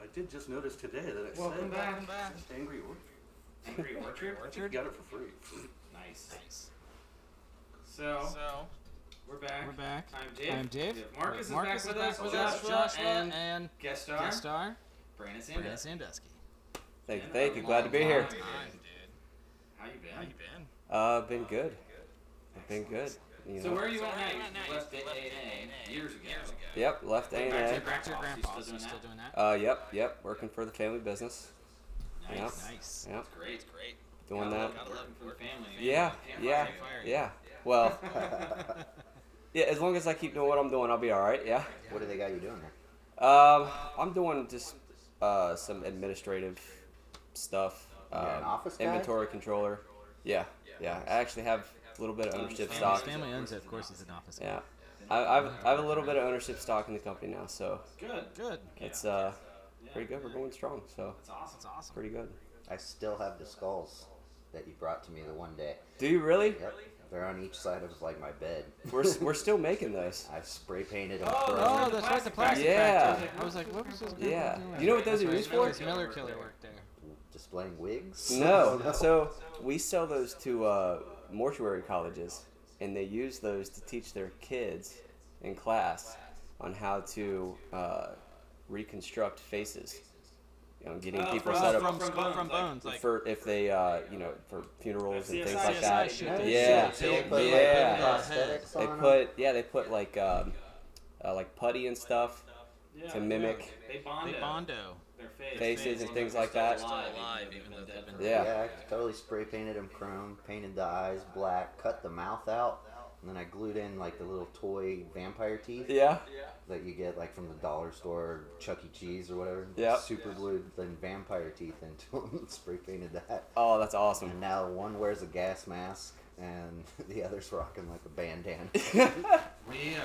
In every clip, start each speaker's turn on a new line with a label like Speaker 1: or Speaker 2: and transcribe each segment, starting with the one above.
Speaker 1: I did just notice today that it
Speaker 2: Welcome
Speaker 1: said
Speaker 2: back.
Speaker 1: Angry Orchard.
Speaker 2: Angry Orchard.
Speaker 1: You got it for free.
Speaker 2: Nice. Nice. So,
Speaker 3: So
Speaker 2: we're back.
Speaker 3: we're back.
Speaker 2: I'm Dave.
Speaker 3: I'm Dave.
Speaker 2: We have Marcus,
Speaker 3: Marcus
Speaker 2: is back with us.
Speaker 3: with
Speaker 2: Joshua,
Speaker 3: Joshua
Speaker 2: and,
Speaker 3: and
Speaker 2: guest star,
Speaker 3: guest star
Speaker 2: Brandon
Speaker 3: Brandon
Speaker 2: Sanders.
Speaker 3: Sandusky.
Speaker 4: Thank you, thank you. Glad to be here.
Speaker 2: Long
Speaker 3: Time,
Speaker 2: time,
Speaker 3: dude.
Speaker 2: How you been?
Speaker 3: How you been?
Speaker 4: Uh, been good. I've been good. You
Speaker 2: So
Speaker 4: know.
Speaker 2: where are you at now?
Speaker 3: at now?
Speaker 2: You left the
Speaker 3: You left the
Speaker 2: A&A
Speaker 3: A&A
Speaker 2: years ago.
Speaker 4: Yep, left A
Speaker 2: Back to your
Speaker 4: and
Speaker 3: Back to your
Speaker 2: grandpa.
Speaker 3: grandpa.
Speaker 2: He's still doing that.
Speaker 3: that?
Speaker 4: A. Uh, yep, yep. Working for the family business.
Speaker 2: Nice.
Speaker 4: Yep.
Speaker 3: Nice.
Speaker 4: Yep,
Speaker 2: That's great. It's great.
Speaker 4: doing that.
Speaker 2: Gotta love it for the family. man.
Speaker 4: Yeah,
Speaker 2: Family.
Speaker 4: yeah, yeah. Well,
Speaker 2: Family.
Speaker 4: yeah. As long as I keep doing what I'm doing, I'll be all right. Yeah.
Speaker 5: What do they got you doing there?
Speaker 4: Um, I'm doing just uh some administrative stuff.
Speaker 5: You're
Speaker 4: Um,
Speaker 5: an office guy?
Speaker 4: Inventory controller. Yeah, yeah. I actually have a little bit of ownership
Speaker 3: His
Speaker 4: stock.
Speaker 3: family owns it. Of course, he's an office. guy.
Speaker 4: Yeah. I, I've I have a little bit of ownership stock in the company now, so
Speaker 2: Good.
Speaker 3: Good.
Speaker 4: it's uh
Speaker 2: Yeah.
Speaker 4: pretty good. We're going strong, so
Speaker 2: That's awesome.
Speaker 3: That's awesome.
Speaker 4: pretty good.
Speaker 5: I still have the skulls that you brought to me the one day.
Speaker 4: Do you really?
Speaker 5: Yep, they're on each side of like my bed.
Speaker 4: We're s- we're still making those.
Speaker 5: I spray painted them.
Speaker 2: Oh,
Speaker 5: purple.
Speaker 3: Oh, that's right. The plastic
Speaker 4: Yeah.
Speaker 3: factory. I was like, what was this? guy
Speaker 4: Yeah.
Speaker 3: doing?
Speaker 4: You know what those are
Speaker 3: That's
Speaker 4: used
Speaker 3: right,
Speaker 4: for?
Speaker 3: Miller's Miller Killer worked there.
Speaker 5: displaying wigs.
Speaker 4: Oh, No. So we sell those to uh, mortuary colleges, and they use those to teach their kids in class on how to uh, reconstruct faces. You know, getting
Speaker 2: Oh,
Speaker 1: Uh,
Speaker 4: people
Speaker 2: from-
Speaker 4: set up
Speaker 3: from,
Speaker 2: from
Speaker 3: from,
Speaker 2: bones,
Speaker 3: from
Speaker 2: like-
Speaker 3: bones, like,
Speaker 4: for if they, uh, you know, for funerals and things like
Speaker 2: CSI
Speaker 4: that.
Speaker 3: shit, dude.
Speaker 4: Yeah.
Speaker 5: They put, like,
Speaker 4: Yeah.
Speaker 5: prosthetics
Speaker 4: They
Speaker 5: on 'em.
Speaker 4: put yeah, they put like um, uh, like putty and stuff
Speaker 2: Yeah.
Speaker 4: to mimic
Speaker 2: They bond.
Speaker 3: They
Speaker 2: it.
Speaker 3: bondo.
Speaker 2: Their face.
Speaker 4: faces and
Speaker 2: They-
Speaker 4: things
Speaker 2: they're
Speaker 4: like
Speaker 2: still
Speaker 4: that.
Speaker 2: alive,
Speaker 3: Alive,
Speaker 2: even though
Speaker 3: even
Speaker 2: they've
Speaker 3: though
Speaker 2: been
Speaker 3: they've
Speaker 2: dead
Speaker 4: Yeah.
Speaker 5: Yeah, I totally spray painted them chrome, painted the eyes black, cut the mouth out, and then I glued in like the little toy vampire teeth
Speaker 4: Yeah.
Speaker 5: that you get like from the dollar store, or Chuck E. Cheese or whatever.
Speaker 4: Yep.
Speaker 5: Super glued then vampire teeth into them, spray painted that.
Speaker 4: Oh, that's
Speaker 5: And
Speaker 4: awesome.
Speaker 5: now one wears a gas mask and the other's rocking like a bandana.
Speaker 2: We uh,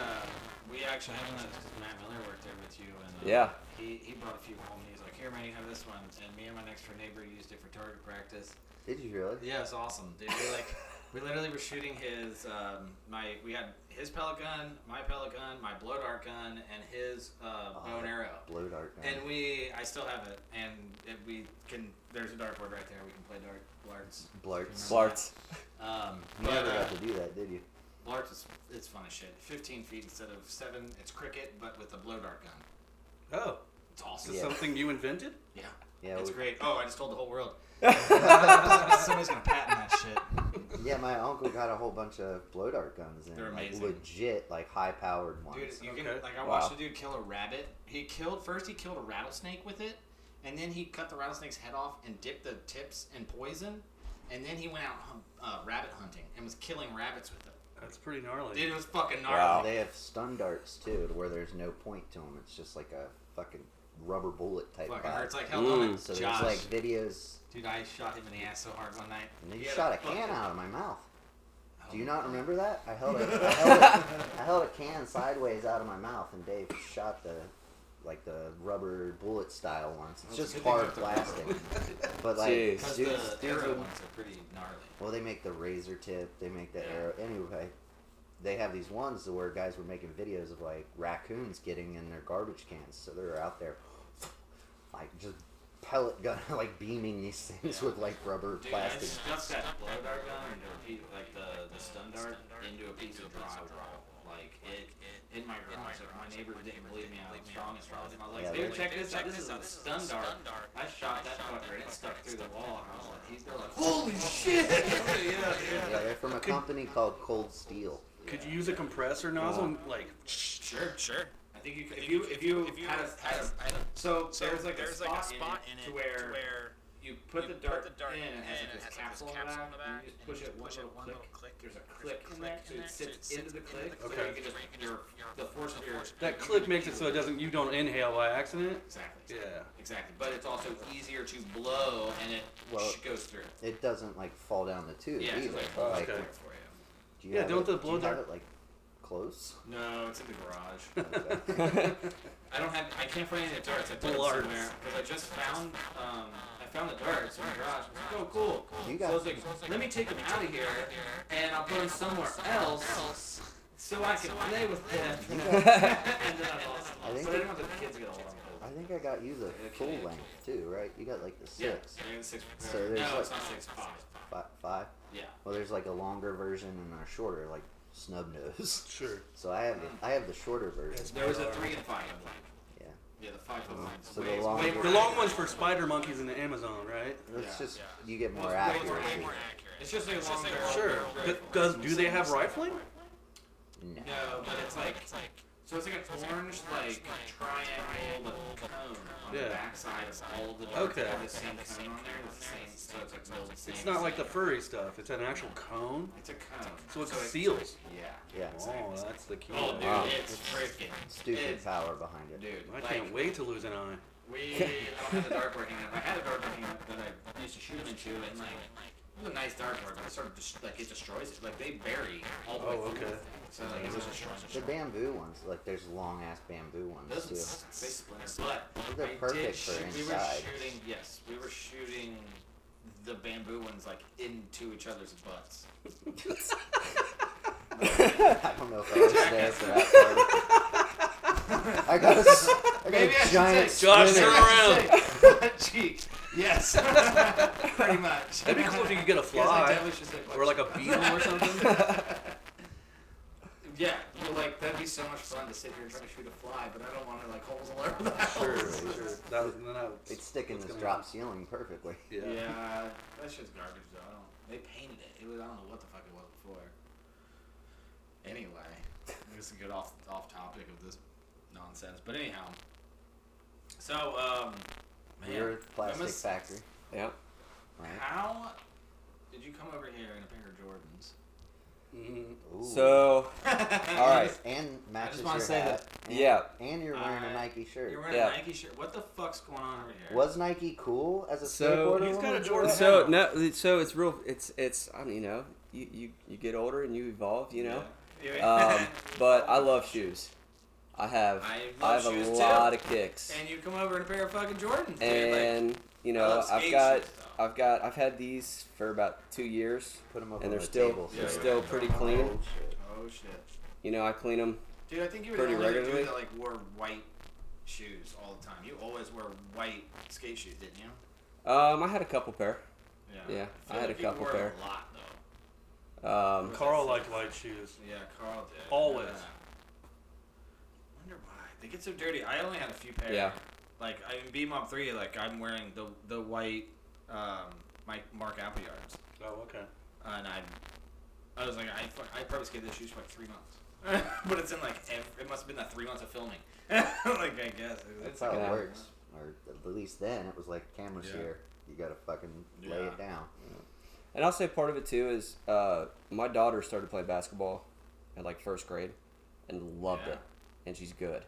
Speaker 2: we actually have one because Matt Miller worked there with you, and uh,
Speaker 4: Yeah.
Speaker 2: he, he brought a few home. and He's like, here, man, you have this one. And me and my next door neighbor used it for target practice.
Speaker 5: Did you really?
Speaker 2: Yeah, it's awesome, dude. We like, we literally were shooting his um, my we had his pellet gun, my pellet gun, my blow dart gun, and his uh, bow and arrow.
Speaker 5: Blow dart. gun.
Speaker 2: And we, I still have it, and it, we can. There's a dartboard right there. We can play dart blarts.
Speaker 5: Blarts.
Speaker 4: Blarts.
Speaker 2: Um,
Speaker 5: You
Speaker 2: but,
Speaker 5: never
Speaker 2: uh,
Speaker 5: got to do that, did you?
Speaker 2: Larch is it's fun as shit. 15 feet instead of seven. It's cricket, but with a blow dart gun.
Speaker 1: Oh,
Speaker 2: It's
Speaker 1: is
Speaker 2: awesome.
Speaker 1: this
Speaker 5: Yeah.
Speaker 1: something you invented?
Speaker 2: Yeah,
Speaker 5: Yeah,
Speaker 2: it's
Speaker 5: we-
Speaker 2: great. Oh, I just told the whole world. Somebody's gonna patent that shit.
Speaker 5: Yeah, my uncle got a whole bunch of blow dart guns and
Speaker 2: They're
Speaker 5: like
Speaker 2: amazing.
Speaker 5: legit, like high powered ones.
Speaker 2: Dude, you can
Speaker 1: Okay.
Speaker 2: like I
Speaker 4: Wow.
Speaker 2: watched a dude kill a rabbit. He killed first. He killed a rattlesnake with it, and then he cut the rattlesnake's head off and dipped the tips in poison, and then he went out hun- uh, rabbit hunting and was killing rabbits with it.
Speaker 1: That's pretty gnarly.
Speaker 2: Dude, it was fucking gnarly.
Speaker 4: Wow.
Speaker 5: They have stun darts too, to where there's no point to them. It's just like a fucking rubber bullet type.
Speaker 2: Fucking
Speaker 5: vibe.
Speaker 2: hurts like hell.
Speaker 4: Ooh.
Speaker 2: on it,
Speaker 5: Mm. So
Speaker 2: Josh.
Speaker 5: there's like videos,
Speaker 2: dude, I shot him in the ass so hard one night.
Speaker 5: and then
Speaker 2: He
Speaker 5: you
Speaker 2: had
Speaker 5: shot a
Speaker 2: fucking-
Speaker 5: can out of my mouth.
Speaker 2: Oh
Speaker 5: Do you
Speaker 2: my
Speaker 5: not remember that? I held a, I held a, I held a can sideways out of my mouth, and Dave shot the like the rubber bullet style ones. It's
Speaker 2: That's
Speaker 5: just
Speaker 2: a good thing
Speaker 5: hard
Speaker 2: with the rubber.
Speaker 5: plastic, but like
Speaker 4: Jeez.
Speaker 2: Because
Speaker 5: dudes,
Speaker 2: the
Speaker 5: dudes
Speaker 2: arrow
Speaker 5: would-
Speaker 2: ones are pretty gnarly.
Speaker 5: Well, they make the razor tip. They make the
Speaker 2: Yeah.
Speaker 5: arrow. Anyway, they have these ones to where guys were making videos of like raccoons getting in their garbage cans. So they were out there, like just pellet gun, like beaming these things with like rubber
Speaker 2: Dude, I
Speaker 5: plastic.
Speaker 2: stuffed that blow dart gun into a piece, like the, the stun dart into a piece of drywall. Like it, it in my garage. Like my neighbors didn't believe me. I was strong as strong. as- And I was
Speaker 5: Yeah,
Speaker 2: like, dude,
Speaker 5: they-
Speaker 2: check this out. This is a stun dart. I shot that fucker and it stuck through the wall. And I was like, he's they're like, holy shit! yeah, yeah.
Speaker 5: Yeah, they're from a company called Cold Steel.
Speaker 1: Could you use a compressor nozzle? and, like,
Speaker 2: Sure, sure. I think you could, if you if you if you had a, had a so, there's like a spot, in it to where, you put the dart in and it has like this capsule on the back. and you just push it one little click. There's a click in there, so it sits into the click. So
Speaker 1: Okay.
Speaker 2: you can just your the force of your
Speaker 1: that click makes it so it doesn't. You don't inhale by accident.
Speaker 2: exactly
Speaker 1: Yeah.
Speaker 2: exactly. But it's also easier to blow and it
Speaker 5: Well,
Speaker 2: sh- goes through.
Speaker 5: It doesn't like fall down the tube
Speaker 2: Yeah, it's
Speaker 5: either.
Speaker 2: like
Speaker 5: but,
Speaker 2: oh,
Speaker 5: like,
Speaker 2: okay.
Speaker 1: okay.
Speaker 2: for you.
Speaker 5: do you
Speaker 1: Yeah,
Speaker 5: have
Speaker 1: don't
Speaker 5: it,
Speaker 1: the
Speaker 5: do you
Speaker 1: blow
Speaker 5: have
Speaker 1: dart-
Speaker 5: it like close?
Speaker 2: No, it's in the garage.
Speaker 5: Okay.
Speaker 2: I don't have. I can't find any darts. I put them
Speaker 1: Blart.
Speaker 2: somewhere because I just found. Um, I found the darts in the garage. I was like, oh, cool.
Speaker 5: You
Speaker 2: so I
Speaker 5: got
Speaker 2: was like, let me take them out of here, and I'll put them somewhere else, so I can play with them. and then I lost
Speaker 5: I
Speaker 2: them.
Speaker 5: think-
Speaker 2: But I didn't want the kids to get hold of them.
Speaker 5: I think I got you the full length too, right? You got like the
Speaker 2: Yeah,
Speaker 5: six,
Speaker 2: they're in six.
Speaker 5: So there's
Speaker 2: no,
Speaker 5: like-
Speaker 2: it's not six. Five.
Speaker 5: fi- five.
Speaker 2: Yeah.
Speaker 5: Well, there's like a longer version and a shorter, like snub nose.
Speaker 4: Sure.
Speaker 5: So I have the I have the shorter version.
Speaker 4: Yes.
Speaker 2: There was a three and five. I believe.
Speaker 5: Yeah.
Speaker 2: Yeah, the five foot line's
Speaker 5: So the
Speaker 2: way,
Speaker 5: long-
Speaker 2: way more
Speaker 4: The long
Speaker 2: accurate.
Speaker 4: one's for spider monkeys in the Amazon, right?
Speaker 5: It's
Speaker 2: Yeah.
Speaker 5: just you get more
Speaker 2: Well, it's way more-
Speaker 5: accuracy.
Speaker 2: way more It's just a long barrel.
Speaker 4: Sure. Th- Does do they have rifling?
Speaker 5: No.
Speaker 2: No, but it's like, so it's like an orange like triangle with a cone on
Speaker 4: Yeah.
Speaker 2: the backside of all the darts.
Speaker 4: Okay.
Speaker 2: Have the same cone on there with the same, so it's like milled the same.
Speaker 4: It's not like the furry stuff. It's an actual cone.
Speaker 2: It's a cone.
Speaker 4: So it's seals.
Speaker 2: Yeah.
Speaker 5: Yeah.
Speaker 4: Oh, that's the key.
Speaker 2: Oh, dude,
Speaker 5: Wow.
Speaker 2: it's freaking
Speaker 5: Stupid
Speaker 2: it's-
Speaker 5: power behind it.
Speaker 2: Dude,
Speaker 4: I
Speaker 2: like,
Speaker 4: can't wait to lose an eye.
Speaker 2: We I don't have the dartboard hanging up. I had a dartboard hanging up that I used to shoot them into, and like it was a nice dartboard, but it sort of just like it destroys it. Like they bury all the way
Speaker 4: Oh,
Speaker 2: through.
Speaker 4: okay.
Speaker 2: So like it was destroying
Speaker 5: The
Speaker 2: destroying.
Speaker 5: bamboo ones, like there's long ass bamboo ones
Speaker 2: Those
Speaker 5: too.
Speaker 2: ones, they splinter. But
Speaker 5: They're
Speaker 2: we
Speaker 5: perfect
Speaker 2: did
Speaker 5: for
Speaker 2: shoot, we were
Speaker 5: inside.
Speaker 2: shooting. Yes, we were shooting the bamboo ones like into each other's butts.
Speaker 5: I don't know if I was there for that part. I got a, s- I got
Speaker 2: Maybe I
Speaker 5: a
Speaker 2: should
Speaker 5: giant
Speaker 2: say-
Speaker 4: Josh,
Speaker 5: splinter.
Speaker 4: turn around.
Speaker 2: Cheek. Yes. Pretty much.
Speaker 4: That'd be cool if you could get a
Speaker 2: Guys, like,
Speaker 4: fly
Speaker 2: that was just like,
Speaker 4: or like a beetle or something.
Speaker 2: Yeah, well, like that'd be so much fun to sit here and try to shoot a fly, but I don't want to like holes all over the
Speaker 4: Sure,
Speaker 2: house.
Speaker 4: sure. That was, then I,
Speaker 5: It's sticking
Speaker 4: what's
Speaker 5: this
Speaker 4: gonna
Speaker 5: drop
Speaker 4: happen?
Speaker 5: ceiling perfectly.
Speaker 4: Yeah.
Speaker 2: Yeah. that shit's garbage though. I don't, they painted it. It was I don't know what the fuck it was before. Anyway, this is good off off topic of this nonsense, but anyhow. So um, man,
Speaker 5: Weird plastic
Speaker 2: Remus,
Speaker 5: factory.
Speaker 3: Yeah.
Speaker 5: Right?
Speaker 2: How did you come over here in a pair of Jordans?
Speaker 4: Mhm.
Speaker 5: Ooh.
Speaker 3: So
Speaker 2: All
Speaker 3: all right.
Speaker 5: and matches
Speaker 2: wanna
Speaker 5: your
Speaker 2: say
Speaker 5: hat. and,
Speaker 3: Yeah.
Speaker 5: and you're wearing
Speaker 2: I-
Speaker 5: a Nike shirt.
Speaker 2: You're wearing
Speaker 3: Yeah.
Speaker 2: a Nike shirt. What the fuck's going on over here?
Speaker 5: Was Nike cool as a
Speaker 3: So-
Speaker 5: skateboarder?
Speaker 4: He's got
Speaker 5: when
Speaker 4: a
Speaker 5: we
Speaker 4: Jordan
Speaker 5: were
Speaker 4: hat.
Speaker 5: out?
Speaker 3: So no. So it's real. It's it's. I mean, you know, you you, you get older and you evolve. You know. Um, but I love shoes. I have
Speaker 2: I
Speaker 3: I,
Speaker 2: love
Speaker 3: have a
Speaker 2: shoes, too.
Speaker 3: lot of kicks,
Speaker 2: and you come over in a pair of fucking Jordans. dude, like-
Speaker 3: and you
Speaker 2: I
Speaker 3: know
Speaker 2: love skate
Speaker 3: I've got
Speaker 2: shoes, though.
Speaker 3: I've got I've had these for about two years.
Speaker 5: Put 'em up
Speaker 3: and
Speaker 5: on
Speaker 3: they're
Speaker 5: the
Speaker 3: still-
Speaker 5: table
Speaker 2: they're
Speaker 5: so you
Speaker 2: still
Speaker 5: can-
Speaker 3: pretty clean.
Speaker 5: Oh, shit.
Speaker 2: Oh shit,
Speaker 3: You know I clean them.
Speaker 2: dude! I think you were
Speaker 3: Pretty
Speaker 2: the only
Speaker 3: regularly.
Speaker 2: dude that like wore white shoes all the time. You always wore white skate shoes, didn't you?
Speaker 3: Um, I had a couple pair. Yeah,
Speaker 2: feel
Speaker 3: I had
Speaker 2: like
Speaker 3: a
Speaker 2: you
Speaker 3: couple
Speaker 2: wore
Speaker 3: pair.
Speaker 2: A lot though.
Speaker 3: Um,
Speaker 4: Carl liked light shoes.
Speaker 2: Yeah, Carl did.
Speaker 4: Always.
Speaker 2: Yeah. Wonder why they get so dirty. I only had a few pairs.
Speaker 3: Yeah.
Speaker 2: Like I in Beam Up Three, like I'm wearing the the white um, Mike Mark Appleyards.
Speaker 4: Oh, okay.
Speaker 2: and I, I was like, I, fuck- I probably skated those shoes for like three months. but it's in like ev it must have been that three months of filming. like I guess it was-
Speaker 5: That's how it
Speaker 3: Yeah.
Speaker 5: works. Or at least then it was like cameras
Speaker 2: Yeah.
Speaker 5: here. You gotta fucking lay
Speaker 2: Yeah.
Speaker 5: it down.
Speaker 3: and I'll say part of it too is uh, my daughter started playing basketball at like first grade, and loved
Speaker 2: Yeah.
Speaker 3: it, and she's good.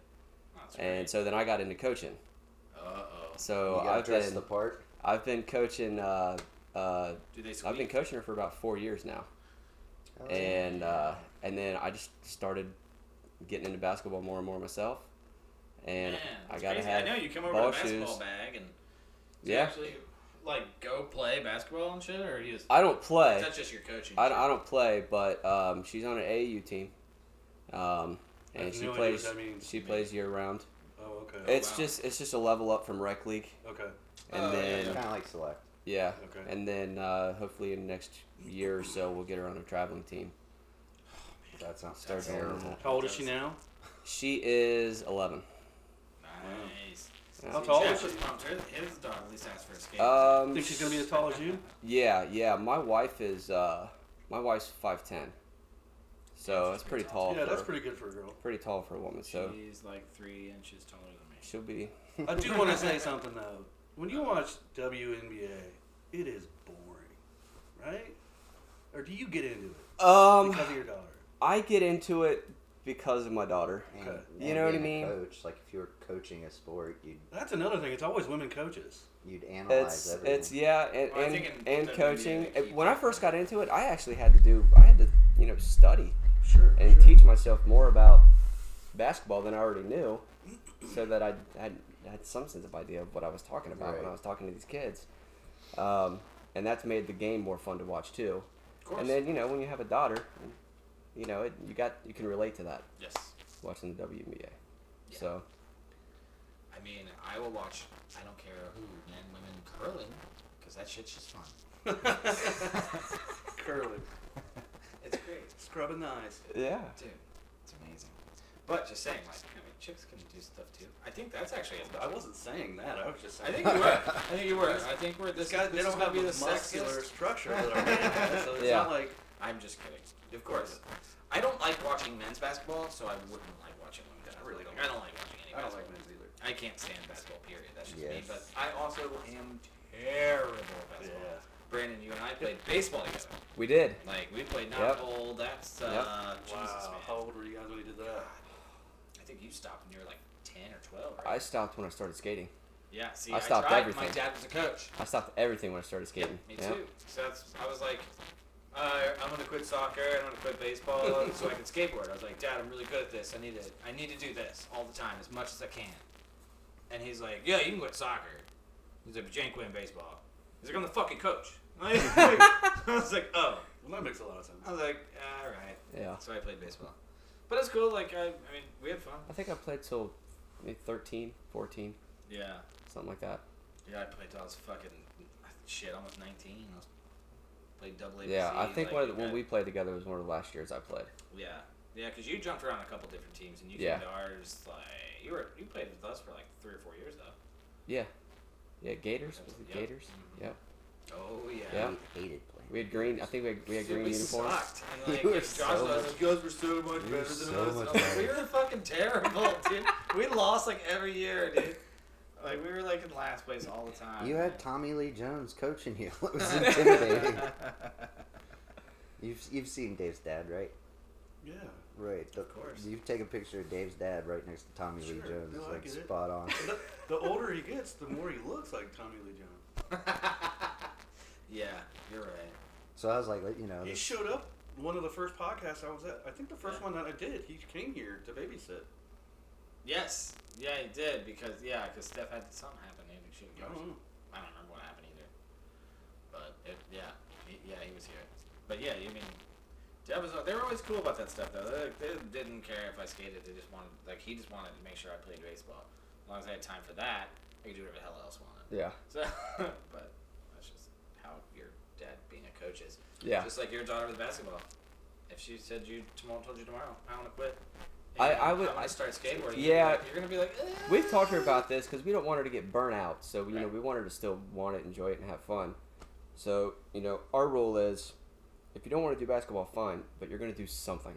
Speaker 2: That's
Speaker 3: And
Speaker 2: great.
Speaker 3: so then I got into coaching.
Speaker 2: uh oh,
Speaker 5: You
Speaker 3: So
Speaker 5: gotta
Speaker 3: I've
Speaker 5: dress
Speaker 3: been
Speaker 5: the part.
Speaker 3: I've been coaching. Uh, uh,
Speaker 2: do they? Squeak?
Speaker 3: I've been coaching her for about four years now.
Speaker 5: Oh,
Speaker 3: and uh, and then I just started getting into basketball more and more myself, and
Speaker 2: Man,
Speaker 3: I
Speaker 2: that's
Speaker 3: gotta
Speaker 2: crazy.
Speaker 3: have
Speaker 2: I know you come over
Speaker 3: ball
Speaker 2: with a basketball
Speaker 3: shoes.
Speaker 2: bag and do you
Speaker 3: yeah.
Speaker 2: actually like go play basketball and shit, or you just
Speaker 3: I don't play.
Speaker 2: that's just your coaching.
Speaker 3: I,
Speaker 2: shit?
Speaker 3: I don't play, but um, she's on an AAU team, um,
Speaker 4: I
Speaker 3: and
Speaker 4: have
Speaker 3: she
Speaker 4: no idea what
Speaker 3: plays.
Speaker 4: that means.
Speaker 3: She plays year round.
Speaker 4: Oh, okay.
Speaker 3: It's
Speaker 2: wow.
Speaker 3: just it's just a level up from rec league,
Speaker 4: Okay.
Speaker 3: and
Speaker 2: Oh, yeah,
Speaker 3: then
Speaker 5: It's
Speaker 3: yeah,
Speaker 5: kind of like select.
Speaker 4: Okay.
Speaker 3: and then uh, hopefully in the next year or so we'll get her on a traveling team.
Speaker 5: That sounds
Speaker 2: That's
Speaker 5: terrible.
Speaker 2: terrible.
Speaker 4: How old is she now?
Speaker 3: She is 11.
Speaker 2: Nice.
Speaker 3: Yeah.
Speaker 4: How tall is
Speaker 2: Jeff was pumped. His, his dog at least asked for a skate.
Speaker 3: Um,
Speaker 4: Think she's gonna be as tall as you?
Speaker 3: Yeah, yeah. My wife is uh, my wife's five ten, so that's pretty tall.
Speaker 4: Yeah,
Speaker 3: for,
Speaker 4: that's pretty good for a girl.
Speaker 3: pretty tall for a woman. So
Speaker 2: She's like three inches taller than me.
Speaker 3: she'll be.
Speaker 4: I do want to say something though. When you watch WNBA, it is boring, right? Or do you get into it
Speaker 3: Um,
Speaker 4: because of your daughter?
Speaker 3: I get into it because of my daughter.
Speaker 5: And,
Speaker 4: Okay.
Speaker 5: and
Speaker 3: You know what I
Speaker 5: being a
Speaker 3: mean?
Speaker 5: Coach, like if you were coaching a sport, you'd
Speaker 4: That's another thing. It's always women coaches.
Speaker 5: you'd analyze
Speaker 3: It's
Speaker 5: everything.
Speaker 3: it's yeah, and
Speaker 2: Well, I
Speaker 3: and,
Speaker 2: think in
Speaker 3: and
Speaker 2: WWE
Speaker 3: coaching.
Speaker 2: they keep
Speaker 3: When I
Speaker 2: that.
Speaker 3: first got into it, I actually had to do. I had to you know study
Speaker 4: Sure.
Speaker 3: and teach myself more about basketball than I already knew, so that I had had some sense of idea of what I was talking about when
Speaker 5: Right.
Speaker 3: I was talking to these kids. Um, and that's made the game more fun to watch too.
Speaker 6: Of course.
Speaker 3: And then you know when you have a daughter, you know it, you got you can relate to that
Speaker 6: yes.
Speaker 3: watching the WNBA. So
Speaker 2: I mean, I will watch. I don't care who, men, women, curling, because that shit's just fun.
Speaker 4: Curling,
Speaker 2: It's great,
Speaker 4: scrubbing the eyes.
Speaker 3: yeah,
Speaker 2: dude. It's amazing. But just saying, like, I mean, chicks can do stuff too. I think that's actually.
Speaker 4: I wasn't saying that. I was just
Speaker 2: I
Speaker 4: saying.
Speaker 2: think you were. I think you were. I think we're. This,
Speaker 4: This guy,
Speaker 2: this
Speaker 4: they
Speaker 2: is
Speaker 4: don't
Speaker 2: gonna
Speaker 4: have
Speaker 2: be
Speaker 4: the
Speaker 2: the
Speaker 4: muscular
Speaker 2: sexiest.
Speaker 4: structure that our men have, so it's
Speaker 3: Yeah.
Speaker 4: not like
Speaker 2: I'm just kidding.
Speaker 4: Of course.
Speaker 2: I don't like watching men's basketball, so I wouldn't like watching women's
Speaker 4: I
Speaker 2: basketball.
Speaker 4: really
Speaker 2: Like,
Speaker 4: don't.
Speaker 2: I don't like watching any
Speaker 4: I don't
Speaker 2: basketball.
Speaker 4: like men's either.
Speaker 2: I can't stand basketball, period. That's just me.
Speaker 5: Yes.
Speaker 2: But I also am terrible at basketball.
Speaker 4: Yeah.
Speaker 2: Brandon, you and I played baseball together.
Speaker 3: we did.
Speaker 2: Like, we played
Speaker 3: Yep.
Speaker 2: knuckle. That's, uh,
Speaker 4: Wow,
Speaker 2: Jesus, man.
Speaker 4: how old were you guys when you did that?
Speaker 2: I think you stopped when you were like 10 or 12, right?
Speaker 3: I stopped when I started skating.
Speaker 2: yeah, see,
Speaker 3: I
Speaker 2: I,
Speaker 3: stopped
Speaker 2: tried. My
Speaker 3: everything.
Speaker 2: dad was a coach.
Speaker 3: I stopped everything when I started skating.
Speaker 2: Me
Speaker 3: Yeah.
Speaker 2: too. So that's, I was like, uh, I'm gonna quit soccer. I'm gonna quit baseball uh, so I can skateboard. I was like, Dad, I'm really good at this. I need to, I need to do this all the time as much as I can. And he's like, Yeah, you can quit soccer. He's like, But you ain't quitting baseball. He's like, I'm the fucking coach. I was like, Oh.
Speaker 4: Well, that makes a lot of sense.
Speaker 2: I was like, All right.
Speaker 3: Yeah.
Speaker 2: So I played baseball. But it's cool. Like I, I mean, we had fun.
Speaker 3: I think I played till maybe 13, 14,
Speaker 2: Yeah.
Speaker 3: something like that.
Speaker 2: Yeah, I played till I was fucking shit, almost 19. I was played double A.
Speaker 3: yeah, I think one of the, when we played together was one of the last years I played.
Speaker 2: Yeah, yeah, because you jumped around a couple different teams, and you
Speaker 3: Yeah.
Speaker 2: came to ours like you were you played with us for like three or four years though.
Speaker 3: Yeah. Yeah, Gators. Was it
Speaker 2: Yep.
Speaker 3: Gators?
Speaker 2: Mhm.
Speaker 3: Yep.
Speaker 2: Oh yeah.
Speaker 3: Yeah.
Speaker 5: We hated playing.
Speaker 3: We had green. I think we had, we had
Speaker 2: Dude,
Speaker 3: green
Speaker 2: we
Speaker 3: uniforms.
Speaker 2: sucked. And, like,
Speaker 3: We were
Speaker 2: Josh
Speaker 3: so
Speaker 2: was like, you guys were so much
Speaker 5: We were
Speaker 2: better than
Speaker 5: so
Speaker 2: us.
Speaker 5: much
Speaker 2: I'm like,
Speaker 5: better.
Speaker 2: we were fucking terrible, dude. We lost like every year, dude. Like we were like in last place all the time.
Speaker 5: You had Tommy Lee Jones coaching you. It was intimidating. you've you've seen Dave's dad, right?
Speaker 4: Yeah.
Speaker 5: Right. The,
Speaker 4: Of course.
Speaker 5: You take a picture of Dave's dad right next to Tommy Lee
Speaker 4: Sure.
Speaker 5: Jones.
Speaker 4: No,
Speaker 5: It's
Speaker 4: I
Speaker 5: like
Speaker 4: get it.
Speaker 5: spot on.
Speaker 4: The, the older he gets, the more he looks like Tommy Lee Jones.
Speaker 2: yeah, you're right.
Speaker 5: So I was like, you know,
Speaker 4: He
Speaker 5: this,
Speaker 4: showed up one of the first podcasts I was at. I think the first
Speaker 2: Yeah.
Speaker 4: one that I did, he came here to babysit.
Speaker 2: Yes. Yeah, he did because yeah, because Steph had something happen. He had to shoot.
Speaker 4: I don't know.
Speaker 2: I don't remember what happened either. But it, yeah, he, yeah, he was here. But yeah, you mean, Deb was. They were always cool about that stuff though. They, like, they didn't care if I skated. They just wanted like he just wanted to make sure I played baseball. As long as I had time for that, I could do whatever the hell else I wanted.
Speaker 3: Yeah.
Speaker 2: So, but that's just how your dad being a coach is.
Speaker 3: Yeah.
Speaker 2: Just like your daughter with basketball. If she said you tomorrow, told you tomorrow, I want to quit.
Speaker 3: I-
Speaker 2: and
Speaker 3: I would-
Speaker 2: I'm gonna
Speaker 3: I-
Speaker 2: start skateboarding.
Speaker 3: yeah.
Speaker 2: you're gonna be like. "Eh."
Speaker 3: We've talked to her about this because we don't want her to get burnt out. So, you know,
Speaker 2: Right.
Speaker 3: we want her to still want it, enjoy it, and have fun. So, you know, our rule is if you don't want to do basketball, fine, but you're going to do something.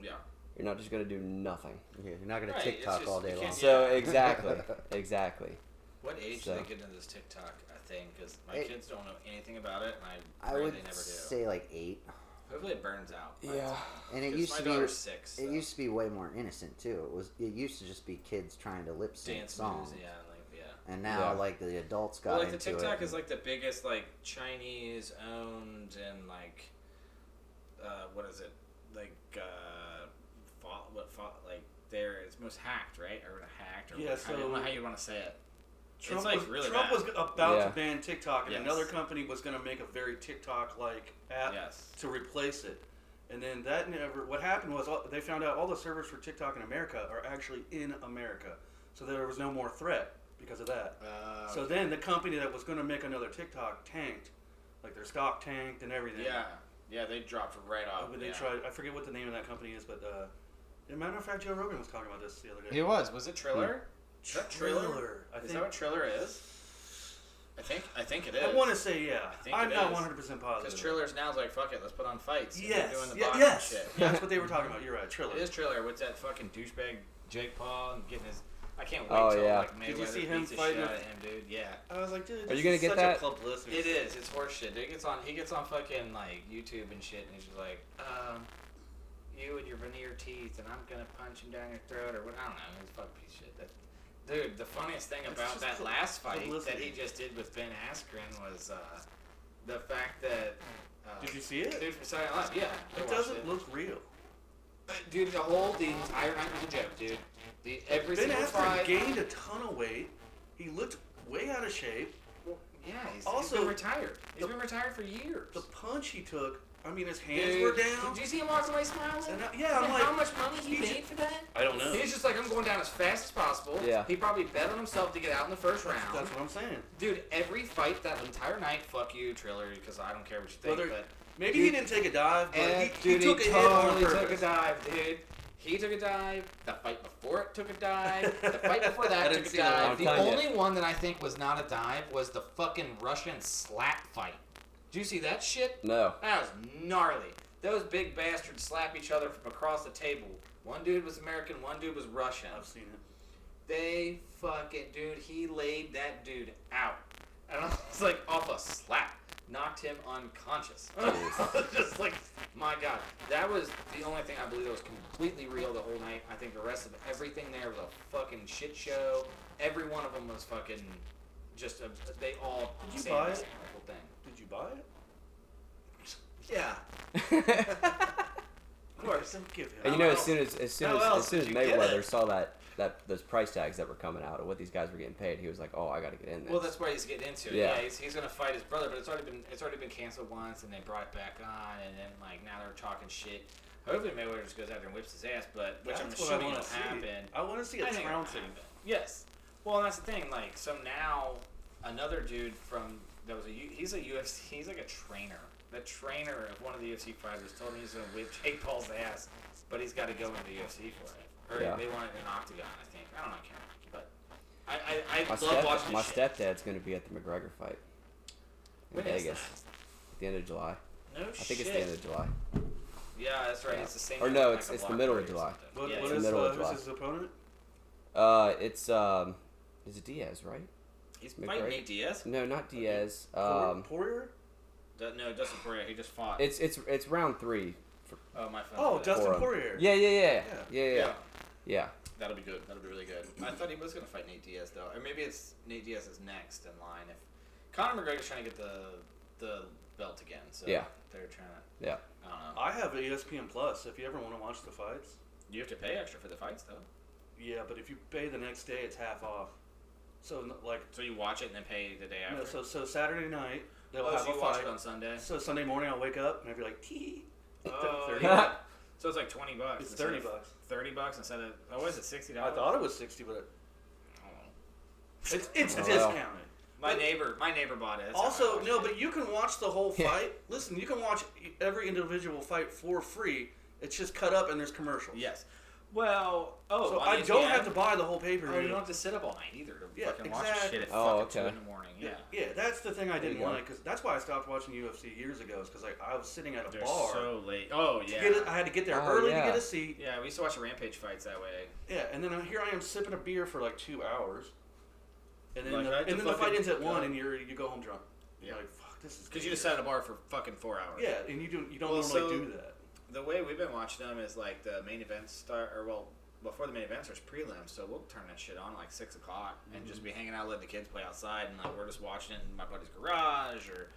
Speaker 2: Yeah.
Speaker 3: You're not just going to do nothing.
Speaker 5: yeah, you're not going
Speaker 2: Right,
Speaker 5: to
Speaker 2: it's
Speaker 5: TikTok
Speaker 2: just-
Speaker 5: all
Speaker 2: you
Speaker 5: day
Speaker 2: can't
Speaker 5: long.
Speaker 2: do
Speaker 3: So, exactly. exactly.
Speaker 2: What age
Speaker 3: So-
Speaker 2: do they get into this TikTok thing? Because my
Speaker 5: It-
Speaker 2: kids don't know anything about it, and I,
Speaker 5: I
Speaker 2: pray
Speaker 5: would
Speaker 2: they never do.
Speaker 5: say like eight.
Speaker 2: Hopefully, it burns out. by the
Speaker 3: Yeah.
Speaker 2: time.
Speaker 5: And it
Speaker 2: 'Cause
Speaker 5: used
Speaker 2: my
Speaker 5: to be-
Speaker 2: daughter's six.
Speaker 5: It
Speaker 2: so
Speaker 5: used to be way more innocent too. It was. It used to just be kids trying to lip sync
Speaker 2: dance
Speaker 5: songs,
Speaker 2: moves, yeah, like yeah.
Speaker 5: and now
Speaker 3: Yeah.
Speaker 5: like the adults got
Speaker 2: Well, like the
Speaker 5: into
Speaker 2: TikTok
Speaker 5: it.
Speaker 2: is like the biggest like Chinese owned and like, uh, what is it? Like, uh, fo- what fo- like there it's most hacked, right? Or hacked? Or
Speaker 4: Yeah,
Speaker 2: what- I don't know
Speaker 4: so-
Speaker 2: how you want to say it.
Speaker 4: Trump,
Speaker 2: like
Speaker 4: was,
Speaker 2: really
Speaker 4: Trump
Speaker 2: bad.
Speaker 4: was about
Speaker 3: Yeah.
Speaker 4: to ban TikTok, and
Speaker 2: Yes.
Speaker 4: another company was going to make a very TikTok-like app
Speaker 2: Yes.
Speaker 4: to replace it. And then that never. What happened was all, they found out all the servers for TikTok in America are actually in America, so there was no more threat because of that.
Speaker 2: Uh,
Speaker 4: So then the company that was going to make another TikTok tanked, like their stock tanked and everything.
Speaker 2: yeah, yeah, they dropped right
Speaker 4: Uh,
Speaker 2: off.
Speaker 4: But they
Speaker 2: yeah.
Speaker 4: tried. I forget what the name of that company is, but uh, as a matter of fact, Joe Rogan was talking about this the other day.
Speaker 7: He was. Was
Speaker 2: Is
Speaker 7: it?
Speaker 2: it Triller? Is that Triller?
Speaker 4: I
Speaker 2: is
Speaker 4: think.
Speaker 2: that what Triller is? I think I think it is.
Speaker 4: I want to say yeah.
Speaker 2: I think
Speaker 4: I'm
Speaker 2: it
Speaker 4: not
Speaker 2: is.
Speaker 4: 100 percent positive.
Speaker 2: because Triller's now is like fuck it, let's put on fights. and they're
Speaker 4: Yes.
Speaker 2: doing the
Speaker 4: yeah,
Speaker 2: boxing
Speaker 4: yes.
Speaker 2: shit.
Speaker 4: Yeah, that's what they were talking about. You're right. Triller.
Speaker 2: It is Triller with that fucking douchebag Jake Paul and getting his. I can't wait
Speaker 3: Oh,
Speaker 2: till
Speaker 3: yeah.
Speaker 2: like Mayweather
Speaker 4: Did you see him
Speaker 2: beats the
Speaker 4: fighting with-
Speaker 2: shit out of him, dude. Yeah.
Speaker 4: I was like, dude,
Speaker 3: Are
Speaker 4: this
Speaker 3: you gonna
Speaker 4: is
Speaker 3: get
Speaker 4: such
Speaker 3: that?
Speaker 4: A publicity.
Speaker 2: It is. It's horseshit. Dude He gets on. He gets on fucking like YouTube and shit, and he's just like, um, you and your veneer teeth, and I'm gonna punch him down your throat, or what? I don't know. It's fucking piece of shit. That, dude, the funniest thing
Speaker 4: It's
Speaker 2: about
Speaker 4: just
Speaker 2: that
Speaker 4: pu-
Speaker 2: last fight that
Speaker 4: publicity.
Speaker 2: he just did with Ben Askren was uh, the fact that. Uh,
Speaker 4: Did you see it?
Speaker 2: Dude, for Silent Live, yeah. I
Speaker 4: It
Speaker 2: watched
Speaker 4: doesn't look real.
Speaker 2: Dude, the whole the entire night was a joke, dude. The every
Speaker 4: Ben
Speaker 2: single
Speaker 4: Askren
Speaker 2: fight.
Speaker 4: gained a ton of weight. He looked way out of shape.
Speaker 2: Well, Yeah, he's,
Speaker 4: Also-
Speaker 2: he's been retired. He's
Speaker 4: the-
Speaker 2: been retired for years.
Speaker 4: The punch he took, I mean, his hands were down.
Speaker 2: Did you see him walk away smiling?
Speaker 4: And I- yeah, I'm
Speaker 2: And
Speaker 4: like,
Speaker 2: how much money he
Speaker 4: he
Speaker 2: made
Speaker 4: ju-
Speaker 2: for that?
Speaker 4: I don't know.
Speaker 2: He's just like, I'm going down as fast as possible.
Speaker 3: Yeah.
Speaker 2: He probably bet on himself to get out in the first round.
Speaker 4: That's what I'm saying.
Speaker 2: Dude, every fight that entire night, fuck you, Triller, because I don't care what you think.
Speaker 4: Whether-
Speaker 2: but
Speaker 4: Maybe he
Speaker 2: Dude-
Speaker 4: didn't take a dive, but
Speaker 2: Eh,
Speaker 4: uh, he,
Speaker 2: dude,
Speaker 4: he took a hit
Speaker 2: totally
Speaker 4: on
Speaker 2: took a
Speaker 4: purpose.
Speaker 2: dive, dude. He took a dive. The fight before it took a dive. The fight before that
Speaker 4: I didn't
Speaker 2: took a
Speaker 4: see that one.
Speaker 2: dive.
Speaker 3: I'm
Speaker 2: The
Speaker 3: telling you.
Speaker 2: only one that I think was not a dive was the fucking Russian slap fight. Did you see that shit?
Speaker 3: No.
Speaker 2: That was gnarly. Those big bastards slap each other from across the table. One dude was American, one dude was Russian.
Speaker 4: I've seen it.
Speaker 2: They fucking dude, he laid that dude out. And I was like off a slap. Knocked him unconscious. Just like my god. That was the only thing I believe that was completely real the whole night. I think the rest of everything there was a fucking shit show. Every one of them was fucking just a, they all
Speaker 4: Did you
Speaker 2: said
Speaker 4: buy
Speaker 2: this
Speaker 4: it?
Speaker 2: whole thing.
Speaker 4: Did you buy it?
Speaker 2: Yeah,
Speaker 4: Of course. Don't give him.
Speaker 3: And you know, as soon as as soon
Speaker 4: How
Speaker 3: as,
Speaker 4: else
Speaker 3: as soon as
Speaker 4: did you get
Speaker 3: Mayweather
Speaker 4: it?
Speaker 3: saw that that those price tags that were coming out of what these guys were getting paid, he was like, "Oh, I got to get in there."
Speaker 2: Well, that's why he's getting into. it.
Speaker 3: Yeah.
Speaker 2: Yeah, he's, he's gonna fight his brother, but it's already been it's already been canceled once, and they brought it back on, and then like now they're talking shit. Hopefully Mayweather just goes out there and whips his ass, but which I'm
Speaker 4: That's what I
Speaker 2: assuming
Speaker 4: want
Speaker 2: will
Speaker 4: to see.
Speaker 2: happen.
Speaker 4: I want to see
Speaker 2: I
Speaker 4: a
Speaker 2: think it'll
Speaker 4: trouncing.
Speaker 2: happen. Yes. Well, and that's the thing. Like, so now another dude from that was a U- he's a UFC he's like a trainer. The trainer of one of the UFC fighters told him he's gonna whip Jake Paul's ass, but he's got to go into the UFC for it, or
Speaker 3: Yeah.
Speaker 2: they want it in an octagon. I think I don't know, I can't remember, but. I, I, I
Speaker 3: my
Speaker 2: love
Speaker 3: step,
Speaker 2: watching
Speaker 3: my
Speaker 2: shit.
Speaker 3: stepdad's going to be at the McGregor fight in
Speaker 2: When is
Speaker 3: Vegas
Speaker 2: that?
Speaker 3: at the end of July.
Speaker 2: No
Speaker 3: I think it's the end of July.
Speaker 2: Yeah, that's right.
Speaker 3: Yeah.
Speaker 2: It's the same.
Speaker 3: Or
Speaker 2: as,
Speaker 3: no,
Speaker 2: like,
Speaker 3: it's-
Speaker 2: a
Speaker 3: it's the
Speaker 2: block
Speaker 3: middle
Speaker 2: party
Speaker 3: of
Speaker 2: or
Speaker 3: July.
Speaker 2: something.
Speaker 4: What,
Speaker 2: yeah,
Speaker 4: what
Speaker 3: the
Speaker 2: it's-
Speaker 4: is
Speaker 3: middle
Speaker 4: uh,
Speaker 3: of July.
Speaker 4: who's his opponent?
Speaker 3: Uh, it's um, is it Diaz, right?
Speaker 2: he's
Speaker 3: McGregor?
Speaker 2: fighting Nate Diaz.
Speaker 3: No, not Diaz.
Speaker 4: Por-
Speaker 3: Um,
Speaker 4: Poirier?
Speaker 2: Du- no, Dustin Poirier. He just fought.
Speaker 3: it's it's it's round three.
Speaker 2: oh my phone.
Speaker 4: Oh,
Speaker 2: did that.
Speaker 4: Dustin
Speaker 3: for him.
Speaker 4: Poirier.
Speaker 3: Yeah, yeah, yeah, yeah, yeah, yeah. yeah.
Speaker 2: That'll be good. That'll be really good. I thought he was gonna fight Nate Diaz though, or maybe it's Nate Diaz is next in line. If Conor McGregor's trying to get the the belt again, so
Speaker 3: Yeah.
Speaker 2: they're trying to.
Speaker 3: Yeah.
Speaker 2: I don't know.
Speaker 4: I have E ESPN Plus. If you ever want to watch the fights.
Speaker 2: You have to pay extra for the fights though,
Speaker 4: Yeah, but if you pay the next day, it's half off. So n- like,
Speaker 2: so you watch it and then pay the day after.
Speaker 4: no, so so Saturday night they'll
Speaker 2: oh,
Speaker 4: have
Speaker 2: so
Speaker 4: a
Speaker 2: you watch
Speaker 4: fight.
Speaker 2: it on Sunday.
Speaker 4: So Sunday morning I'll wake up and I'll be like, tee.
Speaker 2: Oh,
Speaker 4: 30
Speaker 2: yeah. So it's like twenty bucks.
Speaker 4: It's
Speaker 2: instead
Speaker 4: thirty
Speaker 2: of-
Speaker 4: bucks.
Speaker 2: Thirty bucks instead of oh, was it sixty
Speaker 4: I
Speaker 2: dollars?
Speaker 4: thought it was sixty, but it- it's it's
Speaker 3: Oh, wow.
Speaker 4: discounted.
Speaker 2: My
Speaker 4: But-
Speaker 2: neighbor, my neighbor bought it. That's how I
Speaker 4: Also,
Speaker 2: watched
Speaker 4: no,
Speaker 2: it.
Speaker 4: but you can watch the whole
Speaker 3: Yeah.
Speaker 4: fight. Listen, you can watch every individual fight for free. It's just cut up and there's commercials.
Speaker 2: yes. Well, oh,
Speaker 4: So
Speaker 2: on
Speaker 4: I don't
Speaker 2: ESPN?
Speaker 4: have to buy the whole pay per
Speaker 2: Oh, you
Speaker 4: view.
Speaker 2: don't have to sit up all night either to
Speaker 4: Yeah,
Speaker 2: fucking watch this
Speaker 4: exactly.
Speaker 2: shit at
Speaker 3: Oh,
Speaker 2: fucking two
Speaker 3: okay.
Speaker 2: in the morning. Yeah.
Speaker 4: Yeah, that's the thing I
Speaker 3: There you
Speaker 4: didn't
Speaker 3: go.
Speaker 4: want because that's why I stopped watching UFC years ago. Is because like I was sitting at a
Speaker 2: They're
Speaker 4: bar.
Speaker 2: so late. Oh
Speaker 4: to
Speaker 2: yeah.
Speaker 4: get it- I had to get there
Speaker 3: Oh,
Speaker 4: early
Speaker 3: yeah.
Speaker 4: to get a seat.
Speaker 2: yeah, we used to watch the Rampage fights that way.
Speaker 4: Yeah, and then uh, here I am sipping a beer for like two hours, and then
Speaker 2: Like,
Speaker 4: the,
Speaker 2: I
Speaker 4: and
Speaker 2: just
Speaker 4: then the fight
Speaker 2: fucking-
Speaker 4: ends at one,
Speaker 2: yeah.
Speaker 4: and you're you go home drunk. You're
Speaker 2: Yeah.
Speaker 4: like fuck, this is
Speaker 2: Because you
Speaker 4: dangerous."
Speaker 2: just sat at a bar for fucking four hours.
Speaker 4: yeah, and you do you don't
Speaker 2: Well,
Speaker 4: normally
Speaker 2: so-
Speaker 4: do that.
Speaker 2: The way we've been watching them is like the main events start, or well, before the main events there's prelims, so we'll turn that shit on like six o'clock and
Speaker 4: Mhm.
Speaker 2: just be hanging out, letting the kids play outside, and like we're just watching it in my buddy's garage, or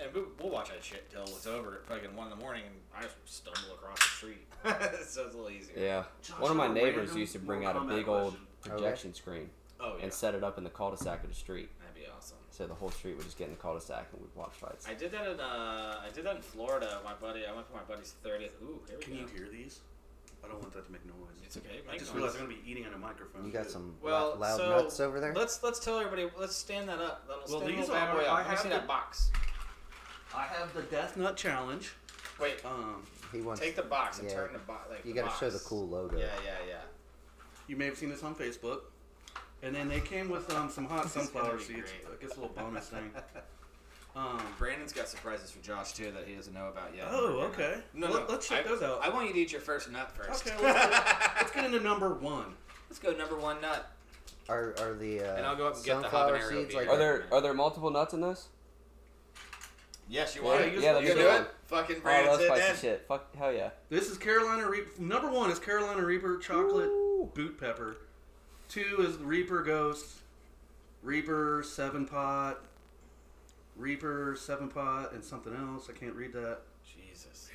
Speaker 2: and we, we'll watch that shit till it's over at fucking one in the morning, and I just stumble across the street, so it's a little easier.
Speaker 3: Yeah.
Speaker 4: Josh,
Speaker 3: One of my
Speaker 4: how
Speaker 3: neighbors
Speaker 4: random
Speaker 3: used to bring out
Speaker 4: Mortal
Speaker 3: a
Speaker 4: Kombat
Speaker 3: big old
Speaker 4: question.
Speaker 3: projection screen
Speaker 2: Oh yeah,
Speaker 3: and set it up in the cul-de-sac of the street.
Speaker 2: that'd be awesome.
Speaker 3: So the whole street would just get in the cul-de-sac and we'd watch fights.
Speaker 2: I did that in uh, I did that in Florida. My buddy, I went for my buddy's thirtieth. Ooh, here we
Speaker 4: Can
Speaker 2: go.
Speaker 4: you hear these? I don't want that to make noise.
Speaker 2: It's okay.
Speaker 4: I
Speaker 2: make
Speaker 4: just
Speaker 2: noise.
Speaker 4: realized I'm gonna be eating on a microphone.
Speaker 5: You got
Speaker 4: too.
Speaker 5: some
Speaker 2: Well,
Speaker 5: lou- loud
Speaker 2: so
Speaker 5: nuts over there.
Speaker 2: Let's let's tell everybody. Let's stand that up. That'll
Speaker 4: Well,
Speaker 2: stand
Speaker 4: these
Speaker 2: that bad
Speaker 4: are-
Speaker 2: boy up.
Speaker 4: I
Speaker 2: Let me
Speaker 4: have
Speaker 2: see
Speaker 4: the-
Speaker 2: that box.
Speaker 4: I have the Death Nut Challenge.
Speaker 2: Wait,
Speaker 4: Um,
Speaker 5: He wants.
Speaker 2: take the box and
Speaker 5: Yeah.
Speaker 2: turn the box. Like
Speaker 5: you
Speaker 2: got
Speaker 5: got
Speaker 2: to
Speaker 5: to show the cool logo.
Speaker 2: Yeah, yeah, yeah.
Speaker 4: you may have seen this on Facebook. And then they came with um, some hot
Speaker 2: is gonna
Speaker 4: sunflower
Speaker 2: be
Speaker 4: seeds.
Speaker 2: great.
Speaker 4: I guess a little bonus thing. Um,
Speaker 2: Brandon's got surprises for Josh too that he doesn't know about yet.
Speaker 4: oh, okay.
Speaker 2: No,
Speaker 4: Let-
Speaker 2: no,
Speaker 4: Let's check
Speaker 2: I,
Speaker 4: those out.
Speaker 2: I want you to eat your first nut first.
Speaker 4: Okay, let's get, let's get into number one.
Speaker 2: Let's go number one nut.
Speaker 5: Are are the uh,
Speaker 2: And I'll go up and get the
Speaker 5: sunflower
Speaker 2: habanero
Speaker 5: seeds
Speaker 2: beer.
Speaker 5: like?
Speaker 3: Are there are there multiple nuts in this?
Speaker 2: Yes, you
Speaker 4: Yeah,
Speaker 2: want
Speaker 4: yeah,
Speaker 2: it.
Speaker 4: you
Speaker 2: You
Speaker 4: yeah,
Speaker 2: gonna
Speaker 4: that's
Speaker 2: do
Speaker 4: the
Speaker 2: it?
Speaker 3: one.
Speaker 2: Fucking
Speaker 3: Oh, I
Speaker 2: Brandon
Speaker 3: love
Speaker 2: said
Speaker 3: spicy
Speaker 2: that.
Speaker 3: shit. Fuck hell yeah.
Speaker 4: This is Carolina Reaper. Number one is Carolina Reaper chocolate
Speaker 3: Ooh.
Speaker 4: boot pepper. Two is Reaper Ghost, Reaper Seven Pot, Reaper Seven Pot, and something else. I can't read that.
Speaker 2: Jesus.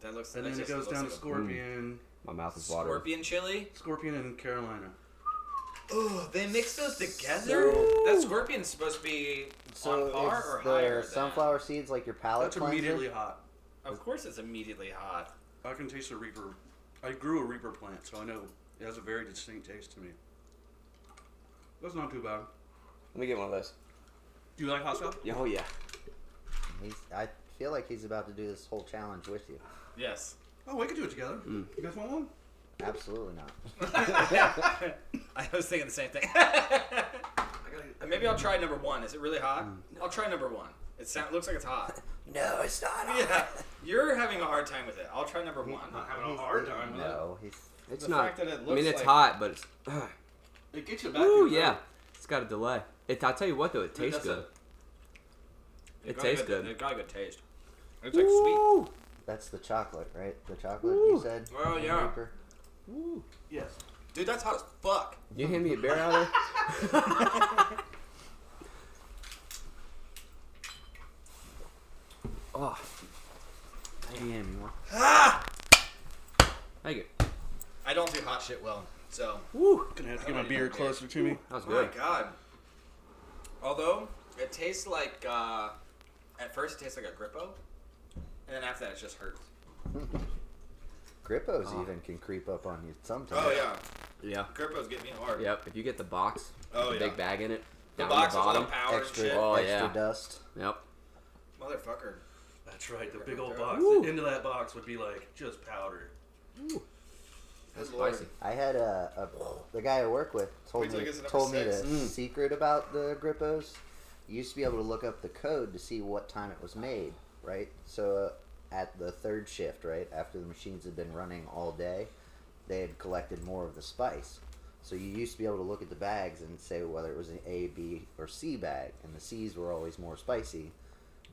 Speaker 2: That looks.
Speaker 4: And
Speaker 2: that
Speaker 4: then it
Speaker 2: just
Speaker 4: goes
Speaker 2: looks
Speaker 4: down
Speaker 2: like
Speaker 4: to
Speaker 2: a
Speaker 4: Scorpion,
Speaker 3: My mouth is watering.
Speaker 2: Scorpion chili.
Speaker 4: Scorpion and Carolina.
Speaker 2: Oh, they mix those together.
Speaker 5: So-
Speaker 2: that scorpion's supposed to be
Speaker 5: So
Speaker 2: on par
Speaker 5: is
Speaker 2: or
Speaker 5: the
Speaker 2: higher. than-
Speaker 5: sunflower seeds like your palate
Speaker 4: That's
Speaker 5: cleanser?
Speaker 4: immediately hot.
Speaker 2: Of course, it's immediately hot.
Speaker 4: I can taste the reaper. I grew a reaper plant, so I know it has a very distinct taste to me. That's not too bad.
Speaker 3: Let me get one of those.
Speaker 4: Do you like hot stuff?
Speaker 3: Yeah, Oh yeah.
Speaker 5: He's, I feel like he's about to do this whole challenge with you.
Speaker 2: Yes.
Speaker 4: Oh, we could do it together.
Speaker 3: Mm.
Speaker 4: You guys want one?
Speaker 5: Absolutely not.
Speaker 2: I was thinking the same thing.
Speaker 4: I gotta,
Speaker 2: Uh, Maybe I'll try number one. Is it really hot? I'll try number one. It sound, looks like it's hot.
Speaker 5: No, it's not.
Speaker 2: Yeah, you're having a hard time with it. I'll try number one.
Speaker 4: I'm not having a hard time with
Speaker 5: No, he's.
Speaker 3: It's
Speaker 2: The
Speaker 3: not.
Speaker 2: fact that it
Speaker 3: I
Speaker 2: looks
Speaker 3: mean, it's
Speaker 2: like-
Speaker 3: hot, but it's. Uh,
Speaker 4: it. It gets you back.
Speaker 3: ooh,
Speaker 4: in the-
Speaker 3: yeah. It's got a delay. It, I'll tell you what though, it tastes
Speaker 2: doesn't-
Speaker 3: good. It tastes good.
Speaker 2: It got a good taste. It's like sweet.
Speaker 3: Ooh.
Speaker 5: That's the chocolate, right? The chocolate
Speaker 3: Ooh.
Speaker 5: you said.
Speaker 2: Well, yeah.
Speaker 5: Reaper?
Speaker 3: Ooh.
Speaker 4: Yes.
Speaker 2: Dude, that's hot as fuck.
Speaker 3: You hand me a beer out of there? oh,
Speaker 2: Ah!
Speaker 3: thank you.
Speaker 2: I don't do hot shit well, so.
Speaker 3: Woo.
Speaker 4: I'm gonna have to get my beer closer to me.
Speaker 3: That was
Speaker 2: Oh my
Speaker 3: good.
Speaker 2: god. Although it tastes like uh, at first it tastes like a grippo, and then after that it just hurts.
Speaker 5: Grippos
Speaker 3: Oh.
Speaker 5: even can creep up on you sometimes.
Speaker 2: Oh yeah,
Speaker 3: Yeah.
Speaker 2: grippos get me hard.
Speaker 3: Yep. If you get the box, with
Speaker 2: Oh,
Speaker 3: the
Speaker 2: yeah.
Speaker 3: big bag in it,
Speaker 2: The
Speaker 3: down
Speaker 2: box
Speaker 3: the
Speaker 2: is
Speaker 3: bottom.
Speaker 2: all power and
Speaker 5: Extra,
Speaker 2: shit.
Speaker 3: Oh,
Speaker 5: extra
Speaker 3: yeah.
Speaker 5: dust.
Speaker 3: Yep.
Speaker 2: Motherfucker.
Speaker 4: That's right. The big old box.
Speaker 3: Ooh.
Speaker 4: The end of that box would be like just powder.
Speaker 3: That's
Speaker 2: Good lord.
Speaker 3: spicy.
Speaker 5: I had a, a the guy I work with
Speaker 2: Wait
Speaker 5: told
Speaker 2: till
Speaker 5: me
Speaker 2: he gets to
Speaker 5: told me
Speaker 2: number
Speaker 5: the
Speaker 2: six.
Speaker 3: Mm.
Speaker 5: secret about the Grippos. You used to be able to look up the code to see what time it was made, right? So uh, at the third shift, right after the machines had been running all day, they had collected more of the spice. So you used to be able to look at the bags and say whether it was an A, B, or C bag, and the C's were always more spicy.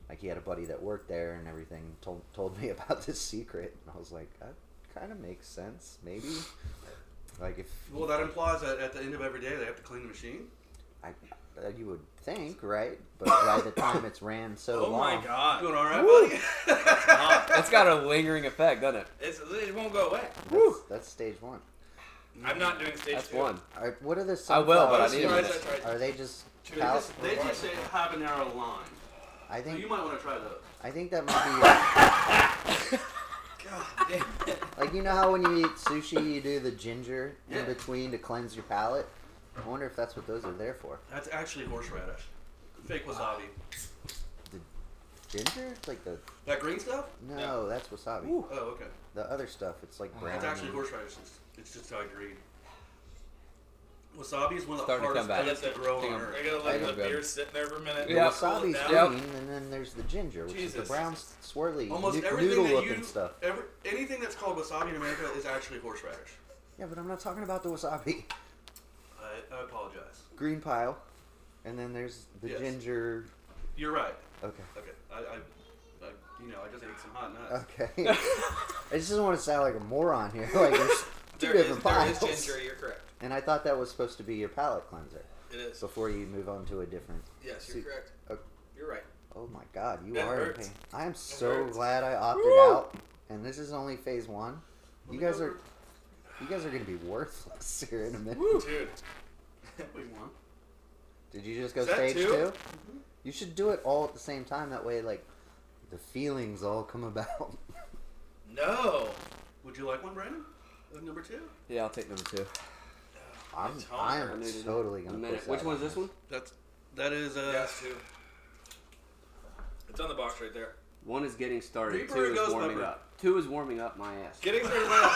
Speaker 5: Like he had a buddy that worked there and everything told told me about this secret, and I was like, that kind of makes sense, maybe. Like if
Speaker 4: Well, that implies that at the end of every day they have to clean the machine.
Speaker 5: I, uh, you would think, right? But by the time it's ran so
Speaker 2: Oh
Speaker 5: long,
Speaker 2: my god.
Speaker 4: Doing all right,
Speaker 3: Woo.
Speaker 4: buddy.
Speaker 3: That's got a lingering effect, doesn't it?
Speaker 2: It's, it won't go away.
Speaker 5: That's, that's stage one.
Speaker 2: I'm not doing stage
Speaker 3: That's
Speaker 2: two.
Speaker 3: one.
Speaker 5: Are, what are the
Speaker 3: I will,
Speaker 5: sunflower
Speaker 3: but I
Speaker 2: Sunflowers.
Speaker 3: need
Speaker 2: Try,
Speaker 3: it.
Speaker 5: seeds?
Speaker 2: try, try.
Speaker 5: Are they just?
Speaker 4: They
Speaker 5: cal-
Speaker 4: just, they just say habanero lime.
Speaker 5: I
Speaker 4: So
Speaker 2: Oh,
Speaker 5: think
Speaker 4: you might want to try those.
Speaker 5: I think that might
Speaker 2: God damn it.
Speaker 5: be like you know how when you eat sushi you do the ginger
Speaker 4: Yeah.
Speaker 5: in between to cleanse your palate. I wonder if that's what those are there for.
Speaker 4: That's actually horseradish. Fake wasabi.
Speaker 5: Ginger? Like the
Speaker 4: That green stuff?
Speaker 5: no, that's wasabi.
Speaker 3: Ooh.
Speaker 4: Oh, okay.
Speaker 5: The other stuff, it's like brown.
Speaker 4: It's actually
Speaker 5: and-
Speaker 4: horseradish. It's, it's just dyed green. Wasabi is one of the
Speaker 3: Starting
Speaker 4: hardest
Speaker 3: to come back.
Speaker 4: plants to grow on
Speaker 3: Hang on.
Speaker 4: earth.
Speaker 2: I gotta
Speaker 5: I
Speaker 2: let the
Speaker 3: don't go.
Speaker 2: beer sit there for a minute.
Speaker 5: the
Speaker 3: Yeah.
Speaker 5: wasabi's
Speaker 2: Cool it
Speaker 3: down.
Speaker 5: green, and then there's the ginger, which is
Speaker 2: Jesus.
Speaker 5: the brown s- swirly
Speaker 4: Almost everything that
Speaker 5: noodle-looking
Speaker 4: you,
Speaker 5: stuff.
Speaker 4: every, anything that's called wasabi in America is actually horseradish.
Speaker 5: Yeah, but I'm not talking about the wasabi.
Speaker 4: I, I apologize.
Speaker 5: green pile, and then there's the
Speaker 4: Yes.
Speaker 5: ginger.
Speaker 4: You're right.
Speaker 5: Okay.
Speaker 4: Okay. I, I, I, you know, I just ate some hot nuts.
Speaker 5: Okay. I just don't want to sound like a moron here. Like there's two
Speaker 2: There is,
Speaker 5: different
Speaker 2: there is
Speaker 5: piles.
Speaker 2: ginger, you're correct.
Speaker 5: And I thought that was supposed to be your palate cleanser
Speaker 2: It is.
Speaker 5: before you move on to a different.
Speaker 2: Yes,
Speaker 5: See-
Speaker 2: you're correct.
Speaker 3: Uh,
Speaker 5: Okay.
Speaker 2: You're right.
Speaker 5: Oh my God, you
Speaker 2: It
Speaker 5: are in
Speaker 2: hurts.
Speaker 5: pain. I am so
Speaker 2: hurts.
Speaker 5: glad I opted
Speaker 3: Woo!
Speaker 5: out, and this is only phase one. You guys are, you guys are gonna be worthless here in a minute.
Speaker 2: Dude.
Speaker 4: We won.
Speaker 5: Did you just go
Speaker 2: Is that
Speaker 5: stage 2
Speaker 2: two?
Speaker 5: You should do it all at the same time. That way, like, the feelings all come about.
Speaker 2: No.
Speaker 4: Would you like one, Brandon? Of number two?
Speaker 3: Yeah, I'll take number two.
Speaker 5: I'm,
Speaker 2: It's hard.
Speaker 5: I
Speaker 3: I
Speaker 5: am
Speaker 3: knew it.
Speaker 5: totally
Speaker 3: In a
Speaker 5: gonna.
Speaker 3: minute.
Speaker 5: miss
Speaker 3: Which
Speaker 5: out
Speaker 3: one is
Speaker 5: on
Speaker 3: this one?
Speaker 4: That's that is uh
Speaker 2: Yes, too. It's on the box right there.
Speaker 3: One is getting started.
Speaker 4: Reaper
Speaker 3: two
Speaker 4: or
Speaker 3: is
Speaker 4: Ghost
Speaker 3: warming
Speaker 4: Pepper?
Speaker 3: up. Two is warming up my ass.
Speaker 2: Getting through the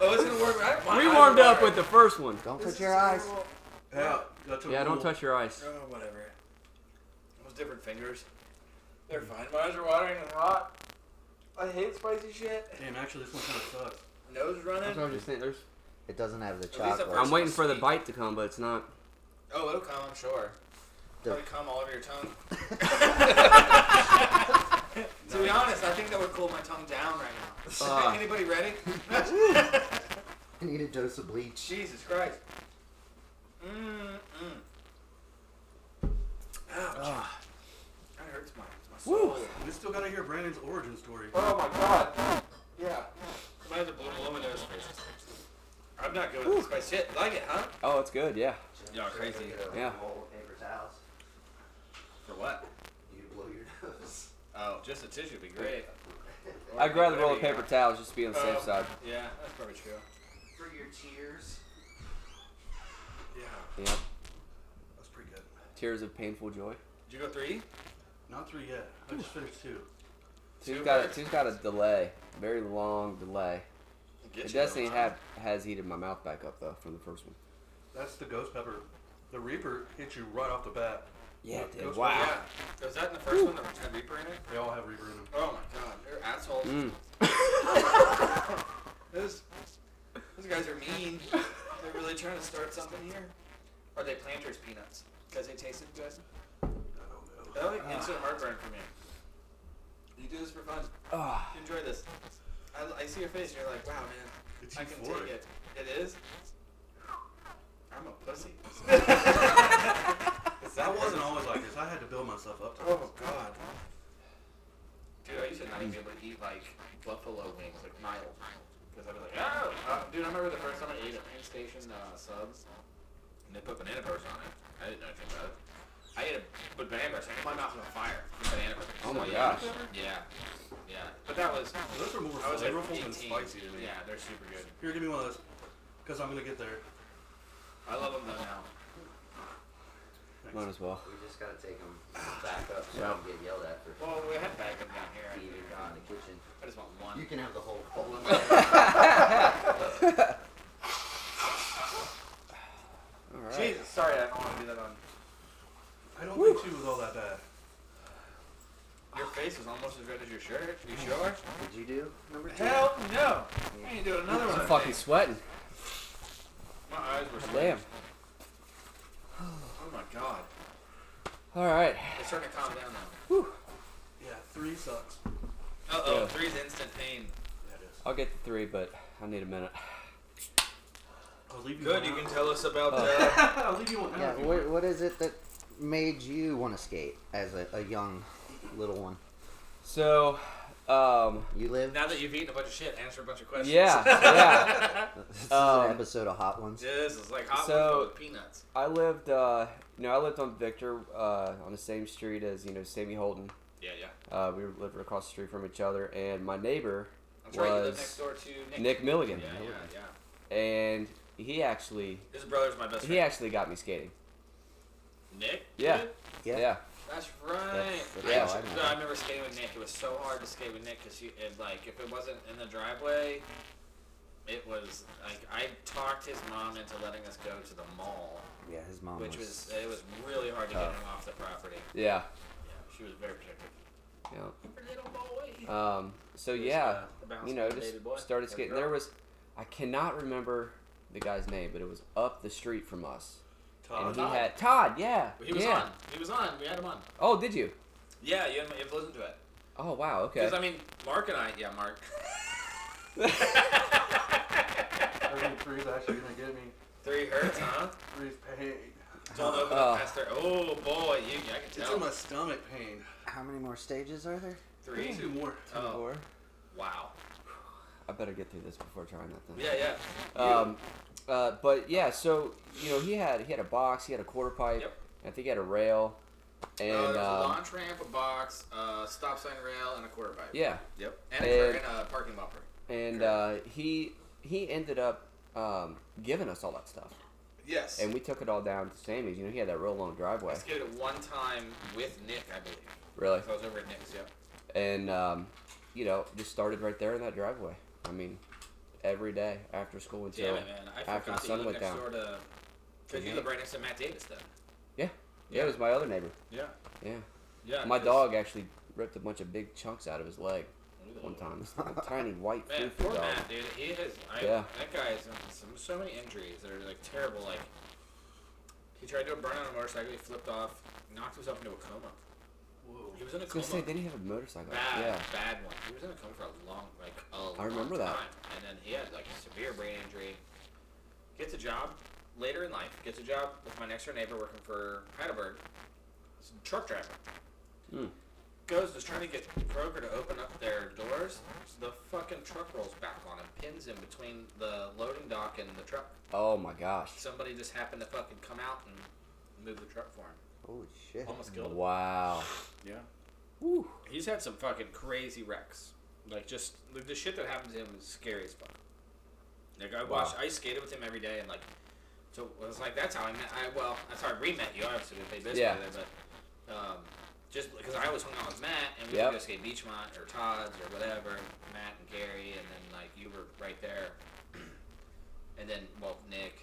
Speaker 2: Oh, it's gonna work right?
Speaker 3: we warmed up with the first one.
Speaker 5: Don't touch your eyes.
Speaker 4: yeah, that's a
Speaker 3: Yeah, don't
Speaker 4: rule.
Speaker 3: touch your eyes.
Speaker 2: Oh, whatever. Those different fingers. They're fine. My eyes are watering and hot. I hate spicy shit.
Speaker 4: Damn, actually this one kinda sucks.
Speaker 2: Nose running.
Speaker 3: That's what I'm just saying. There's.
Speaker 5: It doesn't have the
Speaker 2: least at
Speaker 5: chocolate.
Speaker 3: I'm
Speaker 2: first-
Speaker 3: waiting for the bite to come, but it's not.
Speaker 2: Oh, it'll come, I'm sure.
Speaker 5: The-
Speaker 2: Probably come all over your tongue. to be honest, I think that would cool my tongue down right now.
Speaker 3: Ah.
Speaker 2: Anybody ready?
Speaker 5: I need a dose of bleach.
Speaker 2: Jesus Christ. Mm-mm. Ouch.
Speaker 3: Ah.
Speaker 2: That hurts my, my soul.
Speaker 4: We still gotta hear Brandon's origin story.
Speaker 2: Oh my god. Yeah. Might have to blow it all over my nose first. I I'm not going to this spice shit. Like it, huh?
Speaker 3: Oh, it's good. Yeah.
Speaker 2: Y'all crazy.
Speaker 3: Yeah.
Speaker 5: Paper towels.
Speaker 2: For what?
Speaker 5: You blow your nose.
Speaker 2: Oh, just a tissue would be great.
Speaker 3: I'd rather roll a
Speaker 2: Whatever you
Speaker 3: paper towel just to be on the safe
Speaker 2: Oh.
Speaker 3: side.
Speaker 2: want. Yeah, that's probably true.
Speaker 5: For your tears.
Speaker 2: Yeah.
Speaker 3: Yeah.
Speaker 4: That's pretty good.
Speaker 3: Tears of painful joy.
Speaker 2: Did you go three?
Speaker 4: Not three yet. I just finished two.
Speaker 3: Two's
Speaker 2: Two
Speaker 3: got a,
Speaker 2: birds.
Speaker 3: two's got a delay, very long delay.
Speaker 2: Get
Speaker 3: It
Speaker 2: you
Speaker 3: definitely
Speaker 2: those.
Speaker 3: have has heated my mouth back up though from the first one.
Speaker 4: That's the ghost pepper. The Reaper hits you right off the bat.
Speaker 3: Yeah,
Speaker 4: it did. Ghost
Speaker 3: Wow.
Speaker 2: Yeah. Was that in the first one that had Reaper in it?
Speaker 4: They all have Reaper in them.
Speaker 2: Oh my god, they're assholes.
Speaker 3: Mm.
Speaker 2: Those, those guys are mean. They're really trying to start something here. Are they planters peanuts? Because they tasted good?
Speaker 4: I don't know.
Speaker 2: That would be instant heartburn for me. You do this for fun.
Speaker 3: Ah,
Speaker 2: You enjoy this. I, I see your face and you're like, wow, man,
Speaker 4: It's
Speaker 2: I can take
Speaker 4: euphoric.
Speaker 2: it. It is? I'm a pussy. Is
Speaker 4: That
Speaker 2: what-
Speaker 4: wasn't always like this. I had to build myself up to it.
Speaker 2: Oh god. Dude, I used to not even be able to eat like buffalo wings, like mild. Because I'd be like, oh, uh, dude, I remember the first time I ate at Penn Station uh, subs, and they put banana burst on it. I didn't know anything about it. I ate a with banana burst. I ate my mouth on fire. with Banana burst.
Speaker 3: Oh my
Speaker 2: yeah.
Speaker 3: gosh.
Speaker 2: Yeah, yeah. But that was
Speaker 4: Those are more
Speaker 2: I was like
Speaker 4: flavorful
Speaker 2: 18.
Speaker 4: than spicy to me.
Speaker 2: Yeah, they're super good.
Speaker 4: Here, give me one of those. Because I'm going to get there.
Speaker 2: I love them though now.
Speaker 3: might as well.
Speaker 5: We just gotta take them back up so I
Speaker 3: Yeah.
Speaker 5: don't get yelled at for
Speaker 2: Well, we had bag them down here. I
Speaker 5: eating
Speaker 2: think.
Speaker 5: in the kitchen.
Speaker 2: I just want one.
Speaker 5: You can have the whole bowl.
Speaker 3: All right.
Speaker 2: Jesus, sorry, I don't want to do that on.
Speaker 4: I don't think two was all that bad.
Speaker 2: Your face is almost as red as your shirt. You sure?
Speaker 5: Did you do number two?
Speaker 2: Hell no! I ain't doing another
Speaker 3: I'm
Speaker 2: one.
Speaker 3: fucking sweating.
Speaker 2: My eyes were
Speaker 3: Damn.
Speaker 2: sweating. Oh my god.
Speaker 3: All right.
Speaker 2: It's starting to calm down now.
Speaker 4: Yeah, three sucks.
Speaker 2: Uh oh,
Speaker 3: Yeah.
Speaker 2: three's instant pain.
Speaker 4: That is.
Speaker 3: I'll get to three, but I need a minute.
Speaker 4: I'll leave you
Speaker 2: Good,
Speaker 4: one
Speaker 2: you can
Speaker 4: out.
Speaker 2: tell us about uh,
Speaker 3: Oh.
Speaker 2: the.
Speaker 4: I'll leave you one
Speaker 5: Yeah,
Speaker 4: out. if you want.
Speaker 5: what, what is it that made you want to skate as a, a young little one?
Speaker 3: So, um,
Speaker 5: You live.
Speaker 2: Now that you've eaten a bunch of shit, answer a bunch of questions.
Speaker 3: yeah, yeah.
Speaker 5: This is
Speaker 3: um,
Speaker 5: an episode of Hot Ones.
Speaker 2: This is like hot
Speaker 3: So-
Speaker 2: so, with peanuts.
Speaker 3: I lived, uh, you know, I lived on Victor, uh, on the same street as you know Sammy Holden.
Speaker 2: Yeah, yeah.
Speaker 3: Uh, we lived across the street from each other, and my neighbor
Speaker 2: I'm sure you live next
Speaker 3: was
Speaker 2: door to Nick.
Speaker 3: Nick
Speaker 2: Yeah,
Speaker 3: Milligan,
Speaker 2: yeah, yeah.
Speaker 3: and he actually
Speaker 2: His brother's my best friend.
Speaker 3: he actually got me skating.
Speaker 2: Nick?
Speaker 3: Yeah.
Speaker 2: dude?
Speaker 5: Yeah.
Speaker 3: Yeah.
Speaker 2: That's right.
Speaker 5: That's- that's
Speaker 2: I,
Speaker 5: how I
Speaker 2: used-
Speaker 5: know.
Speaker 2: I remember skating with Nick. It was so hard to skate with Nick because it like if it wasn't in the driveway, it was like I talked his mom into letting us go to the mall,
Speaker 5: Yeah, his mom
Speaker 2: which
Speaker 5: was.
Speaker 2: was it was really hard to get
Speaker 5: Oh, tough.
Speaker 2: him off the property.
Speaker 3: Yeah.
Speaker 2: Yeah, she was very protective.
Speaker 3: Yeah.
Speaker 2: Little boy.
Speaker 3: Um, so
Speaker 2: Just,
Speaker 3: yeah,
Speaker 2: uh, the bounce
Speaker 3: you know,
Speaker 2: of the
Speaker 3: just
Speaker 2: baby boy.
Speaker 3: started
Speaker 2: Or
Speaker 3: skating.
Speaker 2: girl.
Speaker 3: There was, I cannot remember the guy's name, but it was up the street from us, and
Speaker 4: Todd.
Speaker 3: he
Speaker 2: Oh, Todd.
Speaker 3: had Todd. Yeah,
Speaker 2: He was
Speaker 3: yeah.
Speaker 2: on. He was on. We had him on.
Speaker 3: Oh, did you?
Speaker 2: Yeah, you have, you've listened to it.
Speaker 3: Oh, wow. Okay.
Speaker 2: Because I mean, Mark and I. Yeah, Mark.
Speaker 4: Three, three's actually going to get me.
Speaker 2: Three hurts, huh?
Speaker 4: Three's pain.
Speaker 2: Don't open
Speaker 3: Uh.
Speaker 2: up past there. Oh boy, you. I can
Speaker 4: It's
Speaker 2: tell.
Speaker 4: in my stomach pain.
Speaker 2: uh,
Speaker 5: How many more stages are there?
Speaker 2: Three.
Speaker 4: Two more.
Speaker 2: Oh,
Speaker 3: Or-
Speaker 2: wow.
Speaker 3: I better get through this before trying that thing.
Speaker 2: Yeah, yeah.
Speaker 3: Um, uh, but yeah, so you know, he had he had a box, he had a quarter pipe,
Speaker 2: Yep.
Speaker 3: I think he had a rail, and
Speaker 2: uh, there's a
Speaker 3: um,
Speaker 2: launch ramp, a box, a stop sign rail, and a quarter pipe.
Speaker 3: yeah,
Speaker 2: Yep. And a,
Speaker 3: And-
Speaker 2: and a parking bumper.
Speaker 3: and uh, he he ended up um, giving us all that stuff,
Speaker 2: Yes.
Speaker 3: and we took it all down to Sammy's. You know, he had that real long
Speaker 2: I
Speaker 3: driveway,
Speaker 2: skated it one time with Nick, I believe.
Speaker 3: really,
Speaker 2: So I was over at Nick's, yep.
Speaker 3: and um, you know, just started right there in that driveway. I mean, every day after school until
Speaker 2: Damn it, man. I forgot
Speaker 3: after the
Speaker 2: that you
Speaker 3: sun
Speaker 2: lived
Speaker 3: went
Speaker 2: next
Speaker 3: down.
Speaker 2: door to... Because you
Speaker 3: Mhm.
Speaker 2: live right next to Matt Davis, then.
Speaker 3: yeah, yeah, it was my other neighbor.
Speaker 2: Yeah.
Speaker 3: Yeah,
Speaker 2: Yeah.
Speaker 3: my
Speaker 2: 'cause-
Speaker 3: dog actually ripped a bunch of big chunks out of his leg. one time. This little tiny white
Speaker 2: Man,
Speaker 3: food
Speaker 2: poor
Speaker 3: dog.
Speaker 2: Matt, dude. He is. I,
Speaker 3: Yeah.
Speaker 2: That guy has done some, so many injuries that are like terrible. Like he tried to burn on a motorcycle, he flipped off, knocked himself into a coma.
Speaker 4: Whoa.
Speaker 2: He was in a
Speaker 3: I was gonna
Speaker 2: coma.
Speaker 3: say, did he have a motorcycle?
Speaker 2: bad,
Speaker 3: Yeah.
Speaker 2: bad one. He was in a coma for a long, like a long
Speaker 3: I remember that.
Speaker 2: time. And then he had like a severe brain injury. Gets a job later in life. Gets a job with my next door neighbor working for Heidelberg. He's a truck driver.
Speaker 3: Hmm.
Speaker 2: goes was trying to get Kroger to open up their doors. The fucking truck rolls back on him, pins him between the loading dock and the truck.
Speaker 3: Oh my gosh.
Speaker 2: Somebody just happened to fucking come out and move the truck for him.
Speaker 5: Holy shit.
Speaker 2: Almost killed him.
Speaker 3: Wow.
Speaker 6: Yeah.
Speaker 3: Woo.
Speaker 2: He's had some fucking crazy wrecks. Like just the, the shit that happens to him is scary as fuck. Like I watched, I skated with him every day, and like, so it was like that's how I met. I well, that's how I re-met you. Obviously, we played baseball
Speaker 3: Yeah.
Speaker 2: together, but um, just because I always hung out with Matt, and we
Speaker 3: Yep.
Speaker 2: would go skate Beachmont or Todd's or whatever. Matt and Gary, and then like you were right there, and then well Nick,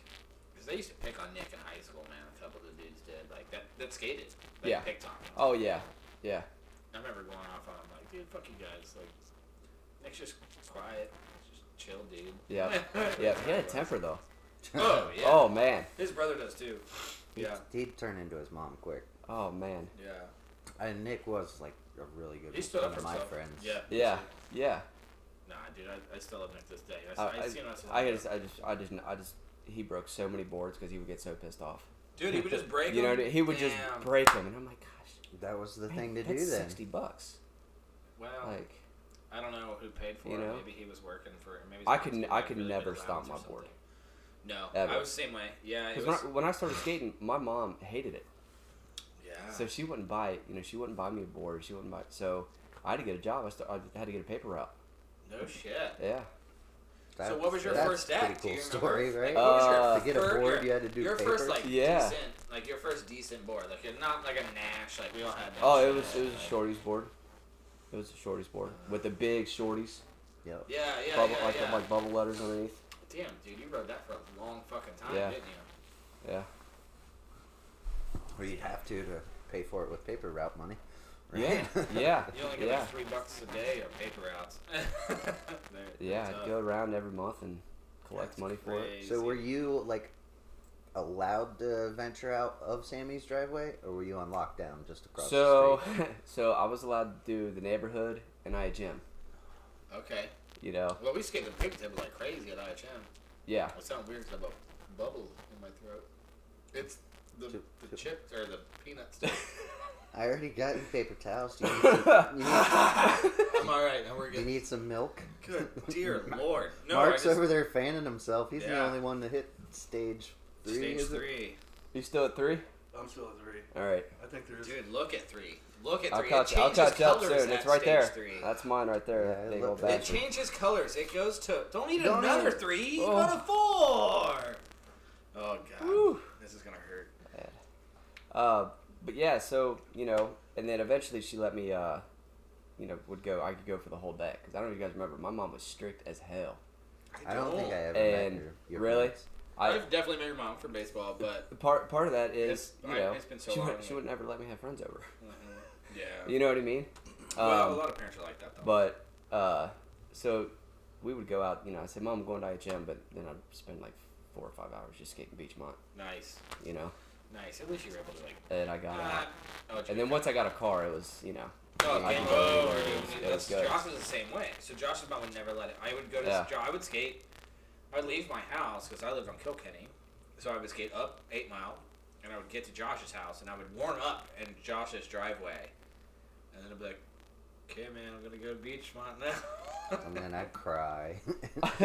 Speaker 2: because they used to pick on Nick in high school, man. A couple of the dudes did like that. That skated, like,
Speaker 3: Yeah.
Speaker 2: picked on. him.
Speaker 3: Oh yeah. Yeah.
Speaker 2: I remember going off on him like, dude, fuck you guys. Like, Nick's just quiet, just chill, dude.
Speaker 3: Yeah. Yeah. He had a temper though.
Speaker 2: Oh yeah.
Speaker 3: Oh man.
Speaker 2: His brother does too. Yeah.
Speaker 5: He'd turn into his mom quick.
Speaker 3: Oh man.
Speaker 2: Yeah.
Speaker 5: And Nick was like a really good
Speaker 2: He stood
Speaker 5: one
Speaker 2: up for
Speaker 5: of my
Speaker 2: himself.
Speaker 5: friends.
Speaker 2: Yeah.
Speaker 3: Yeah. Yeah.
Speaker 2: Nah, dude, I, I still love Nick this day. I,
Speaker 3: I,
Speaker 2: I,
Speaker 3: I,
Speaker 2: seen him as a-
Speaker 3: I had just, I just, I just, I just, he broke so many boards because he would get so pissed off.
Speaker 2: Dude, he would just break
Speaker 3: You know,
Speaker 2: him.
Speaker 3: what I mean? he would just
Speaker 2: Damn.
Speaker 3: break them, and I'm like, gosh,
Speaker 5: That was the
Speaker 3: man,
Speaker 5: thing to
Speaker 3: that's
Speaker 5: do then.
Speaker 3: sixty bucks.
Speaker 2: Well,
Speaker 3: Like,
Speaker 2: I don't know who paid for
Speaker 3: you
Speaker 2: it.
Speaker 3: know?
Speaker 2: Maybe he was working for. Maybe
Speaker 3: I
Speaker 2: someone
Speaker 3: could-
Speaker 2: was
Speaker 3: I
Speaker 2: getting
Speaker 3: could
Speaker 2: really
Speaker 3: never
Speaker 2: big
Speaker 3: stop
Speaker 2: allowance
Speaker 3: my
Speaker 2: or something.
Speaker 3: board.
Speaker 2: No, I
Speaker 3: Ever.
Speaker 2: was the same way. Yeah, it
Speaker 3: because
Speaker 2: was.
Speaker 3: when, I- when I started skating, my mom hated it,
Speaker 2: yeah.
Speaker 3: so she wouldn't buy, you know, she wouldn't buy me a board. She wouldn't buy. So I had to get a job. I, st- I had to get a paper route.
Speaker 2: no shit.
Speaker 3: Yeah.
Speaker 5: That's,
Speaker 2: so what was your
Speaker 5: that's
Speaker 2: first
Speaker 5: a
Speaker 2: act? Do
Speaker 5: Pretty
Speaker 2: you
Speaker 5: cool story,
Speaker 2: remember?
Speaker 5: right?
Speaker 2: Like, what was your
Speaker 3: Uh,
Speaker 5: to get a
Speaker 2: fir-
Speaker 5: board,
Speaker 2: your-
Speaker 5: you had to do
Speaker 2: your first
Speaker 5: papers?
Speaker 2: like
Speaker 3: Yeah.
Speaker 2: decent, like your first decent board, like you're not like a Nash, like we all had. That
Speaker 3: Oh, it
Speaker 2: shit,
Speaker 3: was it was a
Speaker 2: but-
Speaker 3: shorties board. It was a shorties board with the big shorties,
Speaker 5: Yep.
Speaker 2: Yeah, yeah,
Speaker 3: bubble,
Speaker 2: yeah,
Speaker 3: like
Speaker 2: yeah.
Speaker 3: like bubble letters underneath.
Speaker 2: Damn, dude, you rode that for a long fucking time,
Speaker 3: Yeah.
Speaker 2: didn't you?
Speaker 3: Yeah.
Speaker 5: Where you'd have to to pay for it with paper route money.
Speaker 3: Yeah.
Speaker 5: right?
Speaker 3: Yeah.
Speaker 2: You only get
Speaker 3: Yeah.
Speaker 2: like three bucks a day of paper routes. There-
Speaker 3: Yeah.
Speaker 2: that's
Speaker 3: I'd
Speaker 2: up.
Speaker 3: go around every month and collect
Speaker 2: That's
Speaker 3: money for it.
Speaker 2: crazy.
Speaker 5: So were you like allowed to venture out of Sammy's driveway, or were you on lockdown just across
Speaker 3: so
Speaker 5: the street?
Speaker 3: so I was allowed to do the neighborhood and I gym.
Speaker 2: okay?
Speaker 3: You know,
Speaker 2: Well, we skated the pig table like crazy at IHM.
Speaker 3: yeah,
Speaker 2: It sounds weird because I have a bubble in my throat. It's the
Speaker 5: Chip-
Speaker 2: the
Speaker 5: chip.
Speaker 2: chips or the peanuts. stuff.
Speaker 5: I already got you paper towels. Do you need some, you need,
Speaker 2: I'm all right. I'm
Speaker 5: do you
Speaker 2: good.
Speaker 5: need some milk?
Speaker 2: Good dear lord. No,
Speaker 5: Mark's
Speaker 2: I just,
Speaker 5: over there fanning himself. He's the
Speaker 2: Yeah.
Speaker 5: only one to hit stage three.
Speaker 2: stage
Speaker 5: is it?
Speaker 2: three.
Speaker 3: you still at three?
Speaker 4: I'm still at three.
Speaker 3: All right,
Speaker 4: I think there is.
Speaker 2: Dude, look at three. Look at
Speaker 3: I'll
Speaker 2: 3
Speaker 3: catch
Speaker 2: it
Speaker 3: I'll
Speaker 2: changes
Speaker 3: catch up
Speaker 2: colors
Speaker 3: soon.
Speaker 2: at
Speaker 3: It's right
Speaker 2: stage
Speaker 3: there.
Speaker 2: three.
Speaker 3: That's mine right there.
Speaker 5: Yeah,
Speaker 3: that
Speaker 5: I
Speaker 3: big
Speaker 5: love
Speaker 3: old
Speaker 5: that.
Speaker 2: It
Speaker 3: bastard.
Speaker 2: changes colors. It goes to don't need
Speaker 5: Don't
Speaker 2: another
Speaker 5: need-
Speaker 2: three.
Speaker 3: Oh.
Speaker 2: Go to four. Oh god,
Speaker 3: Woo.
Speaker 2: this is gonna hurt.
Speaker 3: Uh, but yeah, so you know, and then eventually she let me, uh, you know, would go. I could go for the whole day because I don't know if you guys remember. My mom was strict as hell.
Speaker 5: I don't think I ever met
Speaker 3: And
Speaker 5: your, your
Speaker 3: really,
Speaker 5: parents.
Speaker 3: I
Speaker 2: I've definitely met your mom for baseball, but
Speaker 3: part part of that is
Speaker 2: It's-
Speaker 3: you
Speaker 2: I-
Speaker 3: know
Speaker 2: it's been so
Speaker 3: she,
Speaker 2: long
Speaker 3: would, she
Speaker 2: that-
Speaker 3: would never let me have friends over.
Speaker 2: yeah.
Speaker 3: You know what I mean?
Speaker 2: well,
Speaker 3: Um,
Speaker 2: a lot of parents are like that though.
Speaker 3: But uh, so we would go out. You know, I said, "Mom, I'm going to IHM," but then I'd spend like four or five hours just skating Beachmont.
Speaker 2: nice,
Speaker 3: You know,
Speaker 2: nice. At least you were able to like.
Speaker 3: and I got out.
Speaker 2: ah, oh,
Speaker 3: Uh, And then once I got a car, it was you know,
Speaker 2: Oh,
Speaker 3: I
Speaker 2: game
Speaker 3: could go
Speaker 2: over.
Speaker 3: anywhere.
Speaker 2: dude.
Speaker 3: It was- it
Speaker 2: That's,
Speaker 3: was good.
Speaker 2: Josh was the same way. So Josh's mom would never let it. I would go to.
Speaker 3: Yeah.
Speaker 2: Jo- I would skate. I would leave my house because I lived on Kilkenny, so I would skate up Eight Mile, and I would get to Josh's house, and I would warm up in Josh's driveway, and then I'd be like, "Okay, man, I'm gonna go to Beachmont now."
Speaker 5: And then I'd cry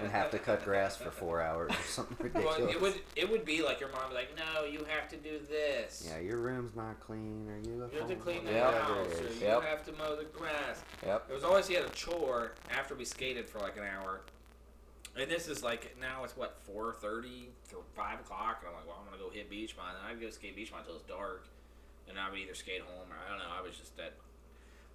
Speaker 5: and have to cut grass for four hours or something ridiculous.
Speaker 2: Well, it would it would be like your mom would be like, no, you have to do this.
Speaker 5: Yeah, your room's not clean, or you.
Speaker 2: You have to clean the
Speaker 3: Yeah.
Speaker 2: house, or you
Speaker 3: Yep.
Speaker 2: have to mow the grass.
Speaker 3: yep,
Speaker 2: It was always he had a chore after we skated for like an hour. And this is like now it's what four thirty to five o'clock, and I'm like, well, I'm gonna go hit Beachmont, and I'd go skate Beachmont until it's dark, and I would either skate home or I don't know. I was just that.